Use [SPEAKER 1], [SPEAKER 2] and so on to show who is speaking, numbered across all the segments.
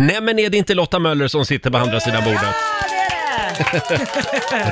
[SPEAKER 1] Nej men är det inte Lotta Möller som sitter på andra sidan bordet?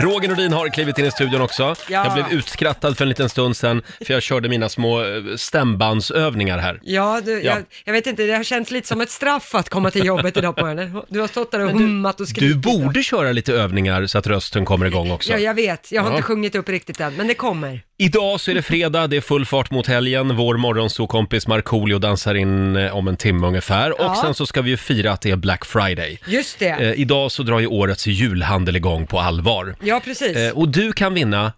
[SPEAKER 1] Roger Nordin har klivit in i studion också.
[SPEAKER 2] Ja.
[SPEAKER 1] Jag blev utskrattad för en liten stund sedan för jag körde mina små eh, stämbandsövningar här.
[SPEAKER 2] Ja, du,
[SPEAKER 1] Ja.
[SPEAKER 2] Jag, jag vet inte, det har känts lite som ett straff att komma till jobbet idag på morgonen. Du har stått där och hummat och
[SPEAKER 1] Du
[SPEAKER 2] skrikit.
[SPEAKER 1] borde köra lite övningar så att rösten kommer igång också.
[SPEAKER 2] Ja, jag vet. Jag har
[SPEAKER 1] Ja.
[SPEAKER 2] inte sjungit upp riktigt än, men det kommer.
[SPEAKER 1] Idag så är det fredag, det är full fart mot helgen. Vår morgonsokompis Markoolio dansar in eh, om en timme ungefär. Och
[SPEAKER 2] Ja.
[SPEAKER 1] sen så ska vi ju fira att det är Black Friday.
[SPEAKER 2] Just det.
[SPEAKER 1] Eh, idag så drar ju årets julhandel igång på allvar.
[SPEAKER 2] Ja, precis.
[SPEAKER 1] Eh, och du kan vinna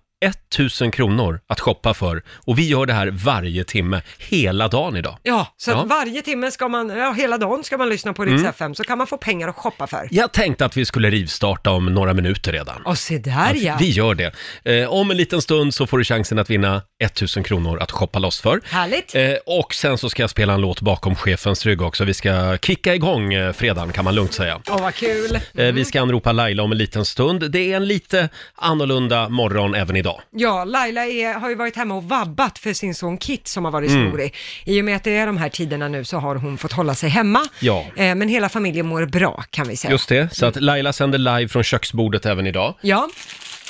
[SPEAKER 1] 1000 kronor att shoppa för. Och vi gör det här varje timme, hela dagen idag.
[SPEAKER 2] Ja, så att
[SPEAKER 1] Ja. Mm.
[SPEAKER 2] varje timme ska man, ja hela dagen ska man lyssna på Rix FM, så kan man få pengar att shoppa för.
[SPEAKER 1] Jag tänkte att vi skulle rivstarta om några minuter redan.
[SPEAKER 2] Och se där ja.
[SPEAKER 1] Vi gör det. Eh, om en liten stund så får du chansen att vinna 1000 kronor att shoppa loss för.
[SPEAKER 2] Härligt.
[SPEAKER 1] Eh, och sen så ska jag spela en låt bakom chefens rygg också. Vi ska kicka igång eh, fredagen kan man lugnt säga.
[SPEAKER 2] Åh, vad kul.
[SPEAKER 1] Eh, vi ska anropa Laila om en liten stund. Det är en lite annorlunda morgon även idag.
[SPEAKER 2] Ja, Laila är, har ju varit hemma och vabbat för sin son Kit som har varit
[SPEAKER 1] Mm.
[SPEAKER 2] snorig. I och med att det är de här tiderna nu så har hon fått hålla sig hemma.
[SPEAKER 1] Ja.
[SPEAKER 2] Eh, men hela familjen mår bra kan vi säga.
[SPEAKER 1] Just det,
[SPEAKER 2] Mm.
[SPEAKER 1] så att Laila sänder live från köksbordet även idag.
[SPEAKER 2] Ja.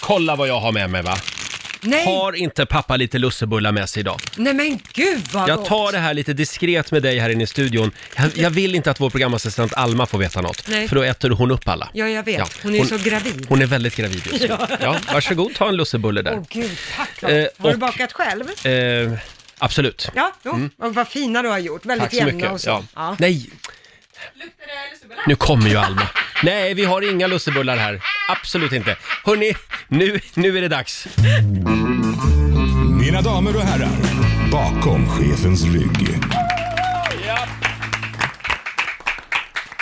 [SPEAKER 1] Kolla vad jag har med mig va?
[SPEAKER 2] Nej,
[SPEAKER 1] Har inte pappa lite lussebullar med sig idag?
[SPEAKER 2] nej men gud vad
[SPEAKER 1] Jag
[SPEAKER 2] gott.
[SPEAKER 1] tar det här lite diskret med dig här inne i studion. Jag, jag vill inte att vår programassistent Alma får veta något,
[SPEAKER 2] Nej.
[SPEAKER 1] för då äter hon upp alla.
[SPEAKER 2] Ja, jag vet.
[SPEAKER 1] Ja,
[SPEAKER 2] Hon är ju
[SPEAKER 1] hon-
[SPEAKER 2] så Oh. gravid.
[SPEAKER 1] Hon är väldigt gravid just nu. Ja. varsågod, ta en lussebulle
[SPEAKER 2] Åh
[SPEAKER 1] där.
[SPEAKER 2] gud, tack. Vad...
[SPEAKER 1] Eh,
[SPEAKER 2] har du
[SPEAKER 1] och-
[SPEAKER 2] bakat själv?
[SPEAKER 1] Eh, absolut.
[SPEAKER 2] Ja, jo. Och vad fina du har gjort. Väldigt
[SPEAKER 1] Tack så
[SPEAKER 2] jämna
[SPEAKER 1] mycket.
[SPEAKER 2] och så.
[SPEAKER 1] Ja. Nej, nu kommer ju Alma. Nej, vi har inga lussebullar här. Absolut inte. Hörni, nu, nu är det dags.
[SPEAKER 3] Mina damer och herrar, bakom chefens rygg.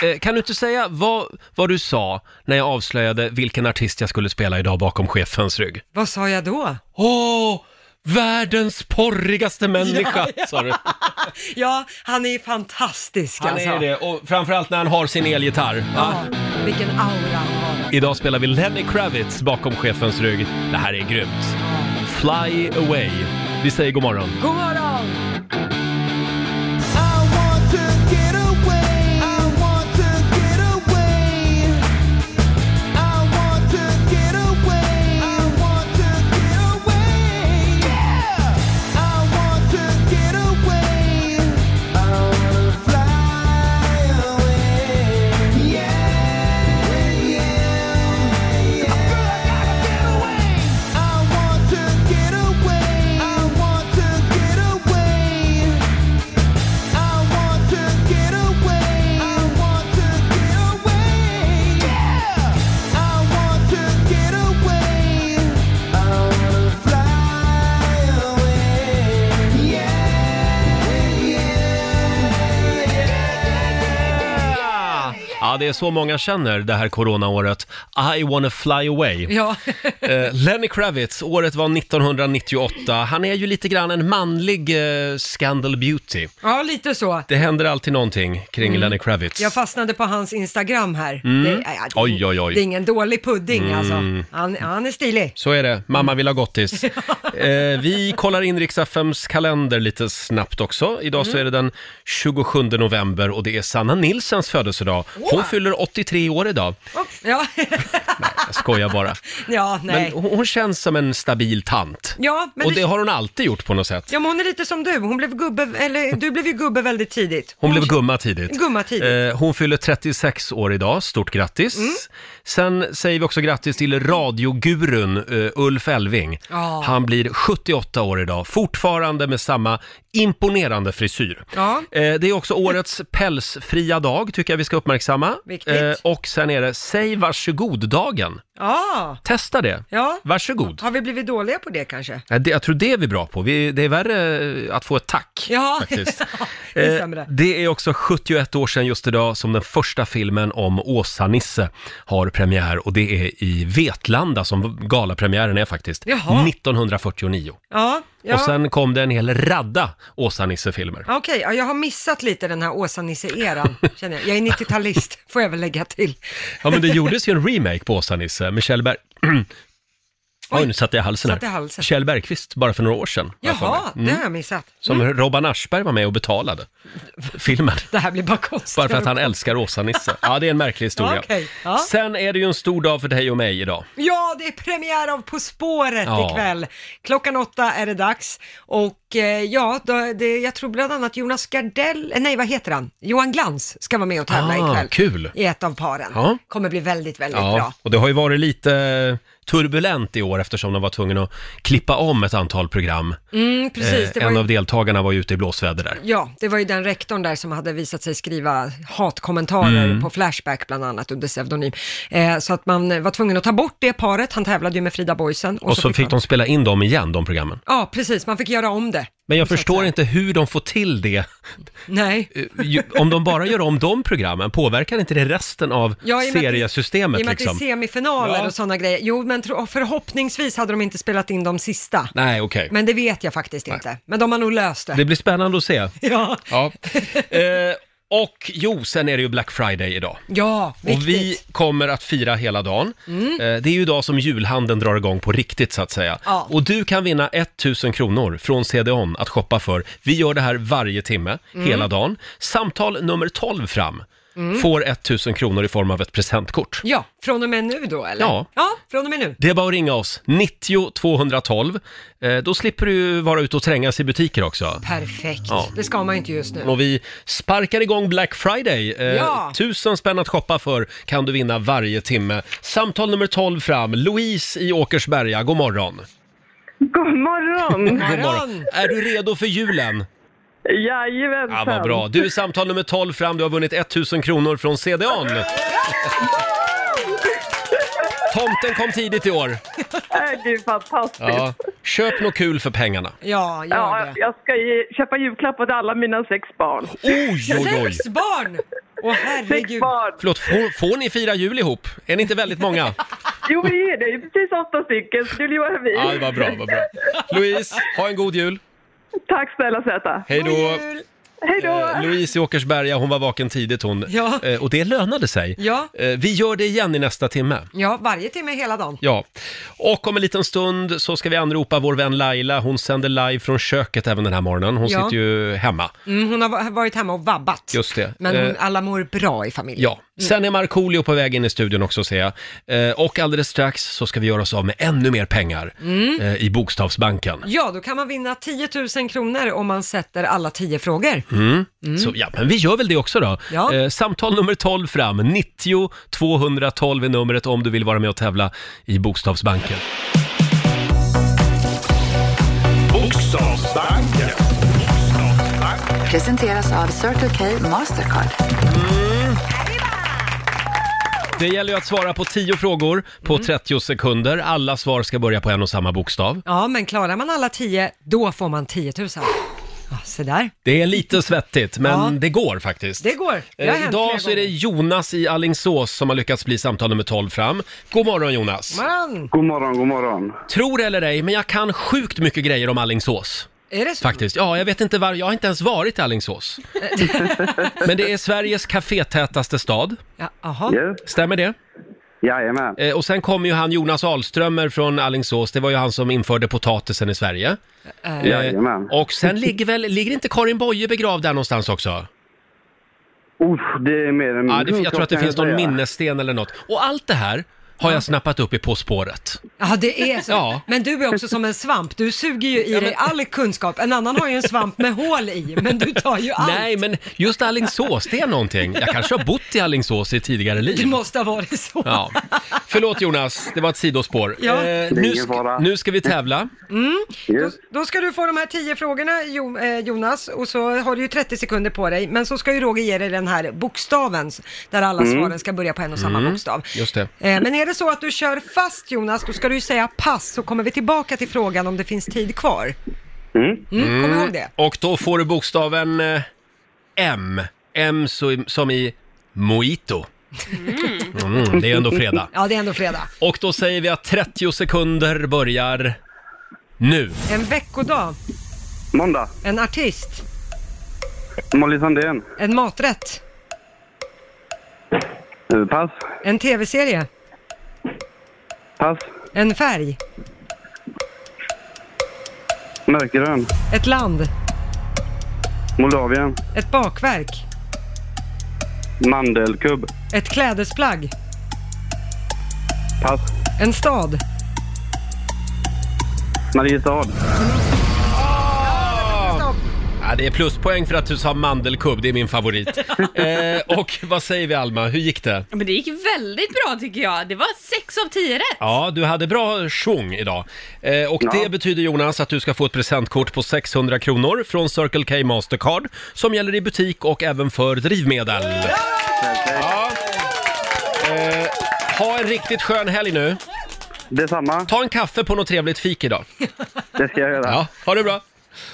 [SPEAKER 1] Eh, kan du inte säga vad, vad du sa när jag avslöjade vilken artist jag skulle spela idag bakom chefens rygg?
[SPEAKER 2] Vad sa jag då?
[SPEAKER 1] Åh, världens porrigaste människa, sa du.
[SPEAKER 2] Ja, han är ju fantastisk
[SPEAKER 1] Han Mm.
[SPEAKER 2] alltså.
[SPEAKER 1] är det, och framförallt när han har sin elgitarr.
[SPEAKER 2] Ja, vilken aura han har.
[SPEAKER 1] Idag spelar vi Lenny Kravitz bakom chefens rygg. Det här är grymt. Fly Away. Vi säger god morgon.
[SPEAKER 2] God morgon!
[SPEAKER 1] Ja, det är så många känner det här coronaåret. I wanna fly away.
[SPEAKER 2] Ja,
[SPEAKER 1] Eh, Lenny Kravitz, året var 1998. Han är ju lite grann en manlig eh, scandal beauty.
[SPEAKER 2] ja lite så.
[SPEAKER 1] Det händer alltid någonting kring Lenny Kravitz.
[SPEAKER 2] Mm. Jag fastnade på hans Instagram här. Det, ja, ja, det,
[SPEAKER 1] Mm. Oj, Mm. oj, oj.
[SPEAKER 2] det är ingen dålig pudding alltså. Han, han är stilig.
[SPEAKER 1] Så är det. Mamma vill ha gottis. eh, vi kollar in Riks-FMs kalender lite snabbt också. Idag
[SPEAKER 2] Mm.
[SPEAKER 1] så är det den 27 november och det är Sanna Nilsens födelsedag. Hon fyller 83 år idag.
[SPEAKER 2] Oh, ja.
[SPEAKER 1] Jag skojar bara.
[SPEAKER 2] ja, nej.
[SPEAKER 1] Men hon hon känns som en stabil tant.
[SPEAKER 2] Ja, men
[SPEAKER 1] och
[SPEAKER 2] det-
[SPEAKER 1] det har hon alltid gjort på något sätt.
[SPEAKER 2] Ja, men hon är lite som du. Hon blev gubbe, eller du blev ju gubbe väldigt tidigt.
[SPEAKER 1] Hon blev gumma tidigt.
[SPEAKER 2] Gumma tidigt. Mm.
[SPEAKER 1] Eh, hon fyller 36 år idag, stort grattis. Sen säger vi också grattis till radiogurun eh, Ulf Elving.
[SPEAKER 2] Ja.
[SPEAKER 1] Han blir 78 år idag, fortfarande med samma imponerande frisyr.
[SPEAKER 2] Ja.
[SPEAKER 1] Eh, det är också årets pälsfria dag, tycker jag vi ska uppmärksamma. Eh,
[SPEAKER 2] Viktigt.
[SPEAKER 1] och sen är det Säg varsågod-dagen.
[SPEAKER 2] Ja,
[SPEAKER 1] Testa det.
[SPEAKER 2] ja.
[SPEAKER 1] Varsågod.
[SPEAKER 2] Har vi blivit dåliga på det kanske?
[SPEAKER 1] Nej, det- Jag tror det är vi bra på. Vi, det är värre eh, att få ett tack.
[SPEAKER 2] Ja,
[SPEAKER 1] Faktiskt.
[SPEAKER 2] ja, det stämmer
[SPEAKER 1] Eh,
[SPEAKER 2] det.
[SPEAKER 1] det är också 71 år sedan just idag som den första filmen om Åsa-Nisse har premiär och det är i Vetlanda som galapremiären är faktiskt.
[SPEAKER 2] Jaha.
[SPEAKER 1] 1949.
[SPEAKER 2] Ja, ja.
[SPEAKER 1] Och sen kom det en hel radda Åsa-Nisse-filmer.
[SPEAKER 2] Ja, Okej, ja, jag har missat lite den här Åsa-Nisse-eran, känner jag. Jag är 90-talist, får jag väl lägga till.
[SPEAKER 1] Ja, men det gjordes ju en remake på Åsa-Nisse med Kjell Berg... Oj, nu satte jag halsen här.
[SPEAKER 2] Satte halsen.
[SPEAKER 1] Kjell Bergqvist, bara för några år sedan. har jag för mig.
[SPEAKER 2] Jaha, det har jag missat.
[SPEAKER 1] Som Robban Aschberg var med och betalade filmen.
[SPEAKER 2] Det här blir bara konstigt.
[SPEAKER 1] Bara för att han älskar Åsa-Nisse. Ja, det är en märklig historia.
[SPEAKER 2] Ja, okej. Ja.
[SPEAKER 1] Sen är det ju en stor dag för dig och mig idag.
[SPEAKER 2] Ja, det är premiär av På spåret
[SPEAKER 1] Ja.
[SPEAKER 2] ikväll. Klockan åtta är det dags och eh, ja, då, det, jag tror bland annat Jonas Gardell, eh, nej vad heter han? Johan Glans ska vara med och tävla
[SPEAKER 1] Ah,
[SPEAKER 2] ikväll.
[SPEAKER 1] kul.
[SPEAKER 2] I ett av paren.
[SPEAKER 1] Ja.
[SPEAKER 2] Kommer bli väldigt, väldigt bra.
[SPEAKER 1] Ja, Eh, och det har ju varit lite turbulent i år eftersom de var tvungna att klippa om ett antal program.
[SPEAKER 2] Mm, precis, det
[SPEAKER 1] eh,
[SPEAKER 2] var
[SPEAKER 1] en
[SPEAKER 2] ju,
[SPEAKER 1] av deltagarna var ju ute i blåsväder där.
[SPEAKER 2] ja, det var ju den rektorn där som hade visat sig skriva hatkommentarer
[SPEAKER 1] Mm.
[SPEAKER 2] på Flashback bland annat under pseudonym. Eh, så att man eh, var tvungen att ta bort det paret, han tävlade ju med Frida Boisen.
[SPEAKER 1] Och så fick
[SPEAKER 2] man-
[SPEAKER 1] de spela in dem igen, de programmen.
[SPEAKER 2] Ja, precis, man fick göra om det.
[SPEAKER 1] Men jag
[SPEAKER 2] så att
[SPEAKER 1] förstår
[SPEAKER 2] säga.
[SPEAKER 1] inte hur de får till det.
[SPEAKER 2] Nej.
[SPEAKER 1] Eh, ju- Om de bara gör om de programmen, påverkar inte det resten av
[SPEAKER 2] Ja, i och med att det- I
[SPEAKER 1] seriesystemet
[SPEAKER 2] och med att det är
[SPEAKER 1] liksom?
[SPEAKER 2] semifinaler
[SPEAKER 1] Ja.
[SPEAKER 2] och sådana grejer. Jo, men tro, förhoppningsvis hade de inte spelat in de sista.
[SPEAKER 1] Nej, okej.
[SPEAKER 2] Men det vet jag faktiskt inte. Men de har nog löst det.
[SPEAKER 1] Det blir spännande att se.
[SPEAKER 2] Ja,
[SPEAKER 1] Ja. Eh, och jo, sen är det ju Black Friday idag.
[SPEAKER 2] ja viktigt. Mm.
[SPEAKER 1] Och vi kommer att fira hela dagen. Eh, Det är ju idag som julhandeln drar igång på riktigt så att säga.
[SPEAKER 2] Ja.
[SPEAKER 1] Och du kan vinna 1000 kronor från CDON att shoppa för. Vi gör det här varje timme,
[SPEAKER 2] Mm.
[SPEAKER 1] hela dagen. Samtal nummer 12 fram får 1000 kronor i form av ett presentkort.
[SPEAKER 2] Ja, från och med nu då eller?
[SPEAKER 1] Ja.
[SPEAKER 2] Ja, från och med nu.
[SPEAKER 1] Det är bara att ringa oss, 90 212. Eh, Då slipper du ju vara ute och trängas i butiker också.
[SPEAKER 2] Perfekt.
[SPEAKER 1] Ja.
[SPEAKER 2] Det ska man ju inte just nu.
[SPEAKER 1] Och vi sparkar igång Black Friday. Eh,
[SPEAKER 2] Ja.
[SPEAKER 1] Tusen spänn att shoppa för kan du vinna varje timme. Samtal nummer 12 fram. Louise i Åkersberga, god morgon.
[SPEAKER 4] God morgon!
[SPEAKER 1] God morgon. Är du redo för julen?
[SPEAKER 4] Jajamensan!
[SPEAKER 1] Ja, vad bra. Du är samtal nummer 12 fram. Du har vunnit 1000 kronor från CDON. Tomten kom tidigt i år.
[SPEAKER 4] Äh, Det är fantastiskt. Ja,
[SPEAKER 1] Ja. Köp något kul för pengarna.
[SPEAKER 2] Ja, gör det.
[SPEAKER 4] jag ska ge, köpa julklappar till alla mina sex barn.
[SPEAKER 1] Oj, oj, oj.
[SPEAKER 2] Sex barn! Åh
[SPEAKER 4] Sex
[SPEAKER 2] herregud.
[SPEAKER 4] barn!
[SPEAKER 1] Förlåt, får, får ni fira jul ihop? Är ni inte väldigt många?
[SPEAKER 4] Jo, vi är det. det är precis åtta stycken, så det gör vi.
[SPEAKER 1] Ja, det var bra, vad bra. Louise, ha en god jul.
[SPEAKER 4] Tack snälla Zäta.
[SPEAKER 1] Hej
[SPEAKER 2] God
[SPEAKER 1] då.
[SPEAKER 2] jul.
[SPEAKER 4] Hej då!
[SPEAKER 1] Eh, Louise i Åkersberga, hon var vaken tidigt hon.
[SPEAKER 2] Ja.
[SPEAKER 1] Eh, och det lönade sig.
[SPEAKER 2] Ja.
[SPEAKER 1] Eh, vi gör det igen i nästa timme.
[SPEAKER 2] Ja, varje timme hela dagen.
[SPEAKER 1] Ja. Och om en liten stund så ska vi anropa vår vän Laila. Hon sänder live från köket även den här morgonen. Hon
[SPEAKER 2] Ja.
[SPEAKER 1] sitter ju hemma.
[SPEAKER 2] Mm, hon har va- varit hemma och vabbat.
[SPEAKER 1] Just det.
[SPEAKER 2] Men hon,
[SPEAKER 1] Eh.
[SPEAKER 2] alla mår bra i familjen.
[SPEAKER 1] Ja, sen är Markoolio på väg in i studion också ser jag. Eh, och alldeles strax så ska vi göra oss av med ännu mer pengar
[SPEAKER 2] Mm.
[SPEAKER 1] eh, i Bokstavsbanken.
[SPEAKER 2] Ja, då kan man vinna 10 000 kronor om man sätter alla 10 frågor.
[SPEAKER 1] Mm. Så ja, men vi gör väl det också då.
[SPEAKER 2] Mm. Ja.
[SPEAKER 1] Eh, samtal nummer 12 fram, 90 212 är numret om du vill vara med och tävla i Bokstavsbanken.
[SPEAKER 3] Bokstavsbanken.
[SPEAKER 5] Presenteras av Circle K Mastercard.
[SPEAKER 1] Det gäller ju att svara på 10 frågor på
[SPEAKER 2] Mm.
[SPEAKER 1] 30 sekunder. Alla svar ska börja på en och samma bokstav.
[SPEAKER 2] Ja, men klarar man alla 10, då får man 10 000. Ja, se där.
[SPEAKER 1] Det är lite svettigt, men
[SPEAKER 2] Mm. Ja.
[SPEAKER 1] det går faktiskt.
[SPEAKER 2] Det går. Det har
[SPEAKER 1] Eh,
[SPEAKER 2] hänt flera
[SPEAKER 1] Idag så är det
[SPEAKER 2] gånger.
[SPEAKER 1] Jonas i Allingsås som har lyckats bli samtal nummer 12 fram. God morgon Jonas!
[SPEAKER 2] Man,
[SPEAKER 6] God morgon, god morgon.
[SPEAKER 1] Tror eller ej, men jag kan sjukt mycket grejer om Allingsås.
[SPEAKER 2] är det så?
[SPEAKER 1] Faktiskt. Ja, jag vet inte var, jag har inte ens varit i Allingsås. Men det är Sveriges kafétätaste stad.
[SPEAKER 2] Ja, aha.
[SPEAKER 6] Yeah.
[SPEAKER 1] Stämmer det?
[SPEAKER 6] Jajamän.
[SPEAKER 1] Eh, och sen kom ju han Jonas Ahlströmer från Allingsås. Det var ju han som införde potatisen i Sverige. Eh,
[SPEAKER 6] Jajamän.
[SPEAKER 1] och sen ligger väl, ligger inte Karin Boye begravd där någonstans också?
[SPEAKER 6] Uff, det är mer än
[SPEAKER 1] Ja, det, jag tror att det
[SPEAKER 6] Mm, kan
[SPEAKER 1] finns någon
[SPEAKER 6] säga.
[SPEAKER 1] minnessten eller något. Och allt det här har jag snappat upp i På spåret.
[SPEAKER 2] Ja, det är så.
[SPEAKER 1] Ja.
[SPEAKER 2] Men du är också som en svamp. Du suger ju i
[SPEAKER 1] men-
[SPEAKER 2] dig all kunskap. En annan har ju en svamp med hål i, men du tar ju allt.
[SPEAKER 1] Nej, men just Allingsås, det är någonting. Jag kanske har bott i Allingsås i tidigare
[SPEAKER 2] Det
[SPEAKER 1] liv.
[SPEAKER 2] måste ha varit så.
[SPEAKER 1] Ja. Förlåt Jonas, det var ett sidospår. Eh,
[SPEAKER 2] Ja.
[SPEAKER 6] Det är
[SPEAKER 1] nu,
[SPEAKER 6] ingen fara.
[SPEAKER 1] ska, nu ska vi tävla.
[SPEAKER 6] Yes.
[SPEAKER 2] Då ska du få de här 10 frågorna Jo- eh, Jonas och så har du ju 30 sekunder på dig. Men så ska ju Roger ge dig den här bokstaven där alla svaren ska börja på en och samma bokstav.
[SPEAKER 1] Just det.
[SPEAKER 2] Eh, Men är det så att du kör fast Jonas, då ska du ju säga pass så kommer vi tillbaka till frågan om det finns tid kvar. Mm. Kom ihåg det.
[SPEAKER 1] Och då får du bokstaven eh, M. M så- som i mojito. Mm, det är ändå fredag.
[SPEAKER 2] Ja, det är ändå fredag.
[SPEAKER 1] Och då säger vi att 30 sekunder börjar nu.
[SPEAKER 2] En veckodag,
[SPEAKER 6] Måndag.
[SPEAKER 2] en artist,
[SPEAKER 6] Molly Sandén.
[SPEAKER 2] en maträtt,
[SPEAKER 6] Eh, Pass.
[SPEAKER 2] en tv-serie,
[SPEAKER 6] Pass.
[SPEAKER 2] en färg,
[SPEAKER 6] Mörkgrön.
[SPEAKER 2] Ett land.
[SPEAKER 6] Moldavien.
[SPEAKER 2] Ett bakverk.
[SPEAKER 6] Mandelkubb.
[SPEAKER 2] Ett klädesplagg.
[SPEAKER 6] Pass.
[SPEAKER 2] En stad.
[SPEAKER 6] Mariestad.
[SPEAKER 1] Ja, det är pluspoäng för att du sa mandelkubb, det är min favorit. eh, och vad säger vi Alma, hur gick det?
[SPEAKER 7] Men det gick väldigt bra tycker jag. Det var sex av tio rätt.
[SPEAKER 1] Ja, du hade bra sjung idag. Eh, och det betyder Jonas att du ska få ett presentkort på 600 kronor från Circle K Mastercard som gäller i butik och även för drivmedel. Ja. Eh, ha en riktigt skön helg nu.
[SPEAKER 6] Detsamma.
[SPEAKER 1] Ta en kaffe på något trevligt fik idag.
[SPEAKER 6] Det ska jag göra.
[SPEAKER 1] Ja, ha det bra.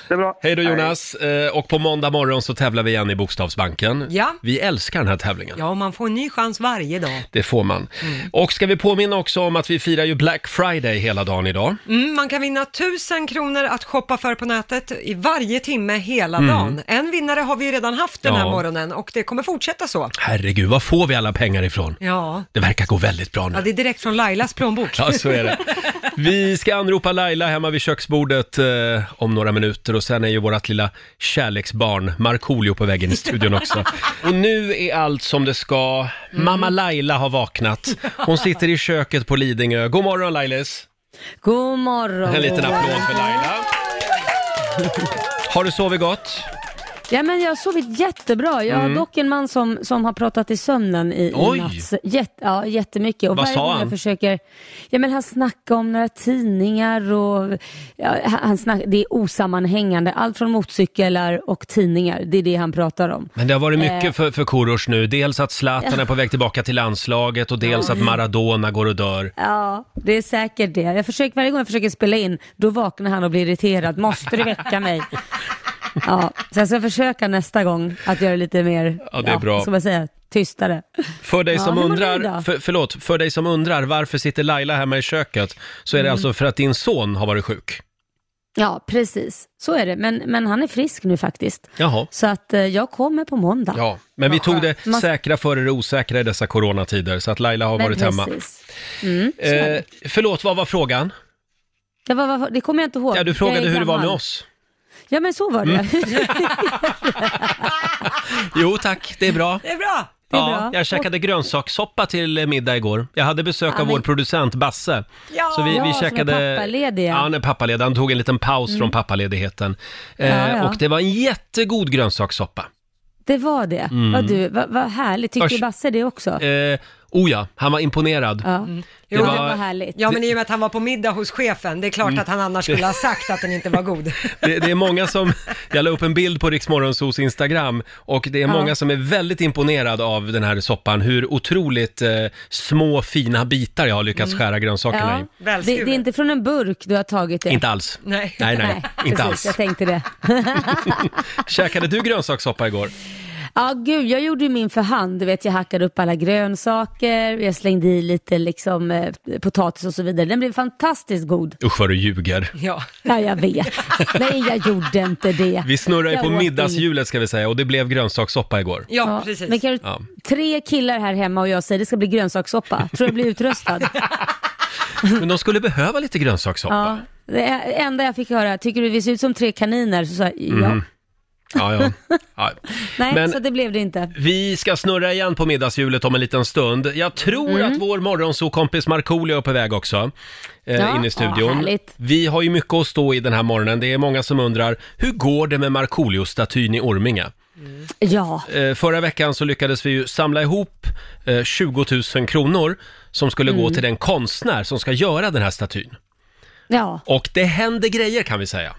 [SPEAKER 6] Det är bra.
[SPEAKER 1] Hej då Jonas. Eh, och på måndag morgon så tävlar vi igen i Bokstavsbanken.
[SPEAKER 2] Ja.
[SPEAKER 1] Vi älskar den här tävlingen.
[SPEAKER 2] Ja, Mm. man får en ny chans varje dag.
[SPEAKER 1] Det får man. Och ska vi påminna också om att vi firar ju Black Friday hela dagen idag.
[SPEAKER 2] Mm, man kan vinna 1000 kronor att shoppa för på nätet i varje timme hela dagen. En vinnare har vi ju redan haft den här
[SPEAKER 1] Mm. Ja.
[SPEAKER 2] morgonen och det kommer fortsätta så.
[SPEAKER 1] Herregud, var får vi alla pengar ifrån?
[SPEAKER 2] Ja.
[SPEAKER 1] Det verkar gå väldigt bra
[SPEAKER 2] ja,
[SPEAKER 1] nu.
[SPEAKER 2] det är direkt från Lailas plånbok.
[SPEAKER 1] Ja, så är det. Vi ska anropa Laila hemma vid köksbordet eh, om några minuter och sen är ju vårt lilla kärleksbarn Markoolio på väggen i studion också. Och nu är allt som det ska.
[SPEAKER 2] Mm.
[SPEAKER 1] Mamma Laila har vaknat. Hon sitter i köket på Lidingö. God morgon Lailis!
[SPEAKER 8] God morgon.
[SPEAKER 1] En liten applåd för Laila. Har du sovit gott?
[SPEAKER 8] Ja, men jag har sovit jättebra. Jag har dock en man som, som har pratat i sömnen i,
[SPEAKER 1] Mm. Oj.
[SPEAKER 8] i natt. Jätt, ja, jättemycket. Och
[SPEAKER 1] Vad
[SPEAKER 8] varje
[SPEAKER 1] sa
[SPEAKER 8] gång
[SPEAKER 1] han?
[SPEAKER 8] Jag försöker, ja, men han snackar om några tidningar och ja, han snack, det är osammanhängande. Allt från motorcyklar och tidningar. Det är det han pratar om.
[SPEAKER 1] Men det har varit
[SPEAKER 8] Eh.
[SPEAKER 1] mycket för, för Korosh nu. Dels att Zlatan är på väg tillbaka till landslaget och dels att Maradona går och dör.
[SPEAKER 8] Ja, det är säkert det. Jag försöker, varje gång jag försöker spela in, då vaknar han och blir irriterad. Måste du väcka mig? Ja, så jag ska försöka nästa gång att göra lite mer,
[SPEAKER 1] Ja, det är bra.
[SPEAKER 8] ska man säga, tystare.
[SPEAKER 1] För dig,
[SPEAKER 8] Ja,
[SPEAKER 1] som
[SPEAKER 8] hur mår ni
[SPEAKER 1] undrar,
[SPEAKER 8] då?
[SPEAKER 1] för, förlåt, för dig som undrar varför sitter Laila hemma i köket så
[SPEAKER 8] Mm.
[SPEAKER 1] är det alltså för att din son har varit sjuk.
[SPEAKER 8] Ja, precis. Så är det. Men, men han är frisk nu faktiskt.
[SPEAKER 1] Jaha.
[SPEAKER 8] Så att eh, jag kommer på måndag.
[SPEAKER 1] Ja, men vi tog det
[SPEAKER 8] Man-
[SPEAKER 1] säkra före det osäkra i dessa coronatider så att Laila har
[SPEAKER 8] Men
[SPEAKER 1] varit hemma.
[SPEAKER 8] precis. Mm, så är
[SPEAKER 1] Eh,
[SPEAKER 8] det.
[SPEAKER 1] förlåt, vad var frågan?
[SPEAKER 8] Det, var, var- det kommer jag inte ihåg.
[SPEAKER 1] Ja, du
[SPEAKER 8] Jag
[SPEAKER 1] frågade
[SPEAKER 8] är
[SPEAKER 1] hur det var
[SPEAKER 8] gammal.
[SPEAKER 1] med oss. Mm.
[SPEAKER 8] Ja, men så var det.
[SPEAKER 1] Jo tack, det är bra.
[SPEAKER 2] Det är bra!
[SPEAKER 8] Det är
[SPEAKER 1] Ja,
[SPEAKER 8] bra.
[SPEAKER 1] jag käkade grönsakssoppa till eh, middag igår. Jag hade besök av
[SPEAKER 8] Ja, men-
[SPEAKER 1] vår producent Basse.
[SPEAKER 2] Ja.
[SPEAKER 1] så vi,
[SPEAKER 8] Ja,
[SPEAKER 1] vi
[SPEAKER 8] som är
[SPEAKER 1] käkade...
[SPEAKER 8] pappaledig, ja. Mm.
[SPEAKER 1] Ja, han är pappaledig. Han tog en liten paus från pappaledigheten. Eh,
[SPEAKER 8] Ja, ja.
[SPEAKER 1] Och det var en jättegod grönsakssoppa.
[SPEAKER 8] det var det. Vad, du, vad, vad härligt. Tycker
[SPEAKER 1] Mm. Usch.
[SPEAKER 8] Basse det också?
[SPEAKER 1] Eh, oh ja, han var imponerad.
[SPEAKER 8] Ja.
[SPEAKER 1] Det
[SPEAKER 8] Jo, det
[SPEAKER 1] var- Mm.
[SPEAKER 8] var härligt.
[SPEAKER 2] Ja, men i och med att han var på middag hos chefen, det är klart att han annars skulle ha sagt att den inte var god.
[SPEAKER 1] Det, det är många som, jag la upp en bild på Riksmorgonsos Instagram och det är många som är väldigt imponerade av den här soppan, hur otroligt eh, små fina bitar jag har lyckats skära grönsakerna
[SPEAKER 8] Mm. Ja.
[SPEAKER 1] i.
[SPEAKER 8] Det, det är inte från en burk du har tagit det?
[SPEAKER 1] Inte alls.
[SPEAKER 2] Nej.
[SPEAKER 1] nej, inte
[SPEAKER 8] precis,
[SPEAKER 1] alls.
[SPEAKER 8] Jag tänkte det.
[SPEAKER 1] Käkade du grönsakssoppa igår?
[SPEAKER 8] Ja, gud, jag gjorde ju min för hand. Du vet, jag hackade upp alla grönsaker, jag slängde i lite liksom, eh, potatis och så vidare. Den blev fantastiskt god.
[SPEAKER 1] Usch vad du ljuger.
[SPEAKER 2] Ja.
[SPEAKER 8] Ja, jag vet. Nej, jag gjorde inte det.
[SPEAKER 1] Vi snurrar ju
[SPEAKER 8] Jag
[SPEAKER 1] på
[SPEAKER 8] åt inget.
[SPEAKER 1] middagshjulet ska vi säga och det blev grönsakssoppa igår.
[SPEAKER 2] Ja,
[SPEAKER 8] Ja,
[SPEAKER 2] precis.
[SPEAKER 8] Men kan du,
[SPEAKER 1] Ja.
[SPEAKER 8] Tre killar här hemma och jag säger det ska bli grönsakssoppa. Tror jag blir utröstad.
[SPEAKER 1] Men de skulle behöva lite grönsakssoppa.
[SPEAKER 8] ja. Det enda jag fick höra, tycker du vi ser ut som tre kaniner? Så sa jag, ja.
[SPEAKER 1] Ja, ja. ja.
[SPEAKER 8] Nej,
[SPEAKER 1] Mhm. Men-
[SPEAKER 8] så det blev det inte.
[SPEAKER 1] Vi ska snurra igen på middagshjulet om en liten stund. Jag tror
[SPEAKER 8] Mm.
[SPEAKER 1] att vår morgonsokompis Markoolio är på väg också. Eh,
[SPEAKER 8] Ja,
[SPEAKER 1] in i
[SPEAKER 8] ja,
[SPEAKER 1] studion.
[SPEAKER 8] härligt.
[SPEAKER 1] vi har ju mycket att stå i den här morgonen. Det är många som undrar, hur går det med Markoolio-statyn i Orminge?
[SPEAKER 8] Ja,
[SPEAKER 1] Eh, förra veckan så lyckades vi ju samla ihop eh, 20 000 kronor som skulle gå till den konstnär som ska göra den här statyn.
[SPEAKER 8] ja,
[SPEAKER 1] Och det händer grejer kan vi säga.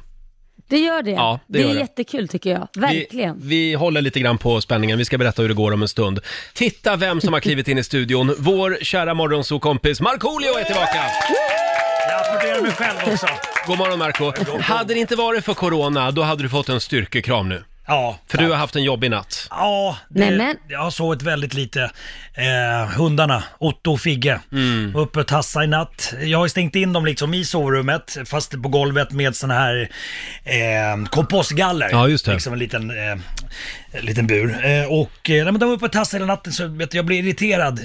[SPEAKER 8] det gör det.
[SPEAKER 1] Ja, det gör
[SPEAKER 8] är
[SPEAKER 1] det.
[SPEAKER 8] jättekul tycker jag.
[SPEAKER 1] Vi,
[SPEAKER 8] Verkligen.
[SPEAKER 1] vi håller lite grann på spänningen, vi ska berätta hur det går om en stund. Titta vem som har klivit in i studion. Vår kära morgonsokompis Markoolio är tillbaka!
[SPEAKER 9] Jag applåderar mig själv också.
[SPEAKER 1] God morgon Marco. Hade det inte varit för corona, då hade du fått en styrkekram nu.
[SPEAKER 9] Ja.
[SPEAKER 1] För du har haft en jobbig natt.
[SPEAKER 9] Ja,
[SPEAKER 8] Nej,
[SPEAKER 9] det,
[SPEAKER 8] men-
[SPEAKER 9] jag har sovit väldigt lite. Eh, hundarna, Otto och Figge, var uppe och tassa i natt. Jag har ju stängt in dem liksom i sovrummet, fast på golvet med såna här eh, kompostgaller.
[SPEAKER 1] Ja, just det.
[SPEAKER 9] Liksom en liten, eh, en liten bur. Eh, och eh, nej, men de var uppe och tassade hela natten så vet, du, jag blev irriterad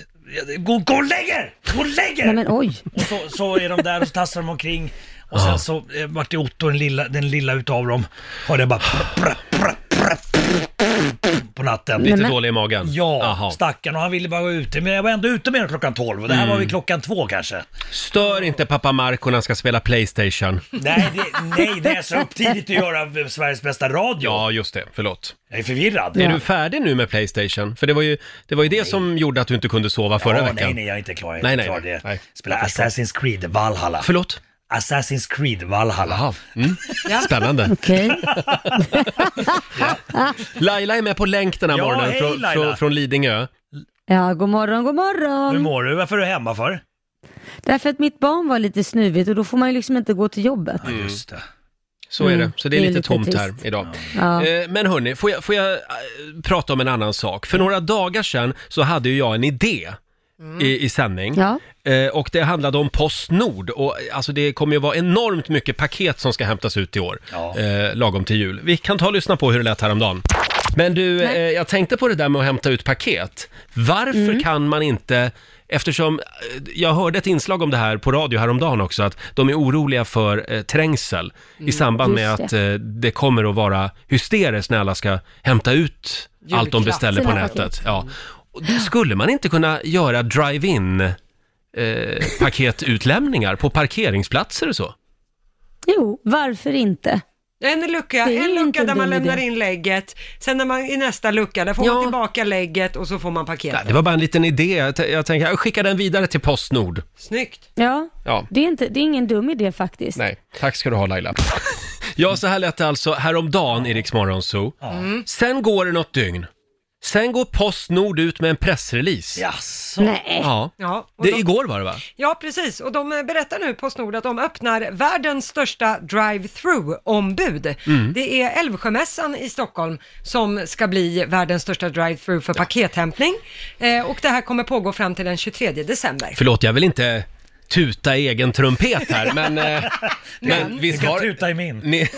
[SPEAKER 9] Gå, gå och lägg er! Gå och lägg er!
[SPEAKER 8] Nej men oj.
[SPEAKER 9] Och så, så är de där och så tassar de omkring. Och sen så eh, vart det Otto, den lilla, den lilla utav dem, hörde jag bara prr, prr, prr, prr, prr, på natten.
[SPEAKER 8] Nej,
[SPEAKER 1] Lite
[SPEAKER 8] men-
[SPEAKER 1] dålig i magen?
[SPEAKER 9] Ja,
[SPEAKER 1] Jaha.
[SPEAKER 9] stackarn. Och han ville bara vara ute. Men jag var ändå ute med dem klockan 12 och det här var
[SPEAKER 10] Mm.
[SPEAKER 9] vid klockan två kanske.
[SPEAKER 1] Stör inte pappa Marco när han ska spela Playstation.
[SPEAKER 9] Nej, det, nej, det är så upp tidigt att göra Sveriges bästa radio.
[SPEAKER 1] Ja, just det. Förlåt.
[SPEAKER 9] Jag är förvirrad.
[SPEAKER 1] Är du färdig nu med Playstation? För det var ju det, var ju det som gjorde att du inte kunde sova förra
[SPEAKER 9] Ja,
[SPEAKER 1] veckan.
[SPEAKER 9] Nej, nej, jag är inte klar. Jag är
[SPEAKER 1] Nej,
[SPEAKER 9] inte
[SPEAKER 1] nej,
[SPEAKER 9] klar
[SPEAKER 1] nej.
[SPEAKER 9] det.
[SPEAKER 1] Nej.
[SPEAKER 9] Spela
[SPEAKER 1] Jag förstår.
[SPEAKER 9] Assassin's Creed Valhalla.
[SPEAKER 1] Förlåt?
[SPEAKER 9] Assassin's Creed Valhalla.
[SPEAKER 1] Jaha. Mm. Spännande.
[SPEAKER 8] Okej.
[SPEAKER 1] Laila är med på länk den här
[SPEAKER 9] Ja,
[SPEAKER 1] morgonen
[SPEAKER 9] hej,
[SPEAKER 1] från,
[SPEAKER 9] Laila.
[SPEAKER 1] från, från Lidingö.
[SPEAKER 8] Ja, god morgon, god
[SPEAKER 9] Hur
[SPEAKER 8] morgon.
[SPEAKER 9] mår du? Varför är du hemma för?
[SPEAKER 8] Därför att mitt barn var lite snuvigt och då får man ju liksom inte gå till jobbet.
[SPEAKER 9] Just det.
[SPEAKER 1] Så är
[SPEAKER 8] Mm,
[SPEAKER 1] det. Så det är lite tomt här
[SPEAKER 8] trist.
[SPEAKER 1] idag.
[SPEAKER 8] Ja.
[SPEAKER 1] Eh, Men hörni, får jag, får jag eh, prata om en annan sak? För några dagar sedan så hade ju jag en idé i, i sändning.
[SPEAKER 8] Ja.
[SPEAKER 1] Eh, Och det handlade om Postnord och eh, alltså det kommer ju vara enormt mycket paket som ska hämtas ut i år,
[SPEAKER 9] Ja.
[SPEAKER 1] eh, lagom till jul. Vi kan ta och lyssna på hur det lät häromdagen. Men du, eh, jag tänkte på det där med att hämta ut paket. Varför kan man inte, eftersom eh, jag hörde ett inslag om det här på radio häromdagen också, att de är oroliga för eh, trängsel i samband med
[SPEAKER 8] Just
[SPEAKER 1] att eh, det kommer att vara hysteriskt när alla ska hämta ut allt de
[SPEAKER 2] Julklapp.
[SPEAKER 1] beställer på
[SPEAKER 8] Sina
[SPEAKER 1] nätet.
[SPEAKER 8] paket.
[SPEAKER 1] Ja. Och då Skulle man inte kunna göra drive-in eh, paketutlämningar på parkeringsplatser och så.
[SPEAKER 8] Jo, varför inte?
[SPEAKER 2] En lucka,
[SPEAKER 8] Det är
[SPEAKER 2] en
[SPEAKER 8] inte
[SPEAKER 2] lucka
[SPEAKER 8] en
[SPEAKER 2] där man
[SPEAKER 8] dum
[SPEAKER 2] lämnar
[SPEAKER 8] idé.
[SPEAKER 2] in lägget, sen när man, i nästa lucka, där får
[SPEAKER 1] Ja.
[SPEAKER 2] man tillbaka lägget och så får man paketet.
[SPEAKER 1] Ja, Äh, det var bara en liten idé. Jag t- jag tänker, jag skickar den vidare till Postnord.
[SPEAKER 2] Snyggt!
[SPEAKER 8] Ja,
[SPEAKER 1] Ja.
[SPEAKER 8] det är, inte, det är ingen dum idé faktiskt.
[SPEAKER 1] Nej, tack ska du ha Laila. Ja, så här lät det alltså häromdagen i Rix Morgon Zoo. Sen går det något dygn. Sen går Postnord ut med en pressrelease.
[SPEAKER 9] Jaså?
[SPEAKER 8] Nej.
[SPEAKER 1] Ja.
[SPEAKER 2] Ja, och
[SPEAKER 1] Det,
[SPEAKER 2] de-
[SPEAKER 1] igår var det va?
[SPEAKER 2] Ja, precis. Och de eh, berättar nu Postnord att de öppnar världens största drive-through-ombud.
[SPEAKER 1] Mm.
[SPEAKER 2] Det är Älvsjömässan i Stockholm som ska bli världens största drive-through för pakethämtning. Eh, och det här kommer pågå fram till den 23 december.
[SPEAKER 1] Förlåt, jag vill inte tuta i egen trumpet här, men... eh, men
[SPEAKER 9] Du
[SPEAKER 1] visst
[SPEAKER 9] kan
[SPEAKER 1] var...
[SPEAKER 9] tuta i min.
[SPEAKER 1] Ni...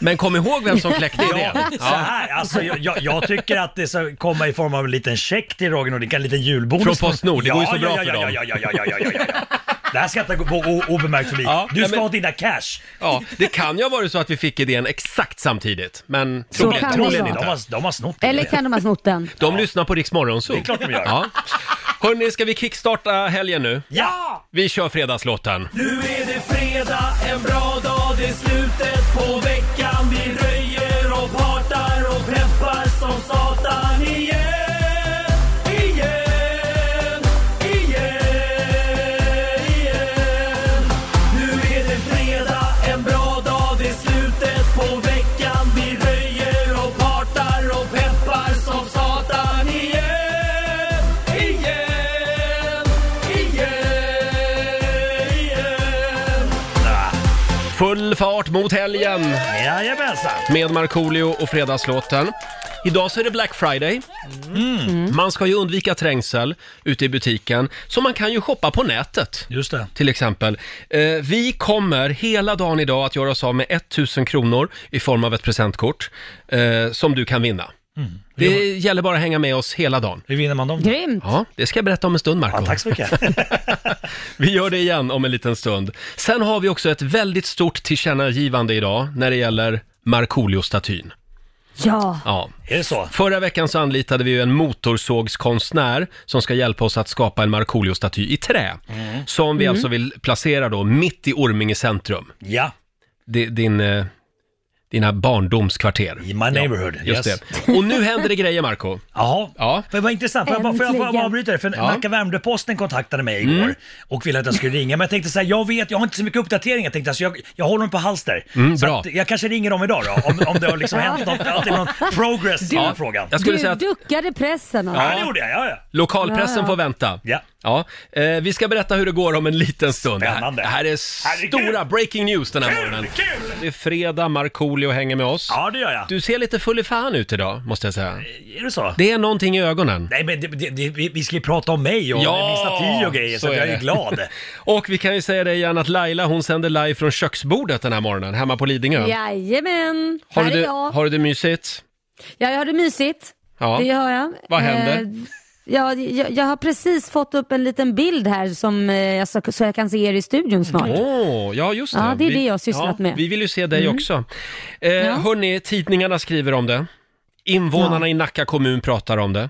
[SPEAKER 1] Men kom ihåg vem som kläckte idén.
[SPEAKER 9] Så här, alltså, jag, jag, jag tycker att det ska komma i form av en liten check till Roger Nordin, en liten julbonus.
[SPEAKER 1] Från Postnord, det går ju så bra
[SPEAKER 9] ja,
[SPEAKER 1] för
[SPEAKER 9] ja,
[SPEAKER 1] dem.
[SPEAKER 9] Ja, ja, ja, ja, ja, ja, ja, ja. Det här ska inte gå o- obemärkt förbi.
[SPEAKER 1] Ja,
[SPEAKER 9] du
[SPEAKER 1] ja,
[SPEAKER 9] ska
[SPEAKER 1] men-
[SPEAKER 9] ha dina cash.
[SPEAKER 1] Ja, det kan ju ha varit så att vi fick idén exakt samtidigt, men troligen,
[SPEAKER 8] kan det
[SPEAKER 1] troligen
[SPEAKER 8] vara.
[SPEAKER 9] De
[SPEAKER 1] inte.
[SPEAKER 9] har, Alltså, de har snott
[SPEAKER 8] Eller
[SPEAKER 9] det.
[SPEAKER 8] kan de ha snott den?
[SPEAKER 1] De lyssnar på Rix Morgonzoo.
[SPEAKER 9] Det är klart de gör.
[SPEAKER 1] Ja. Hörni, ska vi kickstarta helgen nu?
[SPEAKER 9] Ja!
[SPEAKER 1] Vi kör fredagslåten.
[SPEAKER 9] Nu är det fredag, en bra dag, det är slutet på veckan. Vi röjer och partar och peppar som satan igen. Igen, igen, igen. Nu är det fredag, en bra dag, det är slutet på veckan. Vi röjer och partar och peppar som satan igen. Igen, igen, igen.
[SPEAKER 1] Full fart mot helgen
[SPEAKER 9] Jajamensan.
[SPEAKER 1] med Markoolio och fredagslåten. Idag så är det Black Friday. Mm. Man ska ju undvika trängsel ute i butiken, så man kan ju shoppa på nätet.
[SPEAKER 9] Just det.
[SPEAKER 1] till exempel. Eh, vi kommer hela dagen idag att göra oss av med 1000 kronor i form av ett presentkort eh, som du kan vinna.
[SPEAKER 9] Mm.
[SPEAKER 1] Det gäller bara att hänga med oss hela dagen.
[SPEAKER 9] Hur vinner man dem?
[SPEAKER 8] Grymt!
[SPEAKER 1] Ja, det ska jag berätta om en stund, Marco.
[SPEAKER 9] Ja, tack så mycket.
[SPEAKER 1] Vi gör det igen om en liten stund. Sen har vi också ett väldigt stort tillkännagivande idag när det gäller Markoolio-statyn.
[SPEAKER 8] Ja,
[SPEAKER 1] Ja.
[SPEAKER 9] är det så?
[SPEAKER 1] Förra veckan så anlitade vi ju en motorsågskonstnär som ska hjälpa oss att skapa en Markoolio-staty i trä.
[SPEAKER 9] Mm.
[SPEAKER 1] Som vi alltså vill placera då mitt i Orminge centrum.
[SPEAKER 9] Ja,
[SPEAKER 1] di- din, eh, dina barndomskvarter.
[SPEAKER 9] i my neighborhood.
[SPEAKER 1] Just det. Och nu händer det grejer, Marco
[SPEAKER 9] Jaha.
[SPEAKER 1] Ja.
[SPEAKER 9] Men vad intressant, får jag, bara, får jag bara
[SPEAKER 8] Äntligen.
[SPEAKER 9] avbryta det? För
[SPEAKER 1] Ja.
[SPEAKER 9] Nacka Värmdö-Posten kontaktade mig igår Mm. och ville att jag skulle ringa. Men jag tänkte så här, jag vet, jag har inte så mycket uppdateringar tänkte jag, så jag, jag håller dem på halster.
[SPEAKER 1] Mm,
[SPEAKER 9] så
[SPEAKER 1] bra.
[SPEAKER 9] Att jag kanske ringer dem idag då, om, om det har liksom hänt något, att det är någon progress i den här frågan.
[SPEAKER 1] Jag skulle
[SPEAKER 8] du
[SPEAKER 1] säga att
[SPEAKER 8] duckade pressen.
[SPEAKER 9] Ja,
[SPEAKER 8] alltså.
[SPEAKER 9] det gjorde jag. Ja, ja.
[SPEAKER 1] lokalpressen
[SPEAKER 8] Ja, ja.
[SPEAKER 1] får vänta.
[SPEAKER 9] Ja.
[SPEAKER 1] Ja. Eh, vi ska berätta hur det går om en liten stund. Det här-
[SPEAKER 9] Spännande.
[SPEAKER 1] Det här är
[SPEAKER 9] Herregud.
[SPEAKER 1] stora breaking news den här morgonen.
[SPEAKER 9] Kul, kul!
[SPEAKER 1] Det är fredag, Markoolio hänger med oss.
[SPEAKER 9] Ja, det gör jag. Eh,
[SPEAKER 1] Du ser lite full i fan ut idag, måste jag säga.
[SPEAKER 9] Är det så?
[SPEAKER 1] Det är någonting i ögonen.
[SPEAKER 9] Nej, men det, det, det, vi vi ska ju prata om mig och
[SPEAKER 1] Ja,
[SPEAKER 9] min staty och grejer, så,
[SPEAKER 1] så är
[SPEAKER 9] jag är
[SPEAKER 1] det.
[SPEAKER 9] ju glad.
[SPEAKER 1] Och vi kan ju säga det igen att Laila, hon sänder live från köksbordet den här morgonen, hemma på Lidingö.
[SPEAKER 8] Jajamän,
[SPEAKER 1] Har
[SPEAKER 8] här
[SPEAKER 1] du,
[SPEAKER 8] är
[SPEAKER 1] det-
[SPEAKER 8] jag.
[SPEAKER 1] har du det mysigt?
[SPEAKER 8] Ja, jag har det mysigt.
[SPEAKER 1] Ja.
[SPEAKER 8] Det har jag.
[SPEAKER 1] Vad händer?
[SPEAKER 8] Eh, Ja, jag, jag har precis fått upp en liten bild här som, eh, jag ska, så jag kan se er i studion snart.
[SPEAKER 1] Åh, ja just det.
[SPEAKER 8] Ja, det är det jag har sysslat med. Mm.
[SPEAKER 1] Vi vill ju se dig också. Eh, Hörni, tidningarna skriver om det. Invånarna i Nacka kommun pratar om det.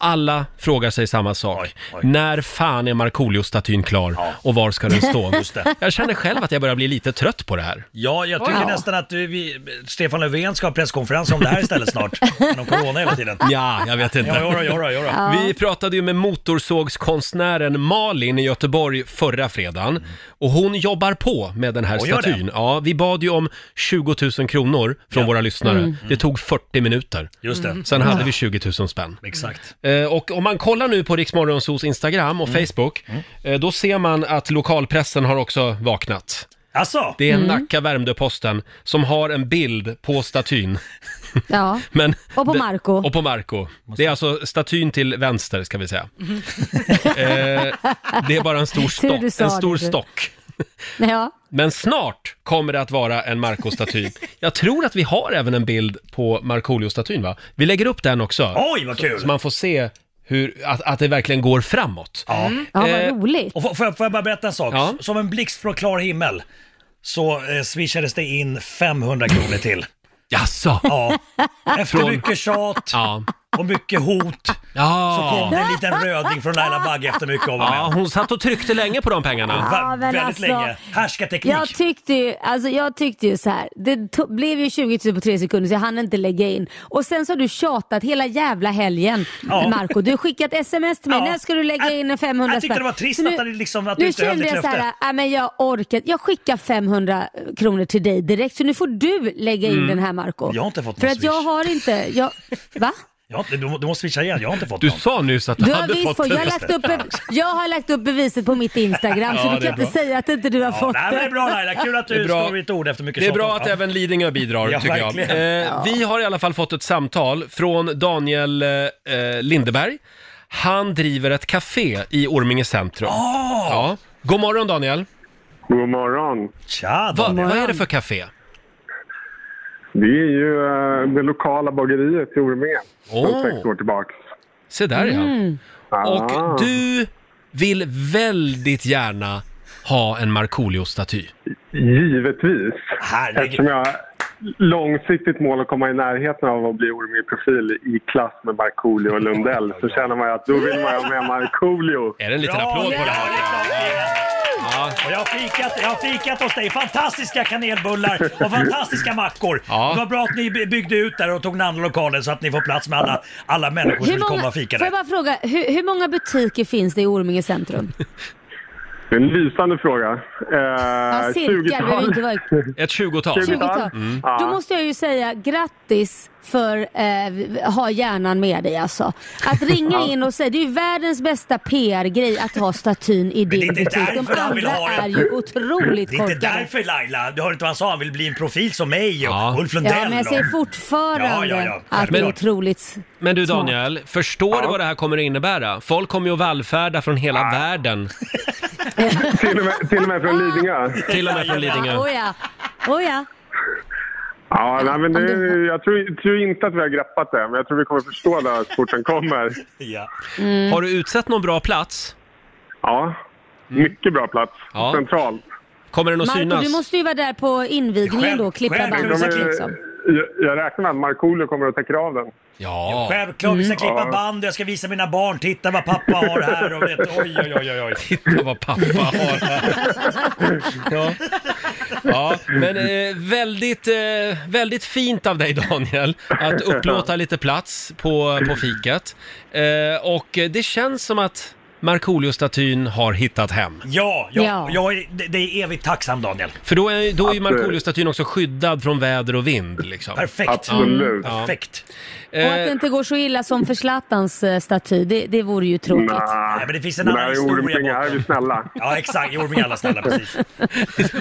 [SPEAKER 1] Alla frågar sig samma sak.
[SPEAKER 9] oj.
[SPEAKER 1] När fan är Markoolio-statyn klar? Och var ska den stå?
[SPEAKER 9] Just det.
[SPEAKER 1] Jag känner själv att jag börjar bli lite trött på det här.
[SPEAKER 9] Ja, jag tycker
[SPEAKER 8] Ja.
[SPEAKER 9] nästan att du, vi, Stefan Löfven ska ha presskonferens om det här istället snart. Än om corona hela tiden.
[SPEAKER 1] Ja, jag vet inte.
[SPEAKER 9] Ja, jodå, jodå, jodå.
[SPEAKER 1] Vi pratade ju med motorsågskonstnären Malin i Göteborg förra fredagen. Och hon jobbar på med den här
[SPEAKER 9] Mm. Hon gör
[SPEAKER 1] statyn. Ja, vi bad ju om 20 000 kronor från våra lyssnare. Det tog 40 minuter.
[SPEAKER 9] Mm. Just det.
[SPEAKER 1] Sen hade vi 20 000 spänn.
[SPEAKER 9] Exakt. Mm.
[SPEAKER 1] Eh, Och om man kollar nu på Riksmorgonsos Instagram och Facebook, eh, då ser man att lokalpressen har också vaknat.
[SPEAKER 9] Alltså,
[SPEAKER 1] Det är Nacka Värmdö-Posten som har en bild på statyn.
[SPEAKER 8] Ja.
[SPEAKER 1] Men
[SPEAKER 8] Och på
[SPEAKER 1] det-
[SPEAKER 8] Marco.
[SPEAKER 1] Och på Marco. Det är alltså statyn till vänster ska vi säga. eh, det är bara en stor,
[SPEAKER 8] Mm-hmm. Tur du
[SPEAKER 1] stock,
[SPEAKER 8] sa
[SPEAKER 1] en stor
[SPEAKER 8] det, du.
[SPEAKER 1] stock.
[SPEAKER 8] Ja.
[SPEAKER 1] Men snart kommer det att vara en Marco-staty. Jag tror att vi har även en bild på Markoolio-statyn va? Vi lägger upp den också.
[SPEAKER 9] oj vad kul!
[SPEAKER 1] Så man får se hur, att, att det verkligen går framåt.
[SPEAKER 9] Ja.
[SPEAKER 8] ja, vad
[SPEAKER 1] Eh,
[SPEAKER 8] roligt.
[SPEAKER 9] Och får, får, jag, får jag bara berätta en sak?
[SPEAKER 1] Ja.
[SPEAKER 9] Som en blixt från klar himmel så eh, swishades det in 500 kronor till.
[SPEAKER 1] Jaså?
[SPEAKER 9] Ja. Efter
[SPEAKER 1] Från-
[SPEAKER 9] mycket tjat
[SPEAKER 1] Ja.
[SPEAKER 9] och mycket hot så kom
[SPEAKER 1] Ja.
[SPEAKER 9] det en liten röding från Laila Bagge efter mycket om och
[SPEAKER 1] ja,
[SPEAKER 9] men.
[SPEAKER 1] hon satt och tryckte länge på de pengarna.
[SPEAKER 9] Va-
[SPEAKER 8] Ja, men
[SPEAKER 9] Väldigt
[SPEAKER 8] alltså,
[SPEAKER 9] länge. Härskarteknik.
[SPEAKER 8] Jag tyckte ju, alltså jag tyckte ju så här. det to- blev ju 20 000 på tre sekunder så jag hann inte lägga in. Och sen så har du tjatat hela jävla helgen,
[SPEAKER 9] Ja.
[SPEAKER 8] Marco. Du har skickat sms till mig,
[SPEAKER 9] Ja.
[SPEAKER 8] när ska du lägga
[SPEAKER 9] Jag-
[SPEAKER 8] in en 500
[SPEAKER 9] jag tyckte
[SPEAKER 8] spänn?
[SPEAKER 9] det var trist
[SPEAKER 8] Så nu-
[SPEAKER 9] att det liksom- att du
[SPEAKER 8] Nu
[SPEAKER 9] inte höll
[SPEAKER 8] kände
[SPEAKER 9] ditt
[SPEAKER 8] jag så här,
[SPEAKER 9] löfte.
[SPEAKER 8] nej men jag orkar Jag skickar 500 kronor till dig direkt, så nu får du lägga in den här Marco.
[SPEAKER 9] Mm. Jag har inte fått
[SPEAKER 8] För
[SPEAKER 9] någon
[SPEAKER 8] att jag
[SPEAKER 9] swish.
[SPEAKER 8] har inte, jag, va?
[SPEAKER 9] Ja, du, du måste swisha igen, jag har inte fått
[SPEAKER 1] Du
[SPEAKER 9] någon.
[SPEAKER 1] sa nyss att du,
[SPEAKER 8] Du har
[SPEAKER 1] hade
[SPEAKER 8] visst
[SPEAKER 1] fått
[SPEAKER 8] fått, jag, har
[SPEAKER 1] den.
[SPEAKER 8] lagt upp, jag har lagt upp beviset på mitt Instagram
[SPEAKER 1] Ja,
[SPEAKER 8] så du
[SPEAKER 1] det är
[SPEAKER 8] kan inte
[SPEAKER 1] bra.
[SPEAKER 8] säga att inte du har
[SPEAKER 9] Ja,
[SPEAKER 8] fått
[SPEAKER 9] nej, men det är bra Laila, kul att
[SPEAKER 1] Det är
[SPEAKER 9] du
[SPEAKER 1] bra.
[SPEAKER 9] står vid ditt ord efter mycket
[SPEAKER 1] Det är
[SPEAKER 9] tjat.
[SPEAKER 1] bra att
[SPEAKER 9] Ja.
[SPEAKER 1] även Lidingö bidrar
[SPEAKER 9] Ja,
[SPEAKER 1] tycker jag.
[SPEAKER 9] verkligen.
[SPEAKER 1] Eh, vi har i alla fall fått ett samtal från Daniel eh, Lindeberg. Han driver ett café i Orminge centrum.
[SPEAKER 9] Ah!
[SPEAKER 1] Ja. God morgon Daniel!
[SPEAKER 11] God morgon.
[SPEAKER 9] Tja
[SPEAKER 1] Va,
[SPEAKER 9] Daniel.
[SPEAKER 1] vad är det för café?
[SPEAKER 11] Det är ju eh, det lokala bageriet i Orminge
[SPEAKER 1] Åh.
[SPEAKER 11] sedan sex år tillbaka.
[SPEAKER 1] Se där ja!
[SPEAKER 11] Ah,
[SPEAKER 1] Och du vill väldigt gärna ha en Markoolio-staty.
[SPEAKER 11] Givetvis. Eftersom
[SPEAKER 9] Herregud.
[SPEAKER 11] jag har långsiktigt mål att komma i närheten av att bli Orminge-profil i klass med Markoolio och Lundell så känner man ju att då vill man ju ha med Markoolio.
[SPEAKER 1] Är det en liten
[SPEAKER 9] Bra,
[SPEAKER 1] applåd på
[SPEAKER 9] ja,
[SPEAKER 1] det här?
[SPEAKER 9] det är klart det är.
[SPEAKER 1] Ja.
[SPEAKER 9] Och jag har fikat, jag har fikat hos dig. Fantastiska kanelbullar och fantastiska mackor.
[SPEAKER 1] Ja.
[SPEAKER 9] Det var bra att ni by- byggde ut där och tog namn och lokalen så att ni får plats med alla, alla människor som vill komma och fika
[SPEAKER 8] får
[SPEAKER 9] där.
[SPEAKER 8] jag bara fråga, hur, hur många butiker finns det i Orminge centrum?
[SPEAKER 11] Det är en lysande fråga. Eh,
[SPEAKER 8] Ja, cirka, det behöver inte vara
[SPEAKER 1] Ett tjugotal.
[SPEAKER 8] 20-tal.
[SPEAKER 9] Mm.
[SPEAKER 8] Då
[SPEAKER 11] Ja.
[SPEAKER 8] måste jag ju säga grattis för eh, ha hjärnan med dig alltså. Att ringa in och säga, det är ju världens bästa PR-grej att ha statyn i
[SPEAKER 9] det är
[SPEAKER 8] din
[SPEAKER 9] inte
[SPEAKER 8] butik. De
[SPEAKER 9] därför han vill
[SPEAKER 8] andra
[SPEAKER 9] ha den.
[SPEAKER 8] är ju otroligt
[SPEAKER 9] Det är inte
[SPEAKER 8] korkade.
[SPEAKER 9] därför Laila, du hörde inte vad han sa, han vill bli en profil som mig och
[SPEAKER 1] Ja.
[SPEAKER 9] Ulf
[SPEAKER 8] Ja,
[SPEAKER 9] Lundell.
[SPEAKER 8] men jag
[SPEAKER 9] och-
[SPEAKER 8] säger fortfarande
[SPEAKER 9] Ja, ja, ja.
[SPEAKER 8] att det är
[SPEAKER 9] Men-
[SPEAKER 8] otroligt
[SPEAKER 1] Men du Daniel, förstår du vad det här kommer att innebära? Folk kommer ju att vallfärda från hela världen
[SPEAKER 11] Till och med, till och med från Lidingö.
[SPEAKER 1] till och med från Lidingö.
[SPEAKER 8] Oh ja. Oh ja.
[SPEAKER 11] Ja, nej, men det, jag tror, tror inte att vi har greppat det, men jag tror vi kommer förstå det så fort den kommer.
[SPEAKER 9] Ja.
[SPEAKER 1] Har du utsett någon bra plats?
[SPEAKER 11] Ja, mycket bra plats.
[SPEAKER 1] Mm. Ja.
[SPEAKER 11] Centralt.
[SPEAKER 1] Kommer den att
[SPEAKER 8] Marco,
[SPEAKER 1] synas?
[SPEAKER 8] du måste ju vara där på invigningen
[SPEAKER 9] Själv-
[SPEAKER 8] då, klippa
[SPEAKER 9] själv-
[SPEAKER 11] De
[SPEAKER 8] bandet
[SPEAKER 11] är,
[SPEAKER 8] liksom.
[SPEAKER 11] jag, jag räknar med att Markoolio kommer att täcka av den.
[SPEAKER 1] Ja.
[SPEAKER 9] Självklart, vi ska klippa
[SPEAKER 11] Ja.
[SPEAKER 9] band och jag ska visa mina barn, titta vad pappa har här och vet, oj, oj, oj, oj, oj.
[SPEAKER 1] Titta vad pappa har här. Ja, ja men eh, väldigt, eh, väldigt fint av dig Daniel att upplåta lite plats på, på fiket. Eh, och eh, det känns som att Markoolio-statyn har hittat hem.
[SPEAKER 9] Ja, ja,
[SPEAKER 8] Ja.
[SPEAKER 9] Jag är, det, det är evigt tacksam Daniel.
[SPEAKER 1] För då är, då är ju
[SPEAKER 11] Absolut.
[SPEAKER 1] Markoolio-statyn också skyddad från väder och vind. Liksom.
[SPEAKER 9] Perfekt. Mm.
[SPEAKER 11] Absolut.
[SPEAKER 1] Ja.
[SPEAKER 9] Perfekt.
[SPEAKER 8] Och att det inte går så illa som för Zlatans eh, staty, det, det vore ju tråkigt.
[SPEAKER 9] Nej, men det finns en
[SPEAKER 11] det
[SPEAKER 9] annan
[SPEAKER 11] där är
[SPEAKER 9] historia
[SPEAKER 11] ormpengar,
[SPEAKER 9] bakom.
[SPEAKER 11] är vi snälla.
[SPEAKER 9] Ja, exakt. Jo, men alla snälla, precis.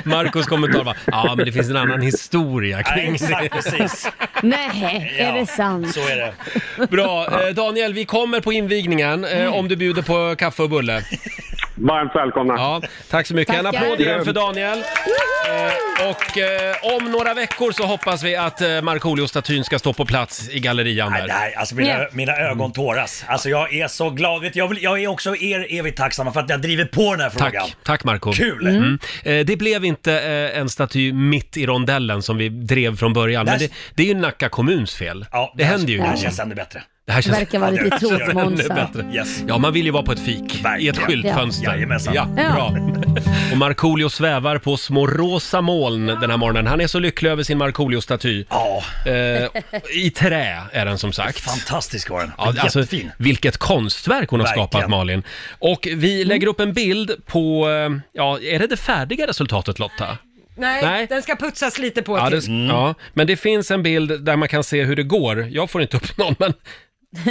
[SPEAKER 1] Marcos kommentar var, ja men det finns en annan historia
[SPEAKER 9] Nej,
[SPEAKER 1] kring
[SPEAKER 9] exakt, precis.
[SPEAKER 8] Nej,
[SPEAKER 9] Ja,
[SPEAKER 8] är det sant?
[SPEAKER 9] Så är det. Mm.
[SPEAKER 1] Bra, eh, Daniel vi kommer på invigningen eh, om du bjuder på kaffe och bulle.
[SPEAKER 11] Varmt välkomna.
[SPEAKER 1] Ja, tack så mycket. En
[SPEAKER 8] Tackar.
[SPEAKER 1] applåd igen för Daniel. Eh, och eh, om några veckor så hoppas vi att eh, Markoolio-statyn ska stå på plats i gallerian
[SPEAKER 9] Nej,
[SPEAKER 1] där.
[SPEAKER 9] nej, alltså mina,
[SPEAKER 8] Ja.
[SPEAKER 9] mina ögon tåras. Alltså jag är så glad. Vet du, Jag, vill, jag är också er evigt tacksam för att jag driver på den här
[SPEAKER 1] Tack,
[SPEAKER 9] frågan.
[SPEAKER 1] tack Marco.
[SPEAKER 9] Kul!
[SPEAKER 1] Mm. Eh, Det blev inte eh, en staty mitt i rondellen som vi drev från början, men
[SPEAKER 9] Där-
[SPEAKER 1] det, det är ju Nacka kommuns fel.
[SPEAKER 9] Ja,
[SPEAKER 1] det händer ju
[SPEAKER 9] Det här
[SPEAKER 1] ingenting.
[SPEAKER 9] känns ännu bättre.
[SPEAKER 1] Det här känns
[SPEAKER 8] Verkar vara
[SPEAKER 9] Ja,
[SPEAKER 8] lite
[SPEAKER 9] det- det-
[SPEAKER 1] ännu
[SPEAKER 8] tokmånsar.
[SPEAKER 1] bättre.
[SPEAKER 9] Yes.
[SPEAKER 1] Ja, man vill ju vara på ett fik i ett
[SPEAKER 9] Verkligen.
[SPEAKER 1] skyltfönster.
[SPEAKER 9] Ja. Jajamensan.
[SPEAKER 1] Ja,
[SPEAKER 8] Ja.
[SPEAKER 1] bra. Och Markoolio svävar på små rosa moln den här morgonen. Han är så lycklig över sin Markoolio-staty.
[SPEAKER 9] Ja,
[SPEAKER 1] Eh, I trä är den som sagt.
[SPEAKER 9] fantastisk var den.
[SPEAKER 1] Ja, alltså,
[SPEAKER 9] Jättefin.
[SPEAKER 1] vilket konstverk hon har
[SPEAKER 9] Verkligen.
[SPEAKER 1] skapat Malin. Och vi lägger upp en bild på, eh, ja, är det det färdiga resultatet Lotta?
[SPEAKER 2] Nej,
[SPEAKER 1] Nej.
[SPEAKER 2] den ska putsas lite på
[SPEAKER 1] Ja,
[SPEAKER 2] till.
[SPEAKER 1] det,
[SPEAKER 9] Mm.
[SPEAKER 1] ja, men det finns en bild där man kan se hur det går. Jag får inte upp någon, men
[SPEAKER 2] Ja,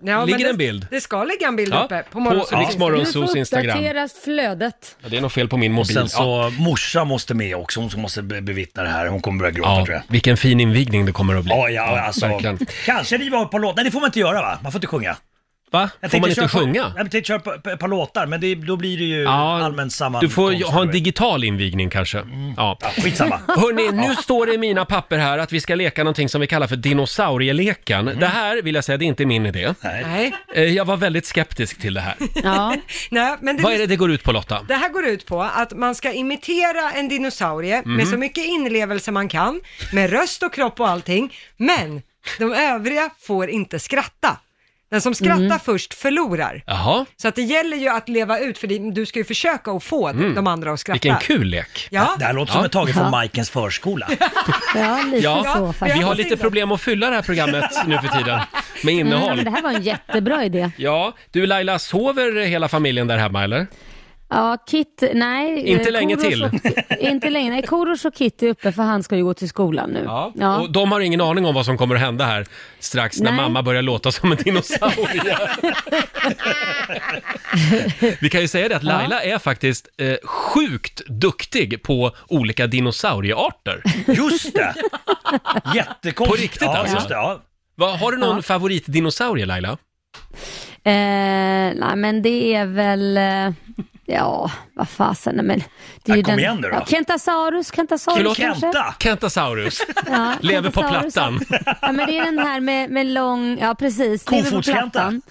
[SPEAKER 2] men
[SPEAKER 1] ligger
[SPEAKER 2] det,
[SPEAKER 1] en bild?
[SPEAKER 2] Det ska ligga en bild
[SPEAKER 1] Ja,
[SPEAKER 2] uppe på
[SPEAKER 1] på
[SPEAKER 2] morgonsolen.
[SPEAKER 1] Rix Morgonzos
[SPEAKER 8] Nu får
[SPEAKER 1] Instagram.
[SPEAKER 8] uppdateras flödet.
[SPEAKER 1] Ja, det är nog fel på min mobil.
[SPEAKER 9] Sen
[SPEAKER 1] Ja.
[SPEAKER 9] så, Mm. morsa måste med också. Hon som måste be- bevittna det här. Hon kommer börja gråta tror
[SPEAKER 1] Ja,
[SPEAKER 9] jag.
[SPEAKER 1] vilken fin invigning det kommer att bli.
[SPEAKER 9] Ja, ja, alltså.
[SPEAKER 1] Verkligen.
[SPEAKER 9] Kanske riva upp ett par låtar. Nej, det får man inte göra va? Man får inte sjunga.
[SPEAKER 1] Va?
[SPEAKER 9] Jag
[SPEAKER 1] Får man
[SPEAKER 9] tänkte
[SPEAKER 1] inte
[SPEAKER 9] köra på-
[SPEAKER 1] sjunga?
[SPEAKER 9] Nej, men jag tänkte köra på- på ett par låtar, men det, då blir det ju allmän samman...
[SPEAKER 1] du får ju ha en
[SPEAKER 9] dig.
[SPEAKER 1] digital invigning kanske. Ja.
[SPEAKER 9] Ja, skitsamma.
[SPEAKER 1] Hörni, nu står det i mina papper här att vi ska leka någonting som vi kallar för dinosaurieleken. Det här vill jag säga, det är inte min idé.
[SPEAKER 9] Mm. Nej.
[SPEAKER 2] Nej.
[SPEAKER 1] Eh, Jag var väldigt skeptisk till det här.
[SPEAKER 8] Ja.
[SPEAKER 2] Nej, men det,
[SPEAKER 1] Vad är det det går ut på Lotta?
[SPEAKER 2] det här går ut på att man ska imitera en dinosaurie
[SPEAKER 1] Mhm.
[SPEAKER 2] med så mycket inlevelse man kan, med röst och kropp och allting, men de övriga får inte skratta. Den som skrattar
[SPEAKER 1] Mm.
[SPEAKER 2] först förlorar.
[SPEAKER 1] Jaha,
[SPEAKER 2] Så att det gäller ju att leva ut, för det- du ska ju försöka att få de andra att skratta.
[SPEAKER 1] Mm. vilken kul lek.
[SPEAKER 2] Ja,
[SPEAKER 9] Det här låter som ett taget från Majkens förskola.
[SPEAKER 8] ja, lite
[SPEAKER 1] Ja,
[SPEAKER 8] så faktiskt.
[SPEAKER 1] Vi har
[SPEAKER 2] Jag
[SPEAKER 1] lite
[SPEAKER 2] tänkte-
[SPEAKER 1] problem att fylla det här programmet nu för tiden med
[SPEAKER 8] Mm, men det
[SPEAKER 1] innehåll.
[SPEAKER 8] här var en jättebra idé.
[SPEAKER 1] Ja, du Laila, sover hela familjen där hemma eller?
[SPEAKER 8] Ja, Kit, nej.
[SPEAKER 1] Inte
[SPEAKER 8] eh,
[SPEAKER 1] länge
[SPEAKER 8] Korosh
[SPEAKER 1] till.
[SPEAKER 8] Och, inte länge, nej. Korosh och Kit är uppe för han ska ju gå till skolan nu. Ja.
[SPEAKER 1] Och de har ingen aning om vad som kommer att hända här strax när
[SPEAKER 8] Nej.
[SPEAKER 1] mamma börjar låta som en dinosaurie. Vi kan ju säga det att Laila är faktiskt eh, sjukt duktig på olika dinosauriearter.
[SPEAKER 9] Just det! Jättekonstigt.
[SPEAKER 1] På riktigt,
[SPEAKER 9] ja,
[SPEAKER 1] alltså?
[SPEAKER 9] Just det, ja.
[SPEAKER 1] Va, har du någon
[SPEAKER 8] Ja.
[SPEAKER 1] favoritdinosaurie Laila?
[SPEAKER 8] Eh, nej, men det är väl... Eh, ja, vad fasen. nej, Men det
[SPEAKER 9] Ja,
[SPEAKER 8] ju
[SPEAKER 9] kom igen nu då.
[SPEAKER 8] Ja, Kentasaurus, Kentasaurus
[SPEAKER 1] Förlåt?
[SPEAKER 8] kanske?
[SPEAKER 9] Kenta!
[SPEAKER 1] Kentasaurus.
[SPEAKER 8] Ja,
[SPEAKER 1] Lever på
[SPEAKER 8] Kentasaurus.
[SPEAKER 1] plattan.
[SPEAKER 8] Ja, men det är den här med, med lång... Ja, precis. lever på
[SPEAKER 9] Kofotskenta.
[SPEAKER 8] plattan.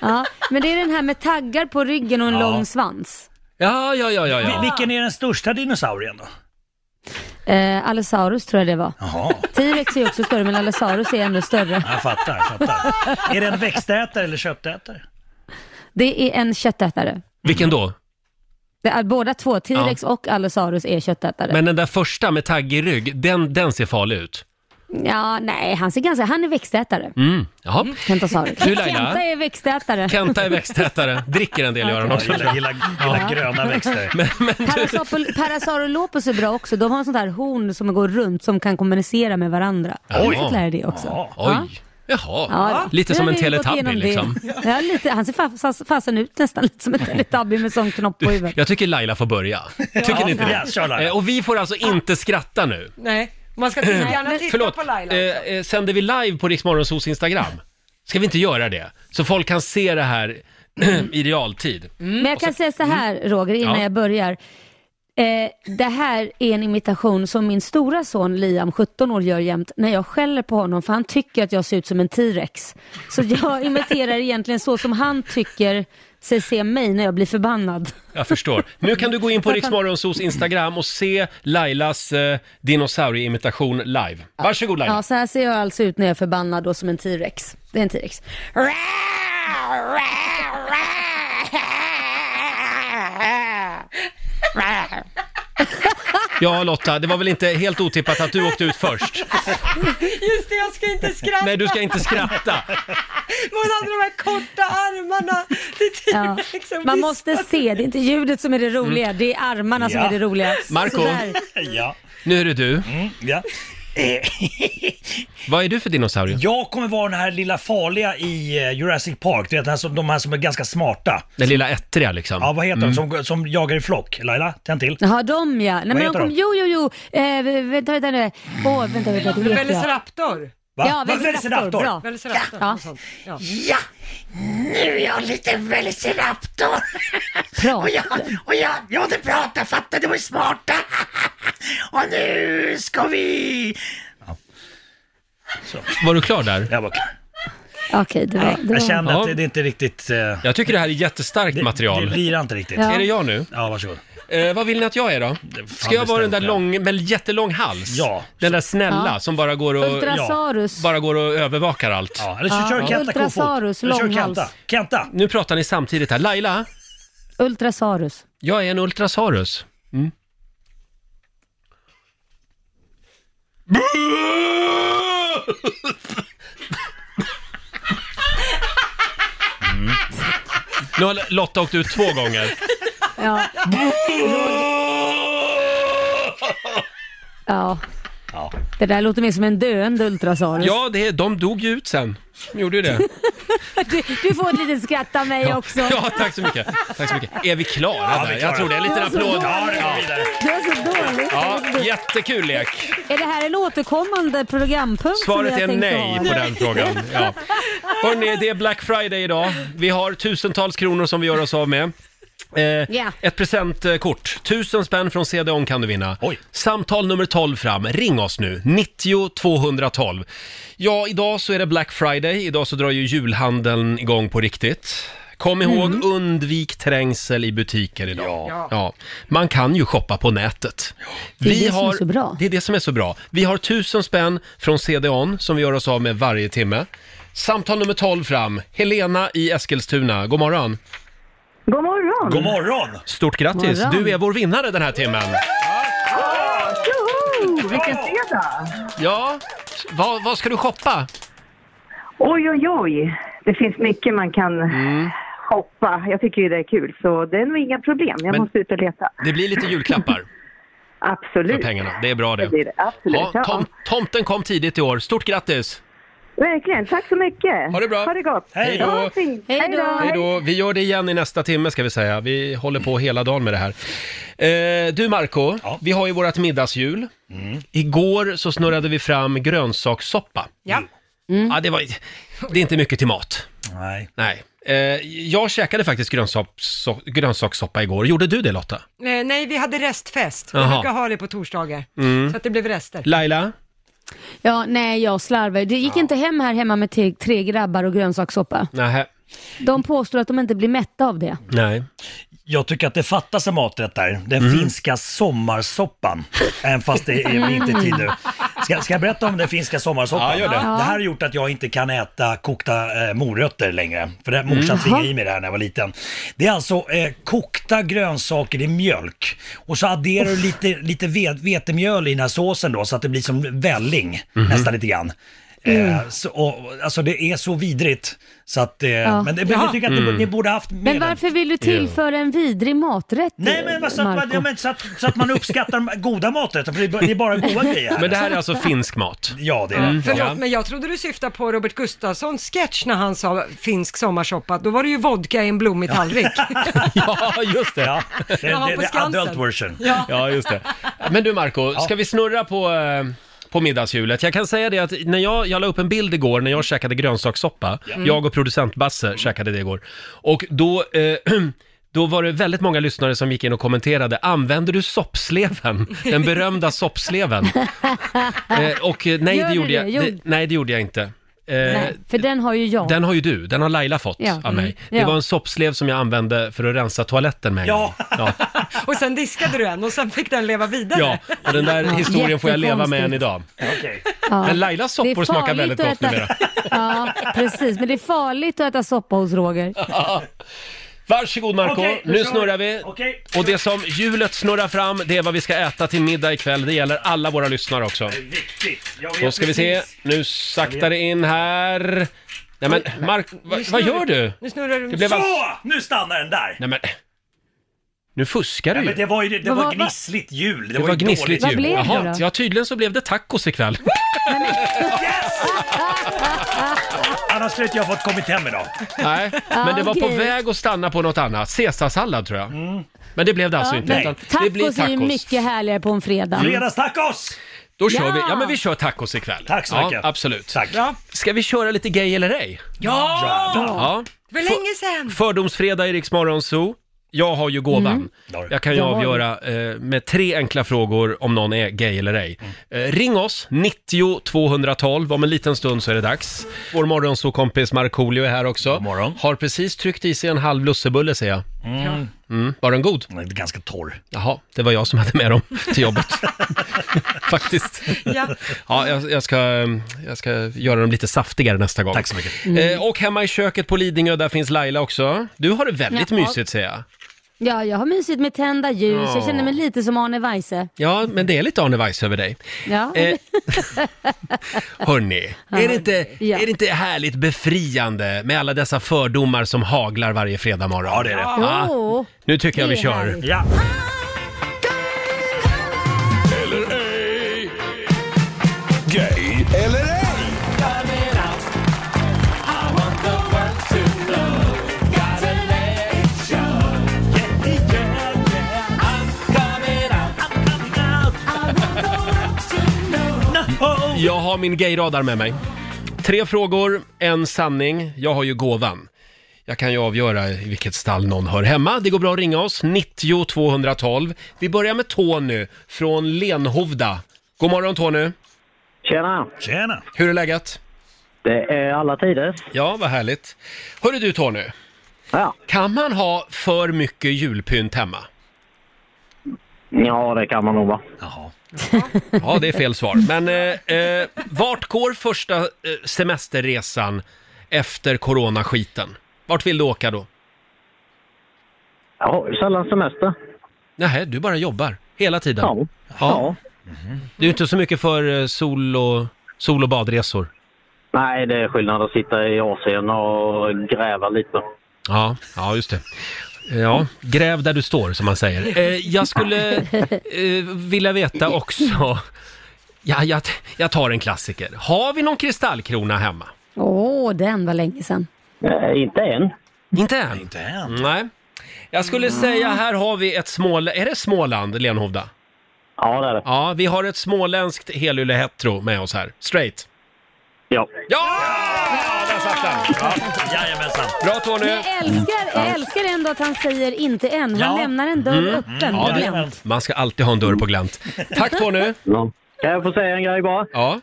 [SPEAKER 8] Ja, men det är den här med taggar på ryggen och en
[SPEAKER 9] Ja.
[SPEAKER 8] lång svans.
[SPEAKER 1] Ja, ja, ja, ja.
[SPEAKER 9] Vi-
[SPEAKER 1] ja.
[SPEAKER 9] Vilken är den största dinosaurien då?
[SPEAKER 8] Eh, Allosaurus tror jag det var.
[SPEAKER 9] Jaha,
[SPEAKER 8] T-rex är ju också större, men Allosaurus är ännu större.
[SPEAKER 9] jag fattar, jag fattar. Är det en växtätare eller köttätare?
[SPEAKER 8] Det är en köttätare.
[SPEAKER 1] Vilken då?
[SPEAKER 8] Det är båda två, T-rex och Allosaurus är köttätare.
[SPEAKER 1] Men den där första med taggig rygg, den, den ser farlig ut.
[SPEAKER 8] Ja, nej, han ser ganska, han är växtätare.
[SPEAKER 1] Mm. Jaha.
[SPEAKER 8] Kentasaurus.
[SPEAKER 1] Du, Laila?
[SPEAKER 8] Kenta är växtätare.
[SPEAKER 1] Kenta är växtätare, dricker en del gör han
[SPEAKER 9] Jag
[SPEAKER 1] också.
[SPEAKER 9] gillar, gillar, gillar gröna växter.
[SPEAKER 8] Parasopol- Parasaurolopus är bra också. De har en sånt här horn som går runt som kan kommunicera med varandra.
[SPEAKER 1] Jaha.
[SPEAKER 8] Jag fick lära dig också.
[SPEAKER 9] Ja.
[SPEAKER 8] Ja.
[SPEAKER 1] Oj, jaha.
[SPEAKER 8] Ja, då.
[SPEAKER 1] Lite
[SPEAKER 8] Nu
[SPEAKER 1] som
[SPEAKER 8] har
[SPEAKER 1] en
[SPEAKER 8] vi gått
[SPEAKER 1] teletubby
[SPEAKER 8] igenom det.
[SPEAKER 1] liksom.
[SPEAKER 8] Ja, lite, han ser fa- fa- fasen ut nästan lite som en teletubby med sån knopp på huvudet.
[SPEAKER 1] Jag tycker Laila får börja. Tycker ni inte
[SPEAKER 9] Ja, kör
[SPEAKER 1] det?
[SPEAKER 9] Laila.
[SPEAKER 1] Eh, Och vi får alltså inte skratta nu.
[SPEAKER 2] nej. Man ska gärna titta
[SPEAKER 1] Förlåt,
[SPEAKER 2] på Laila.
[SPEAKER 1] eh, eh, sänder vi live på Riksmorgonsos Instagram? Ska vi inte göra det? Så folk kan se det här i realtid.
[SPEAKER 8] Men jag kan säga så här, Roger, innan
[SPEAKER 1] Mm. Ja.
[SPEAKER 8] jag börjar. Eh, det här är en imitation som min stora son Liam, 17 år, gör jämt när jag skäller på honom för han tycker att jag ser ut som en T-rex. Så jag imiterar egentligen så som han tycker sig se mig när jag blir förbannad.
[SPEAKER 1] Jag förstår. Nu kan du gå in på Riksmorgonsos Instagram och se Lailas eh, dinosaurieimitation live. Varsågod Laila.
[SPEAKER 8] Ja, så här ser jag alltså ut när jag är förbannad då som en T-rex. Det är en T-rex.
[SPEAKER 1] Ja Lotta, det var väl inte helt otippat att du åkte ut först?
[SPEAKER 2] Just det, jag ska inte skratta.
[SPEAKER 1] Nej, du ska inte skratta.
[SPEAKER 2] Men Hon hade de här korta armarna. Det är
[SPEAKER 8] Ja.
[SPEAKER 2] liksom
[SPEAKER 8] Man måste se, det är inte ljudet som är det roliga, det är armarna som
[SPEAKER 9] Ja.
[SPEAKER 8] är det roliga.
[SPEAKER 1] Marco?
[SPEAKER 8] Sådär.
[SPEAKER 9] Ja,
[SPEAKER 1] Nu är det du.
[SPEAKER 9] mm, ja.
[SPEAKER 1] Vad är du för dinosaurie?
[SPEAKER 9] Jag kommer vara den här lilla farliga i eh, Jurassic Park, du vet den här som, de här som är ganska smarta.
[SPEAKER 1] Den lilla ettriga liksom.
[SPEAKER 9] Ja, vad heter de som, som jagar i flock? Laila, tänd till.
[SPEAKER 8] Jaha, de ja. Nej, men de
[SPEAKER 9] heter
[SPEAKER 8] kom,
[SPEAKER 9] de?
[SPEAKER 8] jo, jo, jo. Eh, vänta, vänta nu. Åh, vänta, vänta, det vet jag.
[SPEAKER 2] Velociraptor.
[SPEAKER 9] Va?
[SPEAKER 8] Ja,
[SPEAKER 9] Va-
[SPEAKER 8] Velociraptor. Bra.
[SPEAKER 2] Velociraptor
[SPEAKER 8] Ja.
[SPEAKER 2] och sånt. Ja.
[SPEAKER 9] Ja, nu är jag lite velociraptor.
[SPEAKER 8] Bra.
[SPEAKER 9] och jag, ja det pratar, fattar du är smarta. Och nu ska vi...
[SPEAKER 1] Var du klar där?
[SPEAKER 9] Jag, var klar.
[SPEAKER 8] Okej, det var... Det
[SPEAKER 9] jag
[SPEAKER 8] var...
[SPEAKER 9] känner att
[SPEAKER 1] Ja.
[SPEAKER 9] det, det är inte riktigt... eh,
[SPEAKER 1] Jag tycker det här är jättestarkt
[SPEAKER 9] det, Det
[SPEAKER 1] material.
[SPEAKER 9] blir inte riktigt.
[SPEAKER 8] Ja.
[SPEAKER 9] Ja,
[SPEAKER 1] Är det jag nu?
[SPEAKER 9] varsågod.
[SPEAKER 1] Eh, vad vill ni att jag är då? Ska jag vara den där
[SPEAKER 9] bestämt, ja.
[SPEAKER 1] lång, med jättelång hals?
[SPEAKER 9] Ja.
[SPEAKER 1] Den där snälla
[SPEAKER 8] Ja.
[SPEAKER 1] som bara går och,
[SPEAKER 8] Ultrasaurus.
[SPEAKER 1] bara går och övervakar allt.
[SPEAKER 9] Ja, eller så
[SPEAKER 8] Ja.
[SPEAKER 9] kör Kenta
[SPEAKER 8] Ultrasaurus,
[SPEAKER 9] kofot. Eller kör
[SPEAKER 8] långhals.
[SPEAKER 9] Kenta. Kenta!
[SPEAKER 1] Nu pratar ni samtidigt här. Laila,
[SPEAKER 8] Ultrasaurus.
[SPEAKER 1] jag är en ultrasaurus. Mm. Nu har Lotta åkt ut två gånger.
[SPEAKER 8] Ja. ja.
[SPEAKER 9] Ja.
[SPEAKER 8] Det där låter mer som en döende ultrasaurus.
[SPEAKER 1] Ja, det, de dog ju ut sen. De gjorde ju det.
[SPEAKER 8] Du, du får ett litet skratt av mig också.
[SPEAKER 1] Ja, tack så mycket. Tack så mycket. Är vi klara
[SPEAKER 9] vi är
[SPEAKER 1] där? Jag
[SPEAKER 9] klara.
[SPEAKER 1] tror det. En liten
[SPEAKER 8] Ja, så
[SPEAKER 1] applåd.
[SPEAKER 8] då-
[SPEAKER 9] Ja, det går vidare.
[SPEAKER 8] Du är så dålig.
[SPEAKER 1] Ja, jättekul lek.
[SPEAKER 8] Är det här en återkommande programpunkt? som
[SPEAKER 1] Svaret
[SPEAKER 8] vi
[SPEAKER 1] är
[SPEAKER 8] har tänkt
[SPEAKER 1] nej
[SPEAKER 8] ha?
[SPEAKER 1] på den frågan. Ja. Hörrni, det är Black Friday idag. Vi har tusentals kronor som vi gör oss av med. Eh,
[SPEAKER 8] Ja.
[SPEAKER 1] Ett presentkort. Tusen spänn från CDON kan du vinna.
[SPEAKER 9] Oj.
[SPEAKER 1] Samtal nummer 12 fram. Ring oss nu. 90 212. Ja, idag så är det Black Friday. Idag så drar ju julhandeln igång på riktigt. Kom ihåg,
[SPEAKER 8] Mm.
[SPEAKER 1] undvik trängsel i butiker idag.
[SPEAKER 2] Ja.
[SPEAKER 1] Ja. Man kan ju shoppa på nätet.
[SPEAKER 8] är det som är så bra.
[SPEAKER 1] Det är det som är så bra. Vi har tusen spänn från CDON som vi gör oss av med varje timme. Samtal nummer 12 fram. Helena i Eskilstuna, god morgon.
[SPEAKER 4] God morgon!
[SPEAKER 9] God morgon!
[SPEAKER 1] Stort grattis,
[SPEAKER 8] Morgon.
[SPEAKER 1] du är vår vinnare den här timmen.
[SPEAKER 4] Tjoho! Vilken fredag!
[SPEAKER 1] Ja, vad, vad ska du shoppa?
[SPEAKER 4] Oj, oj, oj. Det finns mycket man kan
[SPEAKER 1] Mm.
[SPEAKER 4] hoppa. Jag tycker ju det är kul, så det är nog inga problem. Jag
[SPEAKER 1] Men-
[SPEAKER 4] måste ut och leta.
[SPEAKER 1] Det blir lite julklappar
[SPEAKER 4] Absolut.
[SPEAKER 1] för pengarna, det är bra
[SPEAKER 4] Det blir
[SPEAKER 1] det.
[SPEAKER 4] det. Absolut.
[SPEAKER 1] Ja, tom, tomten kom tidigt i år, stort grattis!
[SPEAKER 4] Verkligen. Tack så mycket.
[SPEAKER 1] Ha det bra.
[SPEAKER 4] Ha det gott.
[SPEAKER 9] Hej då.
[SPEAKER 4] Ja, fint.
[SPEAKER 8] Hej då.
[SPEAKER 1] Hej då, vi gör det igen i nästa timme ska vi säga. Vi håller på hela dagen med det här. Eh, du Marco,
[SPEAKER 9] Ja. Mm.
[SPEAKER 1] vi har ju vårt middagshjul. Igår så snurrade vi fram grönsakssoppa.
[SPEAKER 2] Ja.
[SPEAKER 1] Ja, det, var, det är inte mycket till mat.
[SPEAKER 9] Nej.
[SPEAKER 1] Nej. Eh, jag käkade faktiskt grönsaksoppa, grönsakssoppa igår. Gjorde du det Lotta?
[SPEAKER 2] Eh, Nej, vi hade restfest. Vi
[SPEAKER 1] Jaha.
[SPEAKER 2] brukar ha det på torsdagar. Så att det blev rester.
[SPEAKER 1] Laila?
[SPEAKER 8] Ja, nej, jag slarvade. Det gick inte hem här hemma med te- tre grabbar och grönsakssoppa.
[SPEAKER 1] Nej.
[SPEAKER 8] De påstår att de inte blir mätta av det.
[SPEAKER 1] Nej.
[SPEAKER 9] Jag tycker att det fattas en maträtt där. Den
[SPEAKER 8] Mm.
[SPEAKER 9] finska sommarsoppan. Även fast det är vintertid nu. Ska, ska jag berätta om den finska sommarsoppan?
[SPEAKER 1] Ja, gör det.
[SPEAKER 9] det här har gjort att jag inte kan äta kokta eh, morötter längre. För det, morsan tvingade i mig det här när jag var liten. Det är alltså eh, kokta grönsaker i mjölk. Och så adderar du lite, lite ve- vetemjöl i den här såsen då så att det blir som välling
[SPEAKER 8] Mhm.
[SPEAKER 9] nästan lite grann. Eh, så, och, alltså det är så vidrigt. Så att, eh, Men det, men jag tycker att ni, ni borde haft med
[SPEAKER 8] Men
[SPEAKER 9] den.
[SPEAKER 8] varför vill du tillföra en vidrig maträtt,
[SPEAKER 9] Nej men, vad- så att, man,
[SPEAKER 8] Marco?
[SPEAKER 9] ja, men så, att, så att man uppskattar de goda maträtterna, för det är bara- det är bara goda grejer.
[SPEAKER 1] Men det här är alltså finsk mat?
[SPEAKER 9] Ja det är det.
[SPEAKER 2] Förlåt,
[SPEAKER 1] Ja.
[SPEAKER 2] men jag trodde du syftade på Robert Gustafssons sketch när han sa finsk sommarsoppa. Då var det ju vodka i en blommig tallrik.
[SPEAKER 1] Ja, just det.
[SPEAKER 9] Ja, det, det,
[SPEAKER 2] Ja,
[SPEAKER 9] det,
[SPEAKER 2] på
[SPEAKER 9] det är
[SPEAKER 2] Skansen.
[SPEAKER 9] adult version.
[SPEAKER 1] Ja, just det. Men du Marco, ska vi snurra på, eh, på middagshjulet? Jag kan säga det att när jag, jag la upp en bild igår när jag käkade grönsakssoppa. Jag och producent Basse
[SPEAKER 8] Mm.
[SPEAKER 1] käkade det igår. Och då, eh, då var det väldigt många lyssnare som gick in och kommenterade. Använder du soppsleven? Den berömda soppsleven? eh, och eh, nej
[SPEAKER 8] Gör
[SPEAKER 1] det
[SPEAKER 8] du
[SPEAKER 1] gjorde
[SPEAKER 8] det?
[SPEAKER 1] jag,
[SPEAKER 8] Jo.
[SPEAKER 1] det, nej, det gjorde jag inte. Eh,
[SPEAKER 8] Nej, för den har ju jag.
[SPEAKER 1] Den har ju du, den har Laila fått
[SPEAKER 8] Ja.
[SPEAKER 1] av mig.
[SPEAKER 8] Mm.
[SPEAKER 1] Det
[SPEAKER 8] Ja.
[SPEAKER 1] var en soppslev som jag använde för att rensa toaletten med en
[SPEAKER 9] Ja.
[SPEAKER 1] gång. Ja.
[SPEAKER 2] och sen diskade du en och sen fick den leva vidare.
[SPEAKER 1] Ja, och den där historien får jag leva med än
[SPEAKER 8] Jättekonstigt.
[SPEAKER 1] idag.
[SPEAKER 9] Okej.
[SPEAKER 8] Ja.
[SPEAKER 1] Men Lailas soppor smakar väldigt gott numera.
[SPEAKER 8] Ja, precis. Men det är farligt att äta soppa hos Roger.
[SPEAKER 1] Varsågod Marco,
[SPEAKER 9] Okej, nu
[SPEAKER 1] nu
[SPEAKER 9] kör vi.
[SPEAKER 1] snurrar vi.
[SPEAKER 9] Okej.
[SPEAKER 1] Och det som hjulet snurrar fram, det är vad vi ska äta till middag ikväll. Det gäller alla våra lyssnare också.
[SPEAKER 9] Viktigt. Jag vet
[SPEAKER 1] Då ska vi se,
[SPEAKER 9] precis.
[SPEAKER 1] nu saktar det in här. Nej men Mark, va,
[SPEAKER 2] Nu snurrar
[SPEAKER 1] vad gör du?
[SPEAKER 2] Nu snurrar du.
[SPEAKER 1] Det blev all...
[SPEAKER 9] Så! Nu stannar den där.
[SPEAKER 1] Nej men, nu fuskar du
[SPEAKER 9] Men det
[SPEAKER 1] ju.
[SPEAKER 9] var ju det
[SPEAKER 8] Vad
[SPEAKER 9] var
[SPEAKER 8] var-
[SPEAKER 9] gnissligt jul. Det,
[SPEAKER 1] Det var
[SPEAKER 9] ju
[SPEAKER 1] gnissligt
[SPEAKER 9] dåligt.
[SPEAKER 8] Vad
[SPEAKER 1] ju.
[SPEAKER 8] blev det
[SPEAKER 1] Jaha,
[SPEAKER 8] då?
[SPEAKER 1] ja tydligen så blev det tacos ikväll.
[SPEAKER 9] Yes! Annars skulle inte jag fått kommit hem idag.
[SPEAKER 1] Nej, men det var på
[SPEAKER 8] okej.
[SPEAKER 1] väg att stanna på något annat. Caesarsallad tror jag. Men det blev det alltså inte.
[SPEAKER 9] nej.
[SPEAKER 1] Utan det blir
[SPEAKER 8] Tacos är ju
[SPEAKER 1] tacos.
[SPEAKER 8] mycket härligare på en fredag.
[SPEAKER 9] Fredagstacos!
[SPEAKER 1] Då kör
[SPEAKER 8] Ja.
[SPEAKER 1] vi. Ja, men vi kör tacos ikväll.
[SPEAKER 9] Tack så mycket.
[SPEAKER 1] Ja, absolut.
[SPEAKER 9] Tack.
[SPEAKER 1] Ska vi köra lite gay eller ej?
[SPEAKER 9] Ja.
[SPEAKER 1] Ja.
[SPEAKER 2] Det var länge sedan.
[SPEAKER 1] Fördomsfredag i Rix Morgon Zoo. Jag har ju gåvan.
[SPEAKER 9] Ja.
[SPEAKER 1] Jag kan ju avgöra eh, med tre enkla frågor om någon är gay eller ej.
[SPEAKER 9] Mm.
[SPEAKER 1] Eh, ring oss, 90 212. Om en liten stund så är det dags. Vår morgonsåkompis Markoolio är här också.
[SPEAKER 9] God morgon.
[SPEAKER 1] Har precis tryckt i sig en halv lussebulle ser jag.
[SPEAKER 9] Mm.
[SPEAKER 1] Mm. Var den god?
[SPEAKER 9] Den är ganska torr.
[SPEAKER 1] Jaha, det var jag som hade med dem till jobbet. Faktiskt.
[SPEAKER 2] Ja.
[SPEAKER 1] Ja, jag, jag, ska, jag ska göra dem lite saftigare nästa gång.
[SPEAKER 9] Tack så mycket.
[SPEAKER 1] Eh, och hemma i köket på Lidingö, där finns Laila också. Du har det väldigt
[SPEAKER 8] Ja.
[SPEAKER 1] mysigt ser jag.
[SPEAKER 8] Ja, jag har mysigt med tända ljus.
[SPEAKER 1] Ja.
[SPEAKER 8] Jag känner mig lite som Arne Weise.
[SPEAKER 1] Ja, men det är lite Arne Weiss över dig.
[SPEAKER 8] Ja.
[SPEAKER 1] Eh, hörni, är det, inte,
[SPEAKER 8] Ja.
[SPEAKER 1] är det inte härligt befriande med alla dessa fördomar som haglar varje fredag morgon?
[SPEAKER 9] Ja, det är det.
[SPEAKER 1] Ja.
[SPEAKER 9] ah,
[SPEAKER 8] Jo.
[SPEAKER 1] Nu tycker jag vi
[SPEAKER 8] Det är
[SPEAKER 1] kör.
[SPEAKER 8] härligt.
[SPEAKER 9] Ja.
[SPEAKER 3] Gay eller ej?
[SPEAKER 1] Jag har min gayradar med mig. Tre frågor, en sanning. Jag har ju gåvan. Jag kan ju avgöra i vilket stall någon hör hemma. Det går bra att ringa oss, 90 212. Vi börjar med Tony från Lenhovda. God morgon Tony!
[SPEAKER 6] Tjena!
[SPEAKER 9] Tjena.
[SPEAKER 1] Hur är läget?
[SPEAKER 6] Det är alla tider.
[SPEAKER 1] Ja, vad härligt. Hörru du Tony,
[SPEAKER 6] Ja.
[SPEAKER 1] kan man ha för mycket julpynt hemma?
[SPEAKER 6] ja, det kan man nog va.
[SPEAKER 9] Jaha.
[SPEAKER 1] Ja, det är fel svar. Men eh, eh, vart går första eh, semesterresan efter coronaskiten? Vart vill du åka då?
[SPEAKER 6] Jag har ju sällan semester.
[SPEAKER 1] Nej, du bara jobbar hela tiden.
[SPEAKER 6] Ja.
[SPEAKER 1] Ja. Du är inte så mycket för eh, sol och, sol och badresor.
[SPEAKER 6] Nej, det är skillnad att sitta i Asien och gräva lite.
[SPEAKER 1] Ja, ja just det. Ja, gräv där du står som man säger. Eh, jag skulle eh, vilja veta också, ja, jag, jag tar en klassiker. Har vi någon kristallkrona hemma?
[SPEAKER 8] Åh, den var länge sedan.
[SPEAKER 6] Eh, inte än.
[SPEAKER 1] Inte än?
[SPEAKER 9] Inte än.
[SPEAKER 1] Nej. Jag skulle säga här har vi ett Småland, är det Småland, Lenhovda?
[SPEAKER 6] Ja, det är det.
[SPEAKER 1] Ja, vi har ett småländskt helylle hetero med oss här. Straight.
[SPEAKER 6] Ja.
[SPEAKER 1] Ja! ja där satt den.
[SPEAKER 9] Ja. Jajamensan.
[SPEAKER 1] Bra Tony!
[SPEAKER 8] Jag älskar, jag älskar ändå att han säger inte än. Han
[SPEAKER 9] Ja. Mm.
[SPEAKER 8] lämnar en dörr öppen.
[SPEAKER 1] Ja,
[SPEAKER 8] Glänt.
[SPEAKER 1] det, man ska alltid ha en dörr på glänt. Tack Tony!
[SPEAKER 6] Ja. Kan jag få säga en grej bara?
[SPEAKER 1] Ja.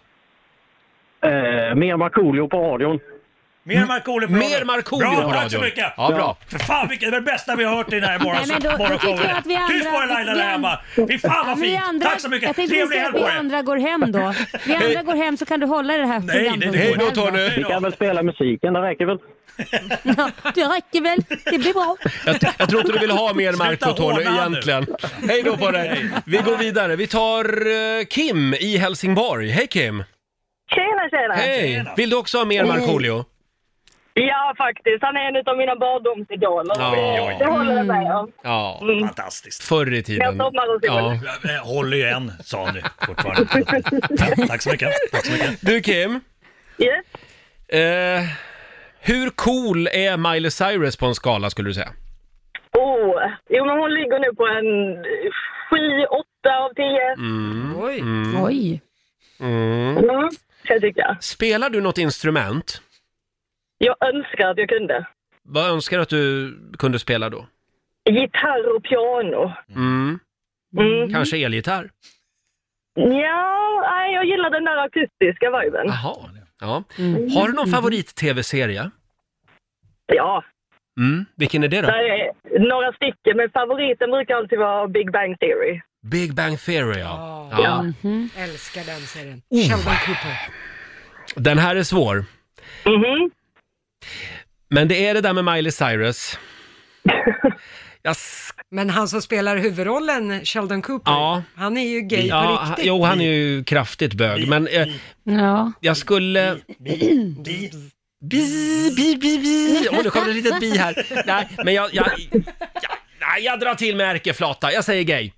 [SPEAKER 6] Eh, mer Markoolio på radion.
[SPEAKER 9] Mer Markoolio på
[SPEAKER 1] Mer
[SPEAKER 9] radion.
[SPEAKER 1] Markoolio
[SPEAKER 9] Bra,
[SPEAKER 1] på
[SPEAKER 9] Tack så
[SPEAKER 1] radion.
[SPEAKER 9] mycket.
[SPEAKER 1] Ja, bra.
[SPEAKER 9] För fan vilket, det är det bästa vi har hört i den här morgonen.
[SPEAKER 8] Nej, men då- då tycker jag att vi andra-
[SPEAKER 9] Tyst på er Laila där
[SPEAKER 8] vi an-
[SPEAKER 9] hemma. Fy fan vad
[SPEAKER 8] Men vi
[SPEAKER 9] fint.
[SPEAKER 8] andra,
[SPEAKER 9] Tack så mycket.
[SPEAKER 8] Jag tänkte
[SPEAKER 9] Trevlig
[SPEAKER 8] säga
[SPEAKER 9] helg
[SPEAKER 8] att
[SPEAKER 9] på
[SPEAKER 8] vi
[SPEAKER 9] er.
[SPEAKER 8] andra går hem då. Vi andra går hem så kan du hålla det här
[SPEAKER 9] Nej, det-
[SPEAKER 8] programmet.
[SPEAKER 9] hej
[SPEAKER 1] då,
[SPEAKER 8] själv, va?
[SPEAKER 1] Tony.
[SPEAKER 9] Hej
[SPEAKER 6] Vi kan
[SPEAKER 9] då.
[SPEAKER 6] väl spela musiken, det räcker väl?
[SPEAKER 8] Ja, det räcker väl. Det blir bra.
[SPEAKER 1] Jag, jag tror inte du vill ha mer Marko
[SPEAKER 9] Sluta
[SPEAKER 1] Tony
[SPEAKER 9] håna nu.
[SPEAKER 1] egentligen. Hej då på dig! Vi går vidare. Vi tar eh, Kim i Helsingborg. Hej Kim!
[SPEAKER 4] Tjena, tjena!
[SPEAKER 1] Hej! Vill du också ha mer Markoolio?
[SPEAKER 4] Ja, faktiskt. Han är en av mina barndomsidoler.
[SPEAKER 1] Ja.
[SPEAKER 4] Det- Det håller jag med om.
[SPEAKER 1] Ja,
[SPEAKER 9] Fantastiskt.
[SPEAKER 1] förr i tiden.
[SPEAKER 4] Jag somnar och solar.
[SPEAKER 1] Ja.
[SPEAKER 9] Jag- jag Håller ju en, sa han ju fortfarande. Ja, Tack så mycket. Tack så mycket.
[SPEAKER 1] Du Kim,
[SPEAKER 4] Yes.
[SPEAKER 1] eh, hur cool är Miley Cyrus på en skala skulle du säga?
[SPEAKER 4] Oh. Jo, men hon ligger nu på en eh, sju, åtta av tio.
[SPEAKER 2] Oj.
[SPEAKER 8] Oj.
[SPEAKER 1] Mm.
[SPEAKER 4] Mm. Jag tycker.
[SPEAKER 1] Spelar du något instrument?
[SPEAKER 4] Jag önskar att jag kunde.
[SPEAKER 1] Vad önskar du att du kunde spela då?
[SPEAKER 4] Gitarr och piano.
[SPEAKER 1] Mm.
[SPEAKER 4] Mm.
[SPEAKER 1] Kanske elgitarr?
[SPEAKER 4] Ja, nej, jag gillar den där akustiska viben.
[SPEAKER 1] Jaha. Ja.
[SPEAKER 8] Mm.
[SPEAKER 1] Mm. Har du någon favorit-tv-serie?
[SPEAKER 4] Ja,
[SPEAKER 1] Mm. Vilken är det då?
[SPEAKER 4] där är några stycken, men favoriten brukar alltid vara Big Bang Theory.
[SPEAKER 1] Big Bang Theory, ja.
[SPEAKER 2] Ja.
[SPEAKER 1] ja.
[SPEAKER 8] Mhm.
[SPEAKER 2] Älskar den serien. Sheldon Cooper.
[SPEAKER 1] Den här är svår. Mm-hmm.
[SPEAKER 4] Mhm.
[SPEAKER 1] Men det är det där med Miley Cyrus. Jag s-
[SPEAKER 2] Men han som spelar huvudrollen, Sheldon Cooper,
[SPEAKER 1] Ja.
[SPEAKER 2] han är ju gay
[SPEAKER 1] ja,
[SPEAKER 2] på
[SPEAKER 1] han-
[SPEAKER 2] riktigt.
[SPEAKER 1] jo, han är ju kraftigt bög, men eh,
[SPEAKER 8] Ja.
[SPEAKER 1] jag skulle...
[SPEAKER 9] Bi-
[SPEAKER 1] Bi, bi, bi, bi. Åh, nu kom det ett litet bi här. Nej, men jag... jag, jag nej, jag drar till med ärkeflata. Jag säger gay.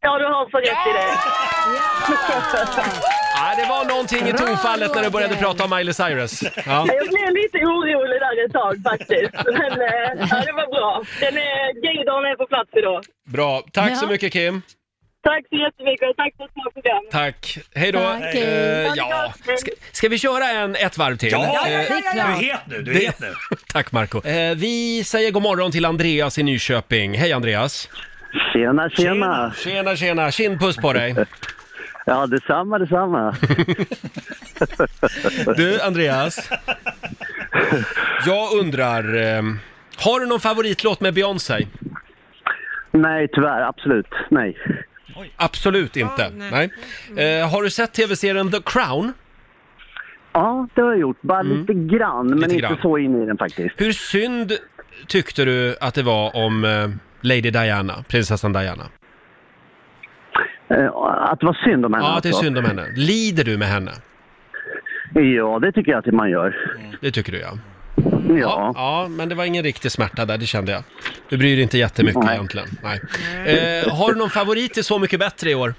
[SPEAKER 4] Ja, du har så rätt i det.
[SPEAKER 1] Ja, det var någonting i tonfallet när du började prata om Miley Cyrus. Ja.
[SPEAKER 4] Jag blev lite orolig där ett tag faktiskt. Men eh, ja, det var bra. Den är, gaydagen är på plats idag.
[SPEAKER 1] Bra. Tack så
[SPEAKER 8] Ja.
[SPEAKER 1] mycket Kim.
[SPEAKER 10] Tack så jättemycket och tack för ett bra program.
[SPEAKER 1] Tack. Hej då.
[SPEAKER 10] Tack.
[SPEAKER 1] Eh, ja. ska, ska vi köra en, ett varv till?
[SPEAKER 9] Ja,
[SPEAKER 1] Eh,
[SPEAKER 9] ja, ja, ja, ja. Du är het nu, du är
[SPEAKER 1] det-
[SPEAKER 9] het nu.
[SPEAKER 1] Tack Marco. Eh, vi säger god morgon till Andreas i Nyköping. Hej Andreas.
[SPEAKER 12] Tjena, tjena.
[SPEAKER 1] Tjena, tjena. Kindpuss på dig.
[SPEAKER 12] Ja, detsamma, detsamma.
[SPEAKER 1] Du Andreas, jag undrar, eh, har du någon favoritlåt med Beyoncé?
[SPEAKER 12] Nej, tyvärr, absolut. Nej.
[SPEAKER 1] Absolut inte. nej. Eh, har du sett tv-serien The Crown?
[SPEAKER 12] Ja, det har jag gjort. Bara
[SPEAKER 9] Mm.
[SPEAKER 12] lite grann, men
[SPEAKER 1] Lite
[SPEAKER 12] inte
[SPEAKER 1] grann.
[SPEAKER 12] så in i den faktiskt.
[SPEAKER 1] Hur synd tyckte du att det var om eh, Lady Diana, prinsessan Diana?
[SPEAKER 12] Eh, Att det var synd om henne
[SPEAKER 1] Ja, att det är
[SPEAKER 12] alltså.
[SPEAKER 1] synd om henne. Lider du med henne?
[SPEAKER 12] Ja, det tycker jag att man gör.
[SPEAKER 1] Det tycker du ja.
[SPEAKER 9] Mm.
[SPEAKER 12] Ja.
[SPEAKER 1] ja. men det var ingen riktig smärta där, det kände jag. Du bryr dig inte jättemycket
[SPEAKER 12] Nej.
[SPEAKER 1] egentligen. Nej. Eh, har du någon favorit i Så mycket bättre i år?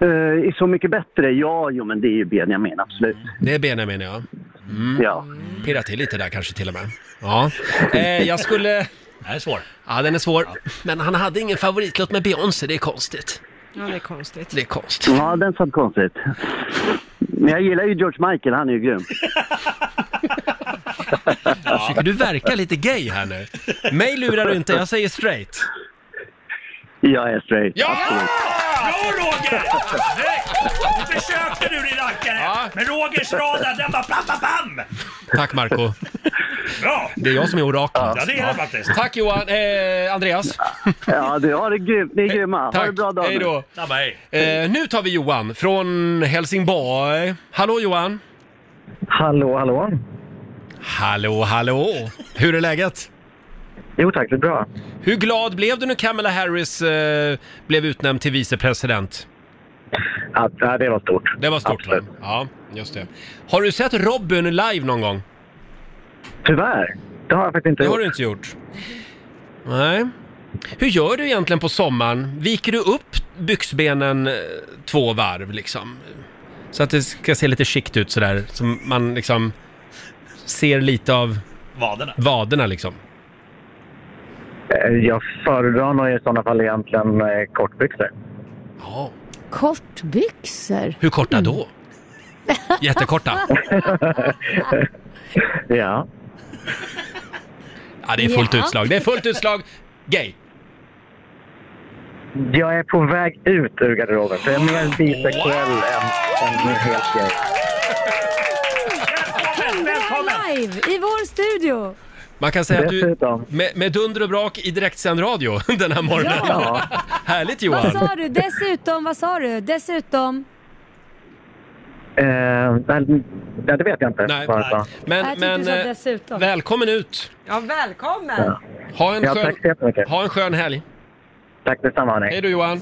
[SPEAKER 12] Eh, Är Så mycket bättre? Ja, jo, men det är ju Benjamin, absolut.
[SPEAKER 1] Det är Benjamin ja. Mm.
[SPEAKER 12] Ja.
[SPEAKER 1] Pirra till lite där kanske till och med. Ja. Eh, jag skulle... Den
[SPEAKER 9] är svår.
[SPEAKER 1] Ja, den är svår. Men han hade ingen favoritlåt med Beyoncé, det är konstigt.
[SPEAKER 2] Ja, det är konstigt.
[SPEAKER 1] Det är konstigt.
[SPEAKER 12] Ja, den satt konstigt. Men jag gillar ju George Michael, han är ju grym.
[SPEAKER 1] Försöker du verka lite gay här nu? Mig lurar du inte, jag säger straight.
[SPEAKER 12] Jag är straight.
[SPEAKER 1] Ja!
[SPEAKER 12] Absolut.
[SPEAKER 9] Bra Roger! Nu försökte du din rackare, men Rogers radar den bara bam, bam, bam!
[SPEAKER 1] Tack Marco.
[SPEAKER 9] Bra!
[SPEAKER 1] Det är jag som är oraklet.
[SPEAKER 9] Ja, det är det faktiskt.
[SPEAKER 1] Tack Johan, eh, Andreas.
[SPEAKER 12] Ja, du har det grymt. Ni är grymma. Ha
[SPEAKER 1] Tack.
[SPEAKER 12] det bra dag
[SPEAKER 1] Hej
[SPEAKER 12] nu.
[SPEAKER 1] då. Eh, nu tar vi Johan från Helsingborg. Hallå Johan!
[SPEAKER 13] Hallå, hallå.
[SPEAKER 1] Hallå, hallå! Hur är läget?
[SPEAKER 13] Jo tack, det är bra.
[SPEAKER 1] Hur glad blev du när Kamala Harris eh, blev utnämnd till vicepresident?
[SPEAKER 13] Ja, äh, det var stort.
[SPEAKER 1] Det var stort va? Ja, just det. Har du sett Robin live någon gång?
[SPEAKER 13] Tyvärr. Det har jag faktiskt inte
[SPEAKER 1] Det har
[SPEAKER 13] gjort.
[SPEAKER 1] du inte gjort. Nej. Hur gör du egentligen på sommaren? Viker du upp byxbenen eh, två varv liksom? Så att det ska se lite skikt ut sådär, så man liksom ser lite av
[SPEAKER 9] Vaderna.
[SPEAKER 1] vaderna liksom.
[SPEAKER 13] Eh, Jag föredrar nog i sådana fall egentligen eh, kortbyxor.
[SPEAKER 1] Ja.
[SPEAKER 8] Kortbyxor?
[SPEAKER 1] Hur korta då? Jättekorta?
[SPEAKER 13] ja.
[SPEAKER 1] Ja, det är fullt
[SPEAKER 13] Ja.
[SPEAKER 1] utslag. Det är fullt utslag. Gay.
[SPEAKER 13] Jag är på väg ut ur garderoben, så jag är mer bisexuell än, än helt gay.
[SPEAKER 8] Välkommen! live i vår studio!
[SPEAKER 1] Man kan säga att du
[SPEAKER 13] Dessutom.
[SPEAKER 1] med, med dunder och brak i direktsänd radio den här morgonen.
[SPEAKER 8] Ja. Alltså-
[SPEAKER 1] Härligt
[SPEAKER 8] Vad
[SPEAKER 1] Johan!
[SPEAKER 8] sa du? Dessutom, vad sa du? Dessutom?
[SPEAKER 13] Eh, men- ja, det vet jag inte.
[SPEAKER 1] Nej,
[SPEAKER 13] vad jag sa.
[SPEAKER 8] Jag
[SPEAKER 1] Men,
[SPEAKER 8] tyckte
[SPEAKER 1] men
[SPEAKER 8] du sa
[SPEAKER 1] eh,
[SPEAKER 8] dessutom.
[SPEAKER 1] välkommen ut!
[SPEAKER 2] Ja, välkommen!
[SPEAKER 13] Ja.
[SPEAKER 1] Ha en,
[SPEAKER 13] Ja,
[SPEAKER 1] skön,
[SPEAKER 13] tack så jättemycket.
[SPEAKER 1] ha en skön helg!
[SPEAKER 13] Tack detsamma hörni.
[SPEAKER 1] Hej då Johan!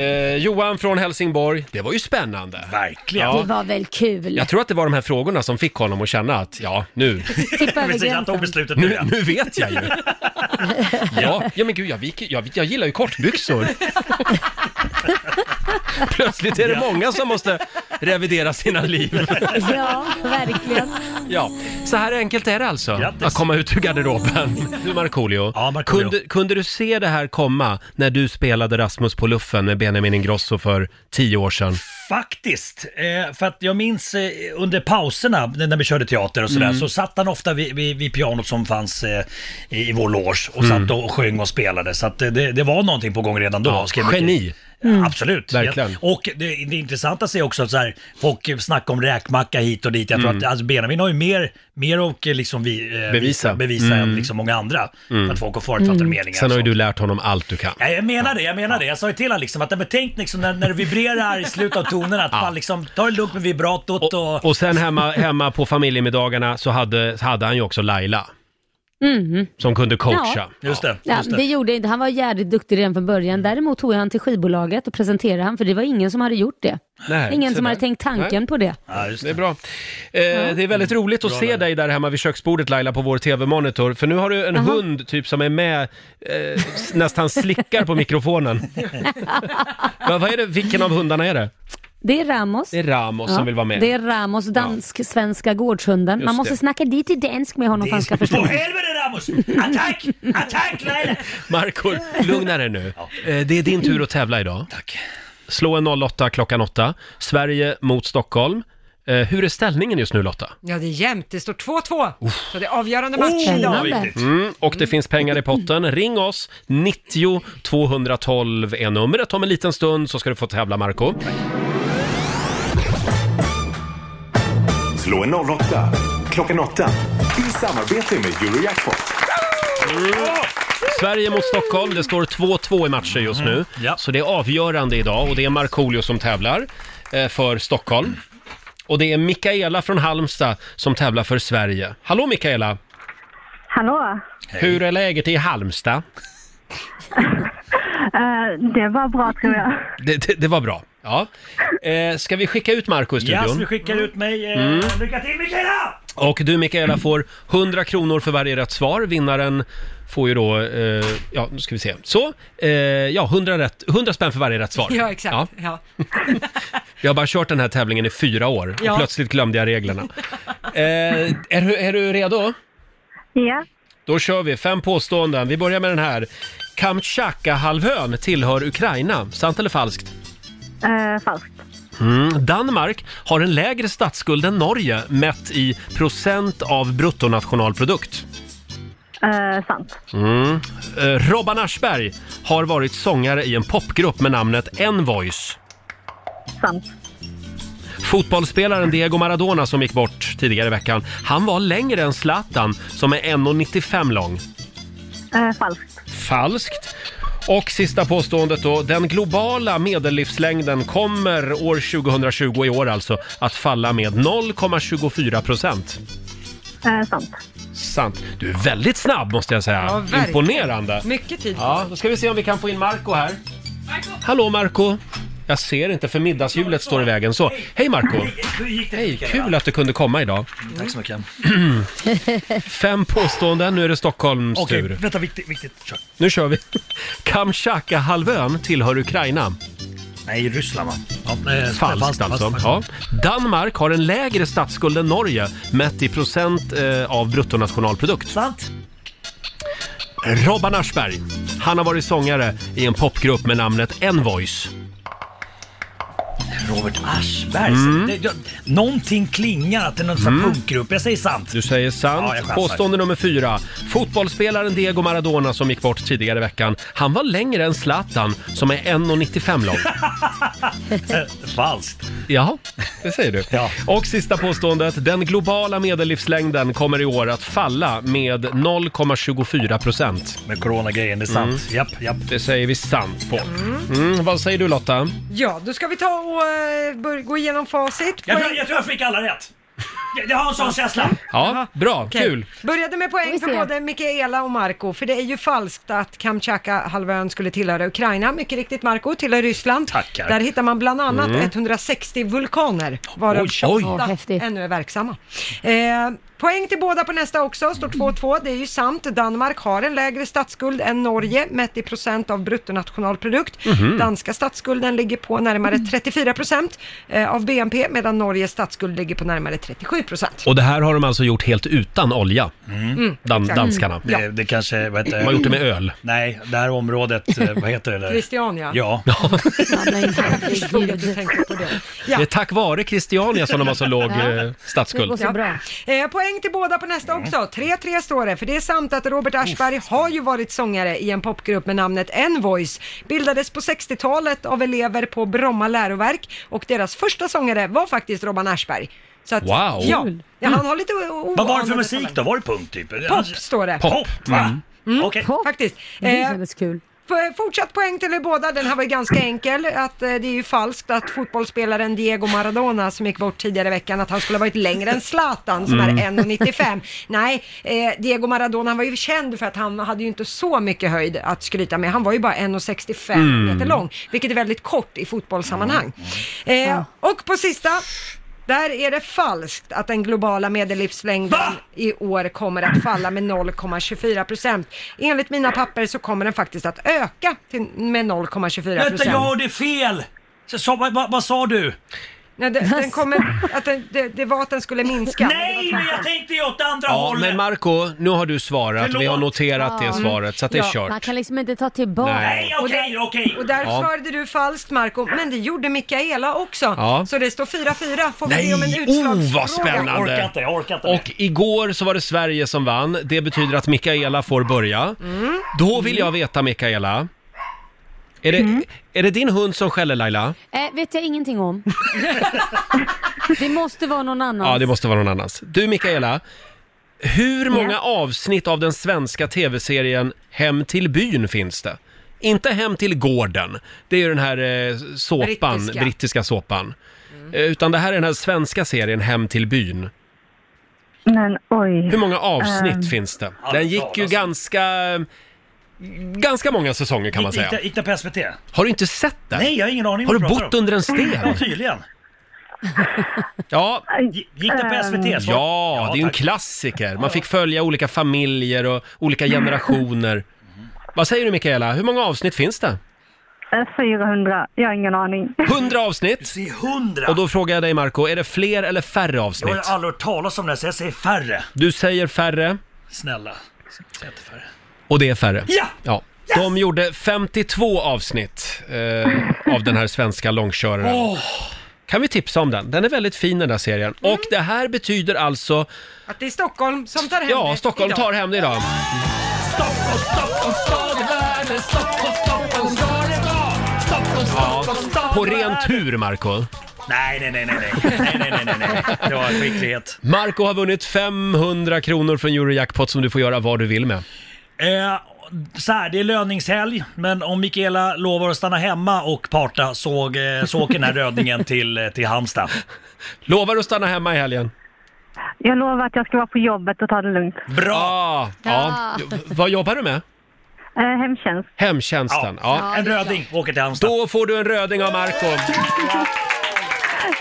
[SPEAKER 1] Eh, Johan från Helsingborg. Det var ju spännande! Verkligen!
[SPEAKER 8] Det var väl kul?
[SPEAKER 1] Jag tror att det var de här frågorna som fick honom att känna att, ja, nu...
[SPEAKER 8] Tippa över
[SPEAKER 9] Precis, han tog
[SPEAKER 8] gränsen.
[SPEAKER 9] beslutet nu.
[SPEAKER 1] Nu,
[SPEAKER 9] ja.
[SPEAKER 1] nu vet jag ju! Ja, ja men gud, jag, viker, jag, jag gillar ju kortbyxor. Plötsligt är det många som måste revidera sina liv.
[SPEAKER 8] Ja, verkligen.
[SPEAKER 1] Ja, så här enkelt är det alltså att komma ut ur garderoben. Du Markoolio, kunde, kunde du se det här komma när du spelade Rasmus på luffen med Benjamin Ingrosso för tio år sedan?
[SPEAKER 9] Faktiskt, eh, för att jag minns eh, under pauserna när när vi körde teater och sådär
[SPEAKER 1] Mm.
[SPEAKER 9] så satt han ofta vid, vid, vid pianot som fanns eh, i, i vår loge och
[SPEAKER 1] Mm.
[SPEAKER 9] satt och sjöng och spelade. Så att eh, det, det var någonting på gång redan då.
[SPEAKER 1] Ja, Mm.
[SPEAKER 9] skrev mycket.
[SPEAKER 1] geni.
[SPEAKER 9] Ja, Absolut.
[SPEAKER 1] Verkligen.
[SPEAKER 9] Ja. Och det, det intressanta är också att så här, folk snackar om räkmacka hit och dit. Jag tror
[SPEAKER 1] Mm.
[SPEAKER 9] att alltså, Benjamin har ju mer, mer och eh, liksom vi, eh,
[SPEAKER 1] Bevisa.
[SPEAKER 9] bevisa
[SPEAKER 1] Mm.
[SPEAKER 9] än liksom många andra.
[SPEAKER 1] Mm.
[SPEAKER 9] För att folk har förutfattade meningar.
[SPEAKER 1] Sen har
[SPEAKER 9] Så-
[SPEAKER 1] ju du lärt honom allt du kan.
[SPEAKER 9] Ja, jag menar det, jag menar det. Jag sa ju till honom liksom att men tänk liksom när, när det vibrerar i slutet av tonerna att man liksom ta det lugnt med vibratot och...
[SPEAKER 1] Och sen hemma, hemma på familjemiddagarna så hade, så hade han ju också Laila
[SPEAKER 8] Mhm.
[SPEAKER 1] som kunde coacha.
[SPEAKER 8] Ja.
[SPEAKER 9] Just det.
[SPEAKER 8] Ja, det gjorde jag inte. Han var jävligt duktig redan från början. Däremot tog jag han till skivbolaget och presenterade han, för det var ingen som hade gjort det.
[SPEAKER 1] Nej,
[SPEAKER 8] ingen
[SPEAKER 1] se
[SPEAKER 8] som hade
[SPEAKER 1] där.
[SPEAKER 8] tänkt tanken
[SPEAKER 1] Nej.
[SPEAKER 8] på det.
[SPEAKER 1] det. är bra. Eh, Det är väldigt roligt att
[SPEAKER 9] Bra,
[SPEAKER 1] se
[SPEAKER 9] Laila.
[SPEAKER 1] dig där hemma vid köksbordet Laila på vår TV-monitor. För nu har du en
[SPEAKER 8] Jaha.
[SPEAKER 1] hund typ som är med, eh, s- nästan slickar på mikrofonen. Men vad är det, vilken av hundarna är det?
[SPEAKER 8] Det är Ramos.
[SPEAKER 1] Det är Ramos som vill vara med.
[SPEAKER 8] Det är Ramos, dansk-svenska gårdshunden.
[SPEAKER 1] Just
[SPEAKER 8] Man måste
[SPEAKER 1] det.
[SPEAKER 8] snacka dit i dansk med honom för att han ska förstå.
[SPEAKER 9] På helvete vamos! Attack! Attack Laila!
[SPEAKER 1] Marco, lugna dig nu. Eh, Det är din tur att tävla idag. Tack. Slå en 08 klockan 8. Sverige mot Stockholm. Eh, Hur är ställningen just nu Lotta?
[SPEAKER 2] Ja, det är jämnt. Det står 2-2. Så det är avgörande match idag.
[SPEAKER 1] Mm, och det finns pengar i potten. Ring oss, 90 212 är numret. Om en liten stund så ska du få tävla Marco.
[SPEAKER 3] Slå en 08 klockan 8 i samarbete med Eurojackpot.
[SPEAKER 1] Sverige mot Stockholm, det står 2-2 i matcher just nu. Så det är avgörande idag och det är Markoolio som tävlar eh, för Stockholm. Och det är Mikaela från Halmstad som tävlar för Sverige. Hallå Mikaela!
[SPEAKER 10] Hallå!
[SPEAKER 1] Hur är läget i Halmstad?
[SPEAKER 10] Eh, det var bra tror jag.
[SPEAKER 1] Det, det, det var bra. Ja. Eh, ska vi skicka ut Marco i studion?
[SPEAKER 9] Yes, vi skickar ut mig. Eh,
[SPEAKER 1] Mm.
[SPEAKER 9] Lycka till Mikaela!
[SPEAKER 1] Och du Mikaela får 100 kronor för varje rätt svar. Vinnaren får ju då, eh, ja nu ska vi se. Så, eh, ja 100, rätt, 100 spänn för varje rätt svar.
[SPEAKER 2] Ja, exakt.
[SPEAKER 1] Ja,
[SPEAKER 2] Ja.
[SPEAKER 1] jag har bara kört den här tävlingen i fyra år och
[SPEAKER 2] Ja.
[SPEAKER 1] plötsligt glömde jag reglerna. Eh, är, du- är du redo?
[SPEAKER 10] Ja.
[SPEAKER 1] Då kör vi, fem påståenden. Vi börjar med den här. Kamtjatka-halvön tillhör Ukraina, sant eller falskt?
[SPEAKER 10] Eh, falskt.
[SPEAKER 1] Mm. Danmark har en lägre statsskuld än Norge mätt i procent av bruttonationalprodukt.
[SPEAKER 10] Eh, sant.
[SPEAKER 1] Mm. Eh, Robban Aschberg har varit sångare i en popgrupp med namnet En Voice.
[SPEAKER 10] Sant.
[SPEAKER 1] Fotbollsspelaren Diego Maradona som gick bort tidigare i veckan, han var längre än Zlatan som är 1,95 lång.
[SPEAKER 10] Eh, falskt.
[SPEAKER 1] Falskt. Och sista påståendet då. Den globala medellivslängden kommer år 2020 i år alltså att falla med 0,24 procent.
[SPEAKER 10] Eh, sant.
[SPEAKER 1] Sant. Du är väldigt snabb måste jag säga.
[SPEAKER 2] Ja, verkligen.
[SPEAKER 1] Imponerande.
[SPEAKER 2] Mycket tid.
[SPEAKER 1] Ja, då ska vi se om vi kan få in Marco här. Hallå Marco! Jag ser inte för middagshjulet står i vägen. Så, hej Marco!
[SPEAKER 9] Hur gick det
[SPEAKER 1] Hej, Kul att du kunde komma idag.
[SPEAKER 9] Tack så mycket.
[SPEAKER 1] Fem påståenden, nu är det Stockholms
[SPEAKER 9] Okej,
[SPEAKER 1] tur.
[SPEAKER 9] vänta viktigt, viktigt. Kör.
[SPEAKER 1] Nu kör vi. Kamchatka-halvön tillhör Ukraina.
[SPEAKER 9] Nej, Ryssland va? Ja, eh,
[SPEAKER 1] Falskt alltså. Ja. Danmark har en lägre statsskuld än Norge mätt i procent eh, av bruttonationalprodukt.
[SPEAKER 9] Sant.
[SPEAKER 1] Robban Aschberg. Han har varit sångare i en popgrupp med namnet En Voice.
[SPEAKER 9] Robert Aschberg.
[SPEAKER 1] Mm.
[SPEAKER 9] Det, jag, någonting klingar att det är någon sån här
[SPEAKER 1] Mm.
[SPEAKER 9] punkgrupp. Jag säger sant.
[SPEAKER 1] Du säger sant.
[SPEAKER 9] Ja, jag chansar.
[SPEAKER 1] Påstående nummer fyra. Fotbollsspelaren Diego Maradona som gick bort tidigare i veckan, han var längre än Zlatan som är 1,95 lång.
[SPEAKER 9] Falskt.
[SPEAKER 1] Ja, det säger du. Och sista påståendet. Den globala medellivslängden kommer i år att falla med 0,24 procent.
[SPEAKER 9] Med coronagrejen, det är sant. Japp, japp.
[SPEAKER 1] Det säger vi sant på. Mm, vad säger du Lotta?
[SPEAKER 2] Ja, då ska vi ta och eh, bör- gå igenom facit.
[SPEAKER 9] Jag
[SPEAKER 2] Poäng-
[SPEAKER 9] tror, jag tror jag fick alla rätt. Jag, jag har en sån känsla.
[SPEAKER 1] Ja, bra,
[SPEAKER 2] Okej.
[SPEAKER 1] kul.
[SPEAKER 2] Började med poäng för både Mikaela och Marco, för det är ju falskt att Kamchatka-halvön skulle tillhöra Ukraina. Mycket riktigt, Marco tillhör Ryssland.
[SPEAKER 9] Tackar.
[SPEAKER 2] Där hittar man bland annat
[SPEAKER 9] Mm.
[SPEAKER 2] 160 vulkaner, varav
[SPEAKER 9] Oj, oj. Ja,
[SPEAKER 2] 28 ännu är verksamma. Eh, poäng till båda på nästa också,
[SPEAKER 9] Mm.
[SPEAKER 2] står 2-2. Det är ju sant, Danmark har en lägre statsskuld än Norge, mätt i procent av bruttonationalprodukt.
[SPEAKER 10] Mhm.
[SPEAKER 2] Danska statsskulden ligger på närmare
[SPEAKER 9] Mm.
[SPEAKER 2] 34 procent eh, av BNP, medan Norges statsskuld ligger på närmare 37 procent.
[SPEAKER 1] Och det här har de alltså gjort helt utan olja,
[SPEAKER 2] Mm,
[SPEAKER 1] Dan-
[SPEAKER 2] exakt.
[SPEAKER 1] danskarna.
[SPEAKER 2] Ja.
[SPEAKER 9] Det, det kanske, vad heter
[SPEAKER 1] De har gjort det med öl.
[SPEAKER 9] Nej, det här området, eh, vad heter det där?
[SPEAKER 2] Christiania.
[SPEAKER 9] Ja.
[SPEAKER 2] Jag förstod att du tänkte på det. Ja.
[SPEAKER 1] Det är tack vare Christiania som de har så låg eh, statsskuld.
[SPEAKER 2] Ja. Eh, poäng till båda på nästa också. 3-3 står det, för det är sant att Robert Aschberg har ju varit sångare i en popgrupp med namnet En Voice. Bildades på 60-talet av elever på Bromma läroverk och deras första sångare var faktiskt Robban Aschberg. Så att,
[SPEAKER 9] Wow.
[SPEAKER 2] Ja,
[SPEAKER 9] Kul.
[SPEAKER 2] ja, han har lite o- o-
[SPEAKER 9] Vad var det för
[SPEAKER 2] oanade
[SPEAKER 9] musik då? Var det punk typ?
[SPEAKER 2] Pop står det.
[SPEAKER 9] Pop, va?
[SPEAKER 2] Mm,
[SPEAKER 9] Okej.
[SPEAKER 2] Faktiskt.
[SPEAKER 8] Det
[SPEAKER 2] Eh,
[SPEAKER 8] kändes kul.
[SPEAKER 2] F- Fortsatt poäng till er båda, den här var ju ganska enkel. Att eh, det är ju falskt att fotbollsspelaren Diego Maradona som gick bort tidigare i veckan, att han skulle ha varit längre än Zlatan som är
[SPEAKER 10] Mm.
[SPEAKER 2] 1,95. Nej, eh, Diego Maradona han var ju känd för att han hade ju inte så mycket höjd att skryta med. Han var ju bara 1,65
[SPEAKER 10] Mm.
[SPEAKER 2] meter lång, vilket är väldigt kort i fotbollssammanhang. Eh, Och på sista, där är det falskt att den globala medellivslängden i år kommer att falla med 0,24 procent. Enligt mina papper så kommer den faktiskt att öka till, med 0,24
[SPEAKER 9] Vänta, jag
[SPEAKER 2] procent.
[SPEAKER 9] hörde fel! Så, så, vad, vad, vad sa du?
[SPEAKER 2] Nej, det, den kommer, att den, det, det var att den skulle minska.
[SPEAKER 9] Nej, men jag tänkte ju åt andra
[SPEAKER 1] Ja, men Marco, nu har du svarat. Vi har
[SPEAKER 9] Förlåt.
[SPEAKER 1] noterat det
[SPEAKER 8] Ja.
[SPEAKER 1] svaret, så att det
[SPEAKER 8] Ja,
[SPEAKER 1] är kört.
[SPEAKER 8] Man kan liksom inte ta tillbaka.
[SPEAKER 1] Nej,
[SPEAKER 9] okej, okej.
[SPEAKER 2] Och där
[SPEAKER 1] Ja.
[SPEAKER 2] svarade du falskt, Marco men det gjorde Mikaela också.
[SPEAKER 1] Ja.
[SPEAKER 2] Så det står 4-4. Får vi be om en
[SPEAKER 1] Nej,
[SPEAKER 2] utslagsfråga?
[SPEAKER 1] oh vad spännande!
[SPEAKER 9] Jag orkar inte, jag orkar inte
[SPEAKER 1] och igår så var det Sverige som vann. Det betyder att Mikaela får börja.
[SPEAKER 9] Mm.
[SPEAKER 1] Då vill jag veta, Mikaela. Är det,
[SPEAKER 9] Mm.
[SPEAKER 1] är det din hund som skäller, Laila?
[SPEAKER 8] Eh, vet jag ingenting om. det måste vara någon annan.
[SPEAKER 1] Ja, det måste vara någon annans. Du, Mikaela. Hur många avsnitt av den svenska tv-serien Hem till byn finns det? Inte Hem till gården. Det är ju den här eh, såpan,
[SPEAKER 2] Brittiska.
[SPEAKER 1] brittiska, såpan. Eh, Utan det här är den här svenska serien Hem till byn.
[SPEAKER 10] Men oj.
[SPEAKER 1] Hur många avsnitt
[SPEAKER 10] Ehm,
[SPEAKER 1] finns det? Den gick
[SPEAKER 9] alltså.
[SPEAKER 1] ju ganska... Ganska många säsonger kan man
[SPEAKER 9] Gick- gick
[SPEAKER 1] säga.
[SPEAKER 9] det- Gick det på SVT?
[SPEAKER 1] Har du inte sett den?
[SPEAKER 9] Nej, jag har ingen aning
[SPEAKER 1] Har
[SPEAKER 9] vad
[SPEAKER 1] du
[SPEAKER 9] pratar
[SPEAKER 1] bott
[SPEAKER 9] om.
[SPEAKER 1] under en sten?
[SPEAKER 9] Ja, tydligen.
[SPEAKER 1] Ja.
[SPEAKER 9] G- Gick det på SVT? Så-
[SPEAKER 1] Ja, det är ju en klassiker. Man fick följa olika familjer och olika generationer. Vad säger du Mikaela, hur många avsnitt finns det?
[SPEAKER 10] Eh, 400. Jag har ingen aning.
[SPEAKER 1] 100 avsnitt? Du
[SPEAKER 9] säger 100!
[SPEAKER 1] Och då frågar jag dig Marco, är det fler eller färre
[SPEAKER 9] Jag har
[SPEAKER 1] avsnitt?
[SPEAKER 9] aldrig hört talas om det, här, så jag säger färre.
[SPEAKER 1] Du säger färre,
[SPEAKER 9] Snälla. Säg inte färre.
[SPEAKER 1] och det är färre.
[SPEAKER 9] Ja!
[SPEAKER 1] ja. De gjorde 52 avsnitt eh, av den här svenska långköraren.
[SPEAKER 9] Åh.
[SPEAKER 1] Kan vi tipsa om den? Den är väldigt fin den där serien. Och
[SPEAKER 9] Mm.
[SPEAKER 1] det här betyder alltså...
[SPEAKER 2] Att det är Stockholm som tar hem
[SPEAKER 1] Ja,
[SPEAKER 2] det
[SPEAKER 1] Stockholm
[SPEAKER 2] idag.
[SPEAKER 1] tar hem det idag.
[SPEAKER 9] Stockholm, Stockholm, stad i världen. Stockholm, Stockholm, ska det vara. Stockholm,
[SPEAKER 1] Ja.
[SPEAKER 9] Stockholm, stad
[SPEAKER 1] På
[SPEAKER 9] i
[SPEAKER 1] ren
[SPEAKER 9] världen.
[SPEAKER 1] tur Marco.
[SPEAKER 9] Nej, nej, nej, nej, nej, nej, nej, nej, nej, nej. Det var skicklighet.
[SPEAKER 1] Marco har vunnit 500 kronor från Eurojackpot som du får göra vad du vill med.
[SPEAKER 9] Eh, så här, det är löningshelg, men om Mikaela lovar att stanna hemma och parta såg, eh, så åker den här rödningen till, eh, till Halmstad.
[SPEAKER 1] Lovar du att stanna hemma i helgen?
[SPEAKER 10] Jag lovar att jag ska vara på jobbet och ta det lugnt.
[SPEAKER 1] Bra! Ah, ja.
[SPEAKER 10] Ja.
[SPEAKER 1] Vad jobbar du med?
[SPEAKER 10] Eh, hemtjänst.
[SPEAKER 1] Hemtjänsten. Ja.
[SPEAKER 9] En röding åker till Halmstad.
[SPEAKER 1] Då får du en röding av Marco.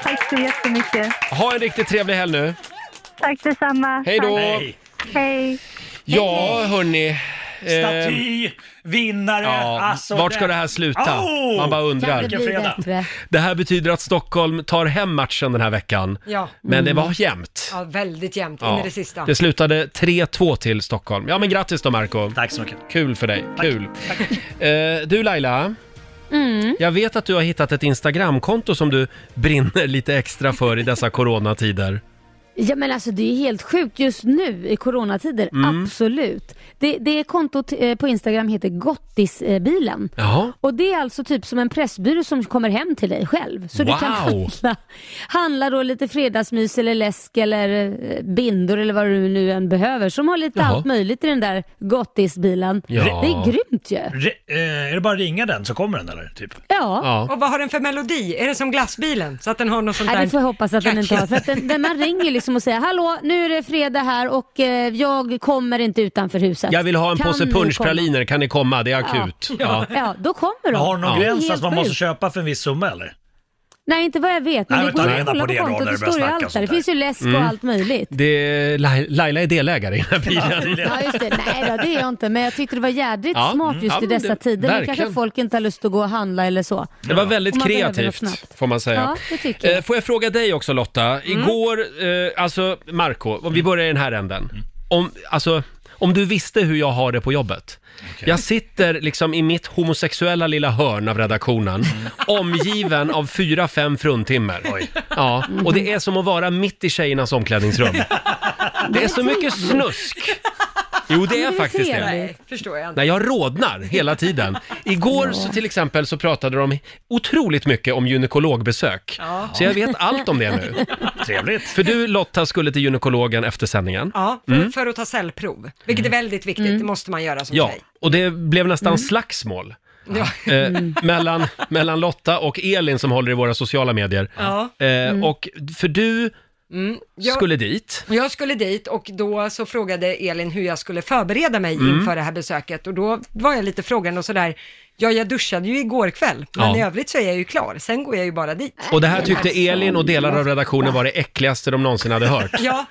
[SPEAKER 10] Tack så jättemycket.
[SPEAKER 1] Ha en riktigt trevlig helg nu.
[SPEAKER 10] Tack detsamma.
[SPEAKER 1] Hej då!
[SPEAKER 10] Tack. Hej.
[SPEAKER 1] Ja, hörni. Eh,
[SPEAKER 9] Staty, vinnare,
[SPEAKER 1] ja,
[SPEAKER 9] alltså...
[SPEAKER 1] vart ska det här sluta?
[SPEAKER 9] Au!
[SPEAKER 1] Man bara undrar.
[SPEAKER 8] Kan det bli bättre?
[SPEAKER 1] det här betyder att Stockholm tar hem matchen den här veckan.
[SPEAKER 2] Ja.
[SPEAKER 1] Men det var jämnt.
[SPEAKER 2] Ja, väldigt jämnt in i det sista.
[SPEAKER 1] Det slutade 3-2 till Stockholm. Ja, men grattis då Marco.
[SPEAKER 9] Tack så mycket.
[SPEAKER 1] Kul för dig. Kul. Eh, du Laila,
[SPEAKER 8] Mm.
[SPEAKER 1] jag vet att du har hittat ett Instagramkonto som du brinner lite extra för i dessa coronatider.
[SPEAKER 8] Ja men alltså det är helt sjukt just nu i coronatider,
[SPEAKER 1] Mm.
[SPEAKER 8] absolut. Det, det kontot eh, på Instagram heter Gottisbilen.
[SPEAKER 1] Jaha.
[SPEAKER 8] Och det är alltså typ som en pressbyrå som kommer hem till dig själv. Så du kan
[SPEAKER 1] Wow.
[SPEAKER 8] handla, handla då lite fredagsmys eller läsk eller eh, bindor eller vad du nu än behöver. Som har lite
[SPEAKER 9] Jaha.
[SPEAKER 8] allt möjligt i den där Gottisbilen.
[SPEAKER 9] Ja.
[SPEAKER 8] Det är grymt ju.
[SPEAKER 9] Re- eh, är det bara att ringa den så kommer den eller? Typ?
[SPEAKER 8] Ja.
[SPEAKER 2] Och vad har den för melodi? Är det som glassbilen? Så att den har något sånt
[SPEAKER 8] Nej,
[SPEAKER 2] där...
[SPEAKER 8] det får jag hoppas att den inte har. För att den, den man ringer liksom och säger hallå, nu är det fredag här och eh, jag kommer inte utanför huset.
[SPEAKER 1] Jag vill ha en
[SPEAKER 8] Kan
[SPEAKER 1] påse
[SPEAKER 8] ni komma?"
[SPEAKER 1] punschpraliner, kan ni komma? Det är akut.
[SPEAKER 8] Ja, ja då kommer de.
[SPEAKER 9] Har du någon
[SPEAKER 8] Det är
[SPEAKER 9] gräns
[SPEAKER 8] helt
[SPEAKER 9] att man måste
[SPEAKER 8] sjukt.
[SPEAKER 9] köpa för en viss summa eller?
[SPEAKER 8] Nej, inte vad jag vet. Men
[SPEAKER 9] Nej,
[SPEAKER 8] Nej,
[SPEAKER 9] men
[SPEAKER 8] det går
[SPEAKER 9] ta
[SPEAKER 8] ju att
[SPEAKER 9] reda
[SPEAKER 8] kolla
[SPEAKER 9] på
[SPEAKER 8] på
[SPEAKER 9] det då, när
[SPEAKER 8] kontot.
[SPEAKER 9] det
[SPEAKER 8] Det
[SPEAKER 9] börjar
[SPEAKER 8] står
[SPEAKER 9] snackas
[SPEAKER 8] ju allt
[SPEAKER 9] om
[SPEAKER 8] där. Det
[SPEAKER 9] det
[SPEAKER 8] finns ju läsk och
[SPEAKER 1] Mm.
[SPEAKER 8] allt möjligt.
[SPEAKER 1] Det är, Lai- Laila är delägare i den här
[SPEAKER 9] Mm.
[SPEAKER 1] bilen.
[SPEAKER 8] Ja, just det. Nej då, det är jag inte. Men jag tyckte det var jädrigt
[SPEAKER 1] Ja,
[SPEAKER 8] smart
[SPEAKER 1] mm.
[SPEAKER 8] just
[SPEAKER 1] Ja,
[SPEAKER 8] i
[SPEAKER 1] men
[SPEAKER 8] dessa
[SPEAKER 1] det-
[SPEAKER 8] tider. Nu
[SPEAKER 1] verkligen.
[SPEAKER 8] kanske folk inte har lust att gå och handla eller så.
[SPEAKER 1] Det var väldigt
[SPEAKER 8] Om man behöver något
[SPEAKER 1] kreativt,
[SPEAKER 8] snabbt.
[SPEAKER 1] får man säga.
[SPEAKER 8] Ja, det tycker jag. Mm.
[SPEAKER 1] Eh, Får jag fråga dig också Lotta? Igår, eh, alltså Marco, om vi börjar i den här änden.
[SPEAKER 8] Mm.
[SPEAKER 1] Om, alltså, om du visste hur jag har det på jobbet. Jag sitter liksom i mitt homosexuella lilla hörn av redaktionen,
[SPEAKER 8] Mm.
[SPEAKER 1] omgiven av fyra, fem fruntimmer. Ja, och
[SPEAKER 8] Mm.
[SPEAKER 1] det är som att vara mitt i tjejernas omklädningsrum. Det är så mycket snusk. Jo, det är faktiskt det.
[SPEAKER 2] Nej, förstår jag inte.
[SPEAKER 1] Nej, jag rodnar hela tiden. Igår så till exempel så pratade de otroligt mycket om gynekologbesök.
[SPEAKER 2] Ja.
[SPEAKER 1] Så jag vet allt om det nu.
[SPEAKER 9] Trevligt.
[SPEAKER 1] För du Lotta skulle till gynekologen efter sändningen.
[SPEAKER 2] Ja, för,
[SPEAKER 1] Mm.
[SPEAKER 2] för att ta cellprov, vilket är väldigt viktigt. Det måste man göra som
[SPEAKER 1] Ja,
[SPEAKER 2] tjej.
[SPEAKER 1] och det blev nästan
[SPEAKER 2] Mm.
[SPEAKER 1] slagsmål.
[SPEAKER 2] Ja.
[SPEAKER 1] Eh,
[SPEAKER 2] Mm.
[SPEAKER 1] mellan, mellan Lotta och Elin som håller i våra sociala medier.
[SPEAKER 2] Ja. Mm.
[SPEAKER 1] Eh, Och för du
[SPEAKER 2] Jag-
[SPEAKER 1] skulle dit.
[SPEAKER 2] Och Jag skulle dit och då så frågade Elin hur jag skulle förbereda mig
[SPEAKER 1] Mm.
[SPEAKER 2] inför det här besöket och då var jag lite frågande och sådär, ja, jag duschade ju igår kväll, men
[SPEAKER 1] Ja.
[SPEAKER 2] i övrigt så är jag ju klar. Sen går jag ju bara dit.
[SPEAKER 1] Och det här tyckte Elin och delar av redaktionen var det äckligaste de någonsin hade hört.
[SPEAKER 2] Ja,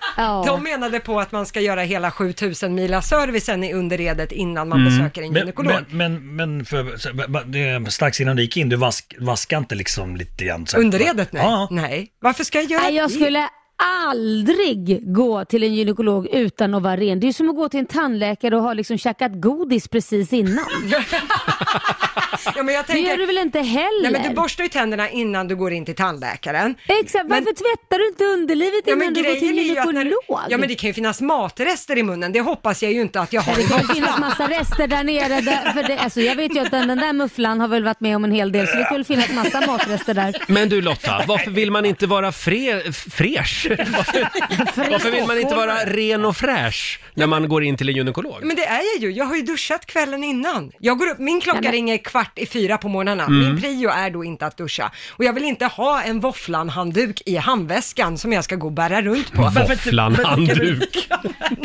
[SPEAKER 2] de menade på att man ska göra hela 7000 mila servicen i underredet innan man
[SPEAKER 9] Mm.
[SPEAKER 2] besöker en
[SPEAKER 9] men,
[SPEAKER 2] gynekolog.
[SPEAKER 9] men, men, men för, så- ba- ba- det- strax innan du gick in, du vask, vaskade inte liksom lite grann? så här-
[SPEAKER 2] Underredet? Nej.
[SPEAKER 9] Ja.
[SPEAKER 2] nej. Varför ska jag göra
[SPEAKER 8] Nej, jag
[SPEAKER 2] det?
[SPEAKER 8] skulle aldrig gå till en gynekolog utan att vara ren. Det är ju som att gå till en tandläkare och ha liksom käkat godis precis innan.
[SPEAKER 2] Ja, men jag
[SPEAKER 8] Det
[SPEAKER 2] tänker,
[SPEAKER 8] gör du väl inte heller?
[SPEAKER 2] Nej, men du borstar ju tänderna innan du går in till tandläkaren.
[SPEAKER 8] Exakt, varför tvättar du inte underlivet
[SPEAKER 2] Ja, men
[SPEAKER 8] innan du går till
[SPEAKER 2] grejen är ju att när-
[SPEAKER 8] gynekolog?
[SPEAKER 2] Ja, men det kan ju finnas matrester i munnen. Det hoppas jag ju inte att jag har
[SPEAKER 8] Det
[SPEAKER 2] i
[SPEAKER 8] kan ju
[SPEAKER 2] mufflan.
[SPEAKER 8] finnas massa rester där nere. Där, för det, alltså jag vet ju att den, den där mufflan har väl varit med om en hel del, så det kan väl finnas massa matrester där.
[SPEAKER 1] Men du Lotta, varför vill man inte vara fre- fresh? Varför, varför vill man inte vara ren och fräsch när man går in till en gynekolog?
[SPEAKER 2] Men det är jag ju. Jag har ju duschat kvällen innan. Jag går upp, min klocka ringer kvart i fyra på morgnarna.
[SPEAKER 1] Mm.
[SPEAKER 2] Min prio är då inte att duscha. Och jag vill inte ha en våfflanhandduk i handväskan som jag ska gå och bära runt på.
[SPEAKER 1] Våfflanhandduk.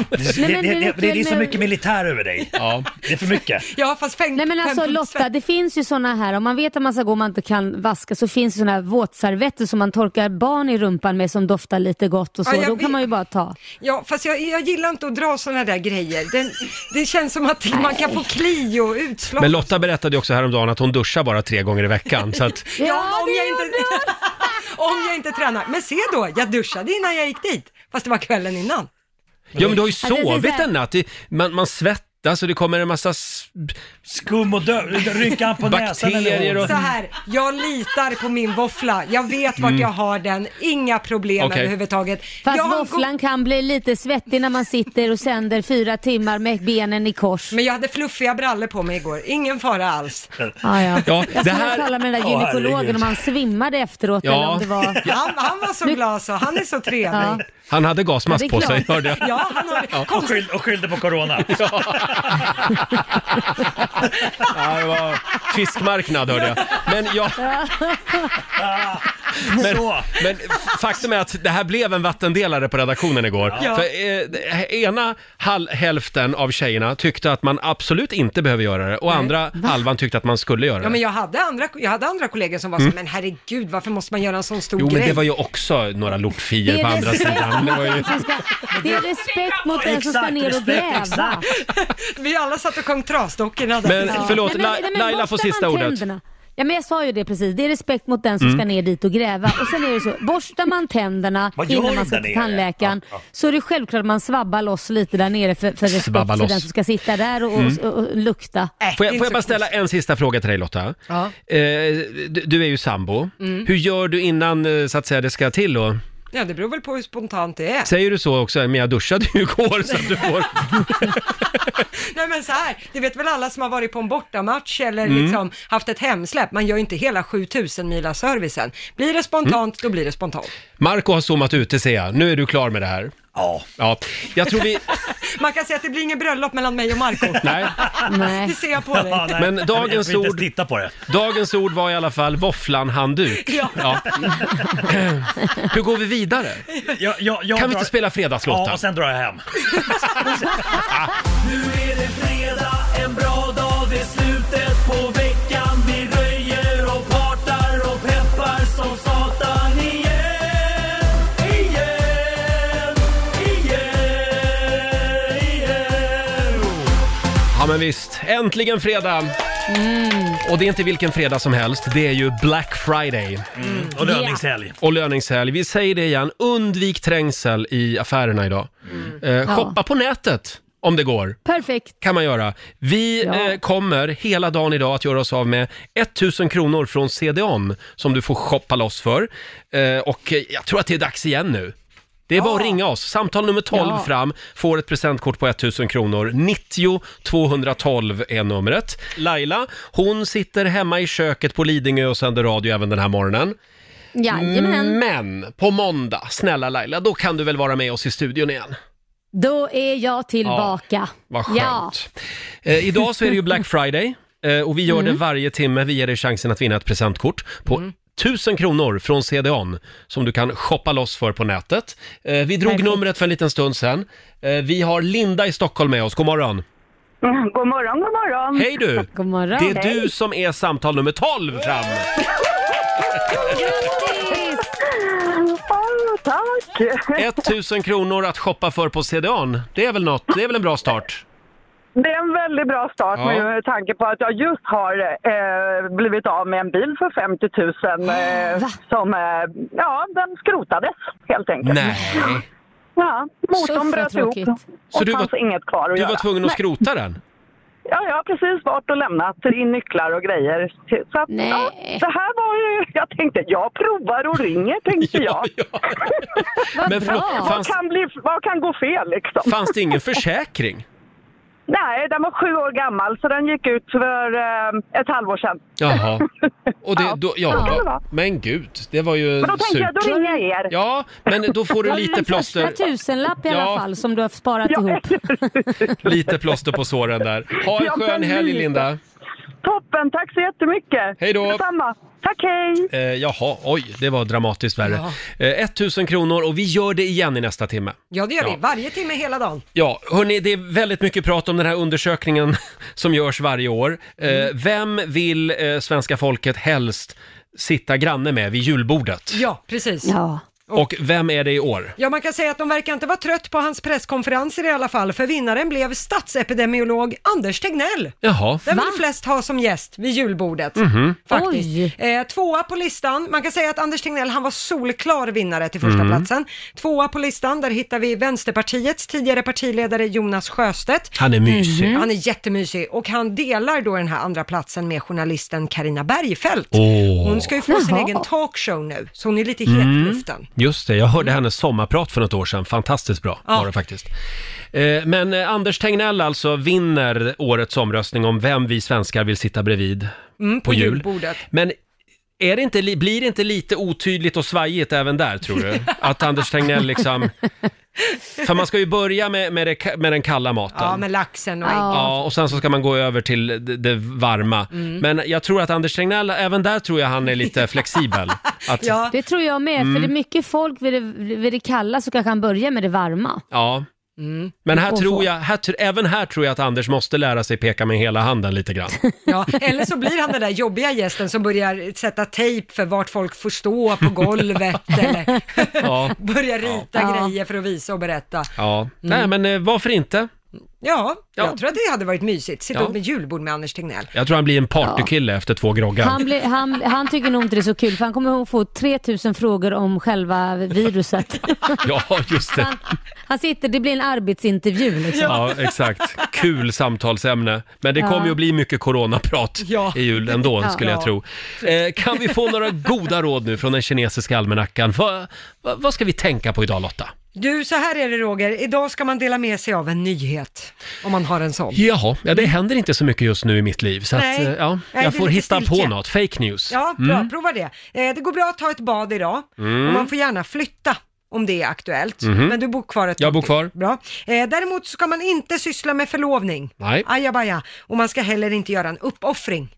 [SPEAKER 9] Det,
[SPEAKER 2] Nej, men
[SPEAKER 9] det,
[SPEAKER 2] det
[SPEAKER 9] det,
[SPEAKER 2] räcker
[SPEAKER 9] det, det är så
[SPEAKER 2] med-
[SPEAKER 9] mycket militär över dig.
[SPEAKER 1] Ja.
[SPEAKER 9] Det är för mycket.
[SPEAKER 2] Ja, fast fäng-
[SPEAKER 8] Nej men alltså
[SPEAKER 2] fem-
[SPEAKER 8] Lotta, det finns ju sådana här, om man vet att man ska gå och man inte kan vaska så finns det sådana här våtservetter som man torkar barn i rumpan med som doftar lite gott och så,
[SPEAKER 2] Ja, jag
[SPEAKER 8] då
[SPEAKER 2] vet.
[SPEAKER 8] kan man ju bara ta.
[SPEAKER 2] Ja, fast jag, jag gillar inte att dra sådana där grejer. Den, det känns som att man kan få kli och utslag.
[SPEAKER 1] Men Lotta berättade ju också häromdagen att hon duschar bara tre gånger i veckan. Så att,
[SPEAKER 2] Ja, om, jag inte, om jag inte tränar. Men se då, jag duschade innan jag gick dit. Fast det var kvällen innan.
[SPEAKER 1] ja men du har ju
[SPEAKER 2] Ja, det är så
[SPEAKER 1] sovit
[SPEAKER 2] här.
[SPEAKER 1] en natt. Det- Man, man svettas och det kommer en massa...
[SPEAKER 9] Skum och rynkan på näsan eller-
[SPEAKER 1] Bakterier och...
[SPEAKER 2] Så här, jag litar på min våffla. Jag vet vart
[SPEAKER 1] Mm.
[SPEAKER 2] jag har den. Inga problem
[SPEAKER 1] Okej.
[SPEAKER 2] överhuvudtaget.
[SPEAKER 8] Fast
[SPEAKER 2] jag har en
[SPEAKER 8] våfflan kan bli lite svettig när man sitter och sänder fyra timmar med benen i kors.
[SPEAKER 2] Men jag hade fluffiga brallor på mig igår, ingen fara alls.
[SPEAKER 8] Ah, ja.
[SPEAKER 1] Ja,
[SPEAKER 8] jag
[SPEAKER 1] det
[SPEAKER 8] skulle
[SPEAKER 1] här-
[SPEAKER 8] tala med den där
[SPEAKER 1] Åh,
[SPEAKER 8] gynekologen
[SPEAKER 1] herregud.
[SPEAKER 8] om han svimmade efteråt
[SPEAKER 1] Ja.
[SPEAKER 8] eller om det var...
[SPEAKER 2] Han, han var så glad så, han är så trevlig.
[SPEAKER 8] Ja.
[SPEAKER 1] Han hade gasmask
[SPEAKER 8] Ja, det är
[SPEAKER 1] på sig,
[SPEAKER 8] klart.
[SPEAKER 1] hörde jag.
[SPEAKER 2] Ja, han har...
[SPEAKER 9] Och, skyll, och skyllde på corona.
[SPEAKER 1] Ja, det var fiskmarknad hörde jag. Men jag... Men, men f- faktum är att det här blev en vattendelare på redaktionen igår.
[SPEAKER 9] Ja.
[SPEAKER 1] För, eh, det- ena hal- hälften av tjejerna tyckte att man absolut inte behöver göra det och andra halvan tyckte att man skulle göra det.
[SPEAKER 2] Ja, men jag hade andra, jag hade andra kollegor som var så,
[SPEAKER 1] Mm.
[SPEAKER 2] men herregud, varför måste man göra en sån stor
[SPEAKER 1] Jo, men
[SPEAKER 2] grej?
[SPEAKER 1] det var ju också några lortfier
[SPEAKER 2] Det är
[SPEAKER 1] på andra
[SPEAKER 2] respekt
[SPEAKER 1] sidan. Det var ju...
[SPEAKER 2] mot den som ska-
[SPEAKER 8] Det är respekt mot den som ska
[SPEAKER 2] Exakt,
[SPEAKER 8] ner och
[SPEAKER 2] respekt,
[SPEAKER 8] gräva.
[SPEAKER 2] Vi alla satt och sjöng trasdockorna där.
[SPEAKER 1] Men, Ja. förlåt, La- Laila
[SPEAKER 8] borstar
[SPEAKER 1] får sista
[SPEAKER 8] man
[SPEAKER 1] ordet.
[SPEAKER 8] Tänderna? Ja men jag sa ju det precis, det är respekt mot den som
[SPEAKER 1] Mm.
[SPEAKER 8] ska ner dit och gräva. Och sen är det så, borstar man tänderna
[SPEAKER 1] Vad gör
[SPEAKER 8] innan
[SPEAKER 1] du
[SPEAKER 8] man ska
[SPEAKER 1] där
[SPEAKER 8] till
[SPEAKER 1] nere?
[SPEAKER 8] tandläkaren
[SPEAKER 1] Ja, ja.
[SPEAKER 8] så är det självklart att man svabbar loss lite där nere för, för respekt
[SPEAKER 1] Svabbar
[SPEAKER 8] för
[SPEAKER 1] loss.
[SPEAKER 8] den som ska sitta där och,
[SPEAKER 1] Mm.
[SPEAKER 8] och, och lukta.
[SPEAKER 2] Äh,
[SPEAKER 1] Får jag, får jag bara ställa en sista fråga till dig Lotta?
[SPEAKER 8] Ja.
[SPEAKER 1] Eh, du, du är ju sambo.
[SPEAKER 2] Mm.
[SPEAKER 1] Hur gör du innan eh, så att säga det ska till? Och...
[SPEAKER 2] Ja, det beror väl på hur spontant det är.
[SPEAKER 1] Säger du så också? Men jag duschade ju igår så att du får...
[SPEAKER 2] Nej men så här, det vet väl alla som har varit på en bortamatch eller
[SPEAKER 1] Mm.
[SPEAKER 2] liksom haft ett hemsläpp, man gör ju inte hela 7000 mila servicen. Blir det spontant, då blir det spontant.
[SPEAKER 1] Marco har zoomat ute ser jag. Nu är du klar med det här.
[SPEAKER 9] Ja.
[SPEAKER 1] Ja, jag tror vi...
[SPEAKER 2] Man kan säga att det blir inget bröllop mellan mig och Marco
[SPEAKER 1] Nej.
[SPEAKER 2] Det ser jag på dig.
[SPEAKER 1] Men dagens
[SPEAKER 9] inte ens
[SPEAKER 1] ord... Dagens ord var i alla fall våfflan-handduk.
[SPEAKER 2] Ja.
[SPEAKER 1] Hur går vi vidare?
[SPEAKER 9] Jag, jag, jag
[SPEAKER 1] kan vi
[SPEAKER 9] drar-
[SPEAKER 1] inte spela fredagslåten?
[SPEAKER 9] Ja, och sen drar jag hem. Nu är det fredag, en bra dag, det är slutet på veckan. Vi röjer och partar och peppar som satan igen. Igen, igen, igen.
[SPEAKER 1] Ja men visst, äntligen fredag! Och det är inte vilken fredag som helst, det är ju Black Friday.
[SPEAKER 9] och löningshelg. Yeah.
[SPEAKER 1] Och löningshelg. Vi säger det igen, undvik trängsel i affärerna idag. Eh,
[SPEAKER 9] Mm.
[SPEAKER 8] Ja.
[SPEAKER 1] shoppa på nätet om det går.
[SPEAKER 8] Perfekt.
[SPEAKER 1] kan man göra. Vi eh, kommer hela dagen idag att göra oss av med 1000 kronor från CDON som du får shoppa loss för. Eh, och eh, jag tror att det är dags igen nu. Det är bara att ringa oss. Samtal nummer 12
[SPEAKER 9] Ja.
[SPEAKER 1] fram får ett presentkort på 1000 kronor. 90 212 är numret. Laila, hon sitter hemma i köket på Lidingö och sänder radio även den här morgonen. Mm.
[SPEAKER 8] Jajamän.
[SPEAKER 1] Men på måndag, snälla Laila, då kan du väl vara med oss i studion igen?
[SPEAKER 8] Då är jag tillbaka.
[SPEAKER 1] Vad skönt. Eh, idag så är det ju Black Friday eh, och vi gör det varje timme. Vi ger dig chansen att vinna ett presentkort på 1000 kronor från CDON som du kan shoppa loss för på nätet. Eh, vi drog numret för en liten stund sedan. Eh, vi har Linda i Stockholm med oss. God morgon.
[SPEAKER 4] Mm, God morgon, god morgon.
[SPEAKER 1] Hej du! Det är
[SPEAKER 4] Hej.
[SPEAKER 1] du som är samtal nummer 12 fram!
[SPEAKER 4] Åh, tack!
[SPEAKER 1] 1000 kronor att shoppa för på CDON. Det är väl något, det är väl en bra start?
[SPEAKER 14] Det är en väldigt bra start
[SPEAKER 1] Ja.
[SPEAKER 14] med tanke på att jag just har eh, blivit av med en bil för 50 000
[SPEAKER 1] Ah,
[SPEAKER 14] eh, som, eh, ja, den skrotades helt enkelt.
[SPEAKER 1] Nej.
[SPEAKER 14] Ja, motorn
[SPEAKER 8] Så
[SPEAKER 14] bröt ihop
[SPEAKER 8] tråkigt.
[SPEAKER 14] och
[SPEAKER 1] Så du
[SPEAKER 14] fanns
[SPEAKER 1] var-
[SPEAKER 14] inget kvar att
[SPEAKER 1] Du
[SPEAKER 14] göra.
[SPEAKER 1] var tvungen att
[SPEAKER 14] Nej.
[SPEAKER 1] skrota den?
[SPEAKER 14] Ja, jag har precis varit och lämnat in nycklar och grejer. Så att, ja, det här var ju... Jag tänkte, jag provar och ringer, tänkte jag.
[SPEAKER 1] Vad Men förlåt, bra. fanns-
[SPEAKER 14] vad, kan bli, vad kan gå fel liksom?
[SPEAKER 1] Fanns det ingen försäkring?
[SPEAKER 14] Nej, den var sju år gammal så den gick ut för eh, ett halvår sedan.
[SPEAKER 1] Jaha. Och det, då,
[SPEAKER 14] så kan det
[SPEAKER 1] ja,
[SPEAKER 14] vara.
[SPEAKER 1] men gud, det var ju
[SPEAKER 14] Men då tänkte jag, då ringer jag er.
[SPEAKER 1] Ja, men då får du lite plåster,
[SPEAKER 8] Första tusenlapp i
[SPEAKER 1] Ja.
[SPEAKER 8] alla fall som du har sparat ihop.
[SPEAKER 1] lite plåster på såren där. Ha en
[SPEAKER 14] Ja,
[SPEAKER 1] skön
[SPEAKER 14] men
[SPEAKER 1] helg
[SPEAKER 14] lite.
[SPEAKER 1] Linda!
[SPEAKER 14] Toppen, tack så jättemycket!
[SPEAKER 1] Hej då.
[SPEAKER 14] Detsamma! Tack, hej!
[SPEAKER 1] Eh, jaha, oj, det var dramatiskt värre. Eh, 1000 kronor och vi gör det igen i nästa timme.
[SPEAKER 2] Ja, det gör vi. Varje timme hela dagen.
[SPEAKER 1] Ja, hörni, det är väldigt mycket prat om den här undersökningen som görs varje år. Eh,
[SPEAKER 14] Mm.
[SPEAKER 1] Vem vill eh, svenska folket helst sitta granne med vid julbordet?
[SPEAKER 2] Ja, precis.
[SPEAKER 8] Ja.
[SPEAKER 1] Och vem är det i år?
[SPEAKER 2] Ja, man kan säga att de verkar inte vara trött på hans presskonferenser i alla fall, för vinnaren blev statsepidemiolog Anders Tegnell.
[SPEAKER 1] Jaha.
[SPEAKER 2] Den vill flest ha som gäst vid julbordet.
[SPEAKER 1] Mhm.
[SPEAKER 2] Faktiskt. Eh, tvåa på listan, man kan säga att Anders Tegnell han var solklar vinnare till
[SPEAKER 1] Mhm.
[SPEAKER 2] första
[SPEAKER 15] Mm.
[SPEAKER 2] platsen. Tvåa på listan, där hittar vi Vänsterpartiets tidigare partiledare Jonas Sjöstedt.
[SPEAKER 1] Han är mysig. Mhm.
[SPEAKER 2] Han är jättemysig och han delar då den här andra platsen med journalisten Karina Bergfeldt.
[SPEAKER 1] Åh. Mm.
[SPEAKER 2] Hon ska ju få sin
[SPEAKER 1] Jaha.
[SPEAKER 2] egen talkshow nu, så hon är lite het i luften.
[SPEAKER 1] Just det, jag hörde hennes sommarprat för något år sedan. Fantastiskt bra
[SPEAKER 2] Mm. Ja.
[SPEAKER 1] var det faktiskt. Eh, Men eh, Anders Tegnell alltså vinner årets omröstning om vem vi svenskar vill sitta bredvid
[SPEAKER 2] Mm,
[SPEAKER 1] på jul.
[SPEAKER 2] julbordet.
[SPEAKER 1] Men är det inte, li- blir det inte lite otydligt och svajigt även där, tror du? Att Anders Tegnell liksom... För man ska ju börja med, med, det, ka- med den kalla maten.
[SPEAKER 2] Ja, med laxen och äggen.
[SPEAKER 1] Ja, och sen så ska man gå över till det, det varma.
[SPEAKER 2] Mm.
[SPEAKER 1] Men jag tror att Anders Tegnell, även där tror jag han är lite flexibel. Att,
[SPEAKER 8] Det tror jag med,
[SPEAKER 1] Mm.
[SPEAKER 8] för det är mycket folk vid det, vid det kalla så kanske han börjar med det varma.
[SPEAKER 1] Ja. Men här
[SPEAKER 8] Och
[SPEAKER 1] tror
[SPEAKER 8] så.
[SPEAKER 1] jag, här, tr- även här tror jag att Anders måste lära sig peka med hela handen lite grann.
[SPEAKER 2] Ja, eller så blir han den där jobbiga gästen som börjar sätta tejp för vart folk får stå på golvet eller
[SPEAKER 1] Ja.
[SPEAKER 2] börjar rita
[SPEAKER 1] Ja.
[SPEAKER 2] grejer för att visa och berätta.
[SPEAKER 1] ja. Nej, men eh, varför inte?
[SPEAKER 2] Ja, jag
[SPEAKER 1] Ja.
[SPEAKER 2] tror att det hade varit mysigt. Sitta
[SPEAKER 1] Ja.
[SPEAKER 2] upp med julbord med Anders Tegnell.
[SPEAKER 1] Jag tror han blir en partykille efter två groggar.
[SPEAKER 8] Han, blir, han, han tycker nog inte det är så kul, för han kommer att få 3000 frågor om själva viruset.
[SPEAKER 1] Ja, just det.
[SPEAKER 8] Han sitter, det blir en arbetsintervju liksom.
[SPEAKER 1] Ja, exakt. Kul samtalsämne. Men det
[SPEAKER 8] Ja.
[SPEAKER 1] kommer ju att bli mycket coronaprat i jul ändå,
[SPEAKER 8] Ja.
[SPEAKER 1] skulle jag
[SPEAKER 8] Ja.
[SPEAKER 1] tro. Eh, kan vi få några goda råd nu från den kinesiska almanackan? Va, va, vad ska vi tänka på idag, Lotta?
[SPEAKER 2] Du, så här är det Roger. Idag ska man dela med sig av en nyhet, om man har en sån.
[SPEAKER 1] Jaha, ja, det händer inte så mycket just nu i mitt liv, så att,
[SPEAKER 2] Nej.
[SPEAKER 1] eh, ja,
[SPEAKER 2] Nej,
[SPEAKER 1] jag
[SPEAKER 2] det är
[SPEAKER 1] får
[SPEAKER 2] lite
[SPEAKER 1] hitta på
[SPEAKER 2] stiltje.
[SPEAKER 1] något. Fake news.
[SPEAKER 2] Ja, bra.
[SPEAKER 1] Mm.
[SPEAKER 2] Prova det. Eh, det går bra att ta ett bad idag
[SPEAKER 1] Mm.
[SPEAKER 2] och man får gärna flytta om det är aktuellt.
[SPEAKER 1] Mhm.
[SPEAKER 2] Men du bor kvar ett
[SPEAKER 1] Jag
[SPEAKER 2] tag
[SPEAKER 1] bor
[SPEAKER 2] till.
[SPEAKER 1] kvar.
[SPEAKER 2] Bra. Eh, däremot ska man inte syssla med förlovning.
[SPEAKER 1] Nej.
[SPEAKER 2] Ajabaja. Och man ska heller inte göra en uppoffring.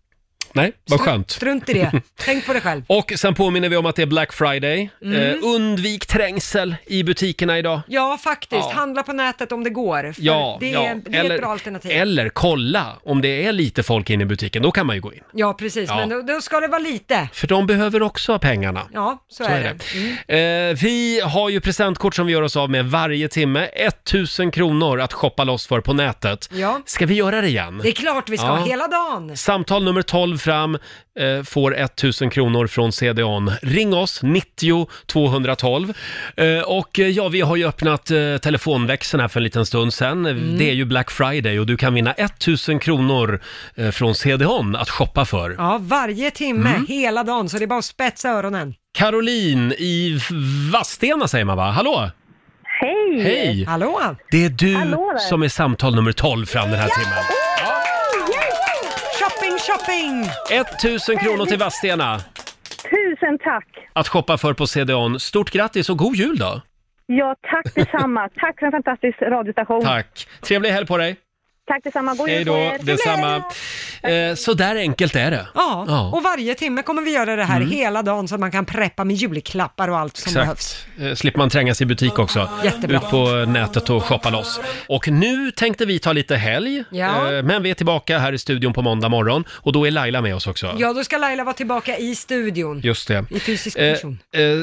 [SPEAKER 1] Nej, vad skönt.
[SPEAKER 2] Strunt i det. Tänk på det själv.
[SPEAKER 1] Och sen påminner vi om att det är Black Friday.
[SPEAKER 2] Mm.
[SPEAKER 1] Eh, undvik trängsel i butikerna idag.
[SPEAKER 2] Ja, faktiskt.
[SPEAKER 1] Ja.
[SPEAKER 2] Handla på nätet om det går. För
[SPEAKER 1] Ja,
[SPEAKER 2] det,
[SPEAKER 1] ja.
[SPEAKER 2] är, det är ett bra alternativ.
[SPEAKER 1] Eller kolla om det är lite folk inne i butiken, då kan man ju gå in.
[SPEAKER 2] Ja, precis.
[SPEAKER 1] Ja.
[SPEAKER 2] Men då, då ska det vara lite.
[SPEAKER 1] För de behöver också ha pengarna.
[SPEAKER 2] Ja, så,
[SPEAKER 1] Så
[SPEAKER 2] är
[SPEAKER 1] är
[SPEAKER 2] det. Mm.
[SPEAKER 1] Eh, vi har ju presentkort som vi gör oss av med varje timme. 1000 kronor att shoppa loss för på nätet.
[SPEAKER 2] Ja.
[SPEAKER 1] Ska vi göra det igen?
[SPEAKER 2] Det är klart vi ska,
[SPEAKER 1] Ja.
[SPEAKER 2] hela dagen.
[SPEAKER 1] Samtal nummer 12 fram eh, får 1000 kronor från CDON. Ring oss, 90 212. Eh, och eh, ja, vi har ju öppnat eh, telefonväxeln här för en liten stund sen.
[SPEAKER 2] Mm.
[SPEAKER 1] Det är ju Black Friday och du kan vinna 1000 kronor eh, från CDON att shoppa för.
[SPEAKER 2] Ja, varje timme,
[SPEAKER 1] Mm.
[SPEAKER 2] hela dagen, så det är bara att spetsa öronen.
[SPEAKER 1] Caroline i Vadstena säger man va? Hallå!
[SPEAKER 2] Hej!
[SPEAKER 1] Hej!
[SPEAKER 2] Hallå!
[SPEAKER 1] Det är du
[SPEAKER 2] Hallå där.
[SPEAKER 1] som är samtal nummer 12 fram den här timmen.
[SPEAKER 2] Shopping, shopping!
[SPEAKER 1] 1000 kronor till Vadstena
[SPEAKER 10] Tusen tack!
[SPEAKER 1] att shoppa för på CDON. Stort grattis och god jul då!
[SPEAKER 10] Ja, tack detsamma. tack för en fantastisk radiostation.
[SPEAKER 1] Tack! Trevlig helg på dig!
[SPEAKER 10] Tack detsamma. God jul
[SPEAKER 1] Hej
[SPEAKER 10] på
[SPEAKER 1] då,
[SPEAKER 10] er.
[SPEAKER 1] detsamma. Eh, så där enkelt är det.
[SPEAKER 2] Ja,
[SPEAKER 1] Ja.
[SPEAKER 2] och varje timme kommer vi göra det här
[SPEAKER 1] Mm.
[SPEAKER 2] hela dagen så att man kan preppa med julklappar och allt som behövs.
[SPEAKER 1] Exakt. Eh, Slipper man trängas i butik också.
[SPEAKER 2] Jättebra.
[SPEAKER 1] Ut på nätet och shoppa loss. Och nu tänkte vi ta lite helg.
[SPEAKER 2] Ja.
[SPEAKER 1] Eh, Men vi är tillbaka här i studion på måndag morgon och då är Laila med oss också.
[SPEAKER 2] Ja, då ska Laila vara tillbaka i studion.
[SPEAKER 1] Just det.
[SPEAKER 2] I fysisk
[SPEAKER 1] Eh,
[SPEAKER 2] person.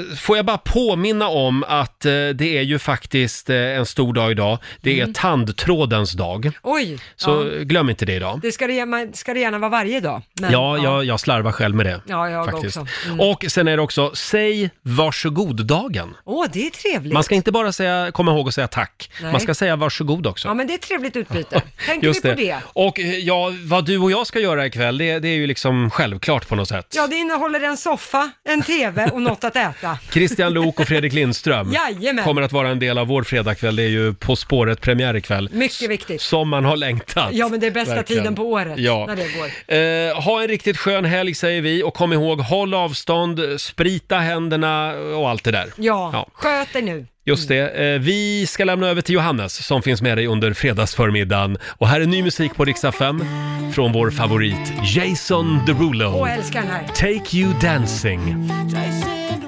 [SPEAKER 1] eh, får jag bara påminna om att eh, det är ju faktiskt eh, en stor dag idag. Det är tandtrådens dag.
[SPEAKER 2] Oj!
[SPEAKER 1] Så
[SPEAKER 2] Mm. ja.
[SPEAKER 1] glöm inte det idag.
[SPEAKER 2] Det ska det, gärna- ska det gärna vara varje dag. men-
[SPEAKER 1] ja, Jag, jag slarvar själv med det.
[SPEAKER 2] Ja, jag
[SPEAKER 1] faktiskt.
[SPEAKER 2] också. Mm.
[SPEAKER 1] Och sen är det också säg varsågod-dagen.
[SPEAKER 2] Åh, det är trevligt.
[SPEAKER 1] Man ska inte bara säga, komma ihåg att säga tack,
[SPEAKER 2] Nej.
[SPEAKER 1] man ska säga varsågod också.
[SPEAKER 2] Ja, men det är ett trevligt utbyte. Tänker
[SPEAKER 1] Just
[SPEAKER 2] vi på det?
[SPEAKER 1] det. Och eh, ja, vad du och jag ska göra ikväll, det, det är ju liksom självklart på något sätt.
[SPEAKER 2] Ja, det innehåller en soffa, en TV och något att äta.
[SPEAKER 1] Christian Lok och Fredrik Lindström
[SPEAKER 2] Jajamän.
[SPEAKER 1] kommer att vara en del av vår fredagkväll. Det är ju På spåret-premiär ikväll.
[SPEAKER 2] Mycket viktigt.
[SPEAKER 1] Som man har längtat.
[SPEAKER 2] Ja, men det är bästa
[SPEAKER 1] Verkligen.
[SPEAKER 2] tiden på året
[SPEAKER 1] Ja.
[SPEAKER 2] när det går.
[SPEAKER 1] Eh, ha en riktigt skön helg säger vi och kom ihåg, håll avstånd, sprita händerna och allt det där.
[SPEAKER 2] Ja,
[SPEAKER 1] Ja.
[SPEAKER 2] sköt dig nu.
[SPEAKER 1] Just det. Eh, Vi ska lämna över till Johannes som finns med dig under fredagsförmiddagen. Och här är ny musik på riksdag 5 från vår favorit Jason Derulo.
[SPEAKER 2] Åh, jag älskar den här.
[SPEAKER 1] Take You Dancing.
[SPEAKER 15] Jason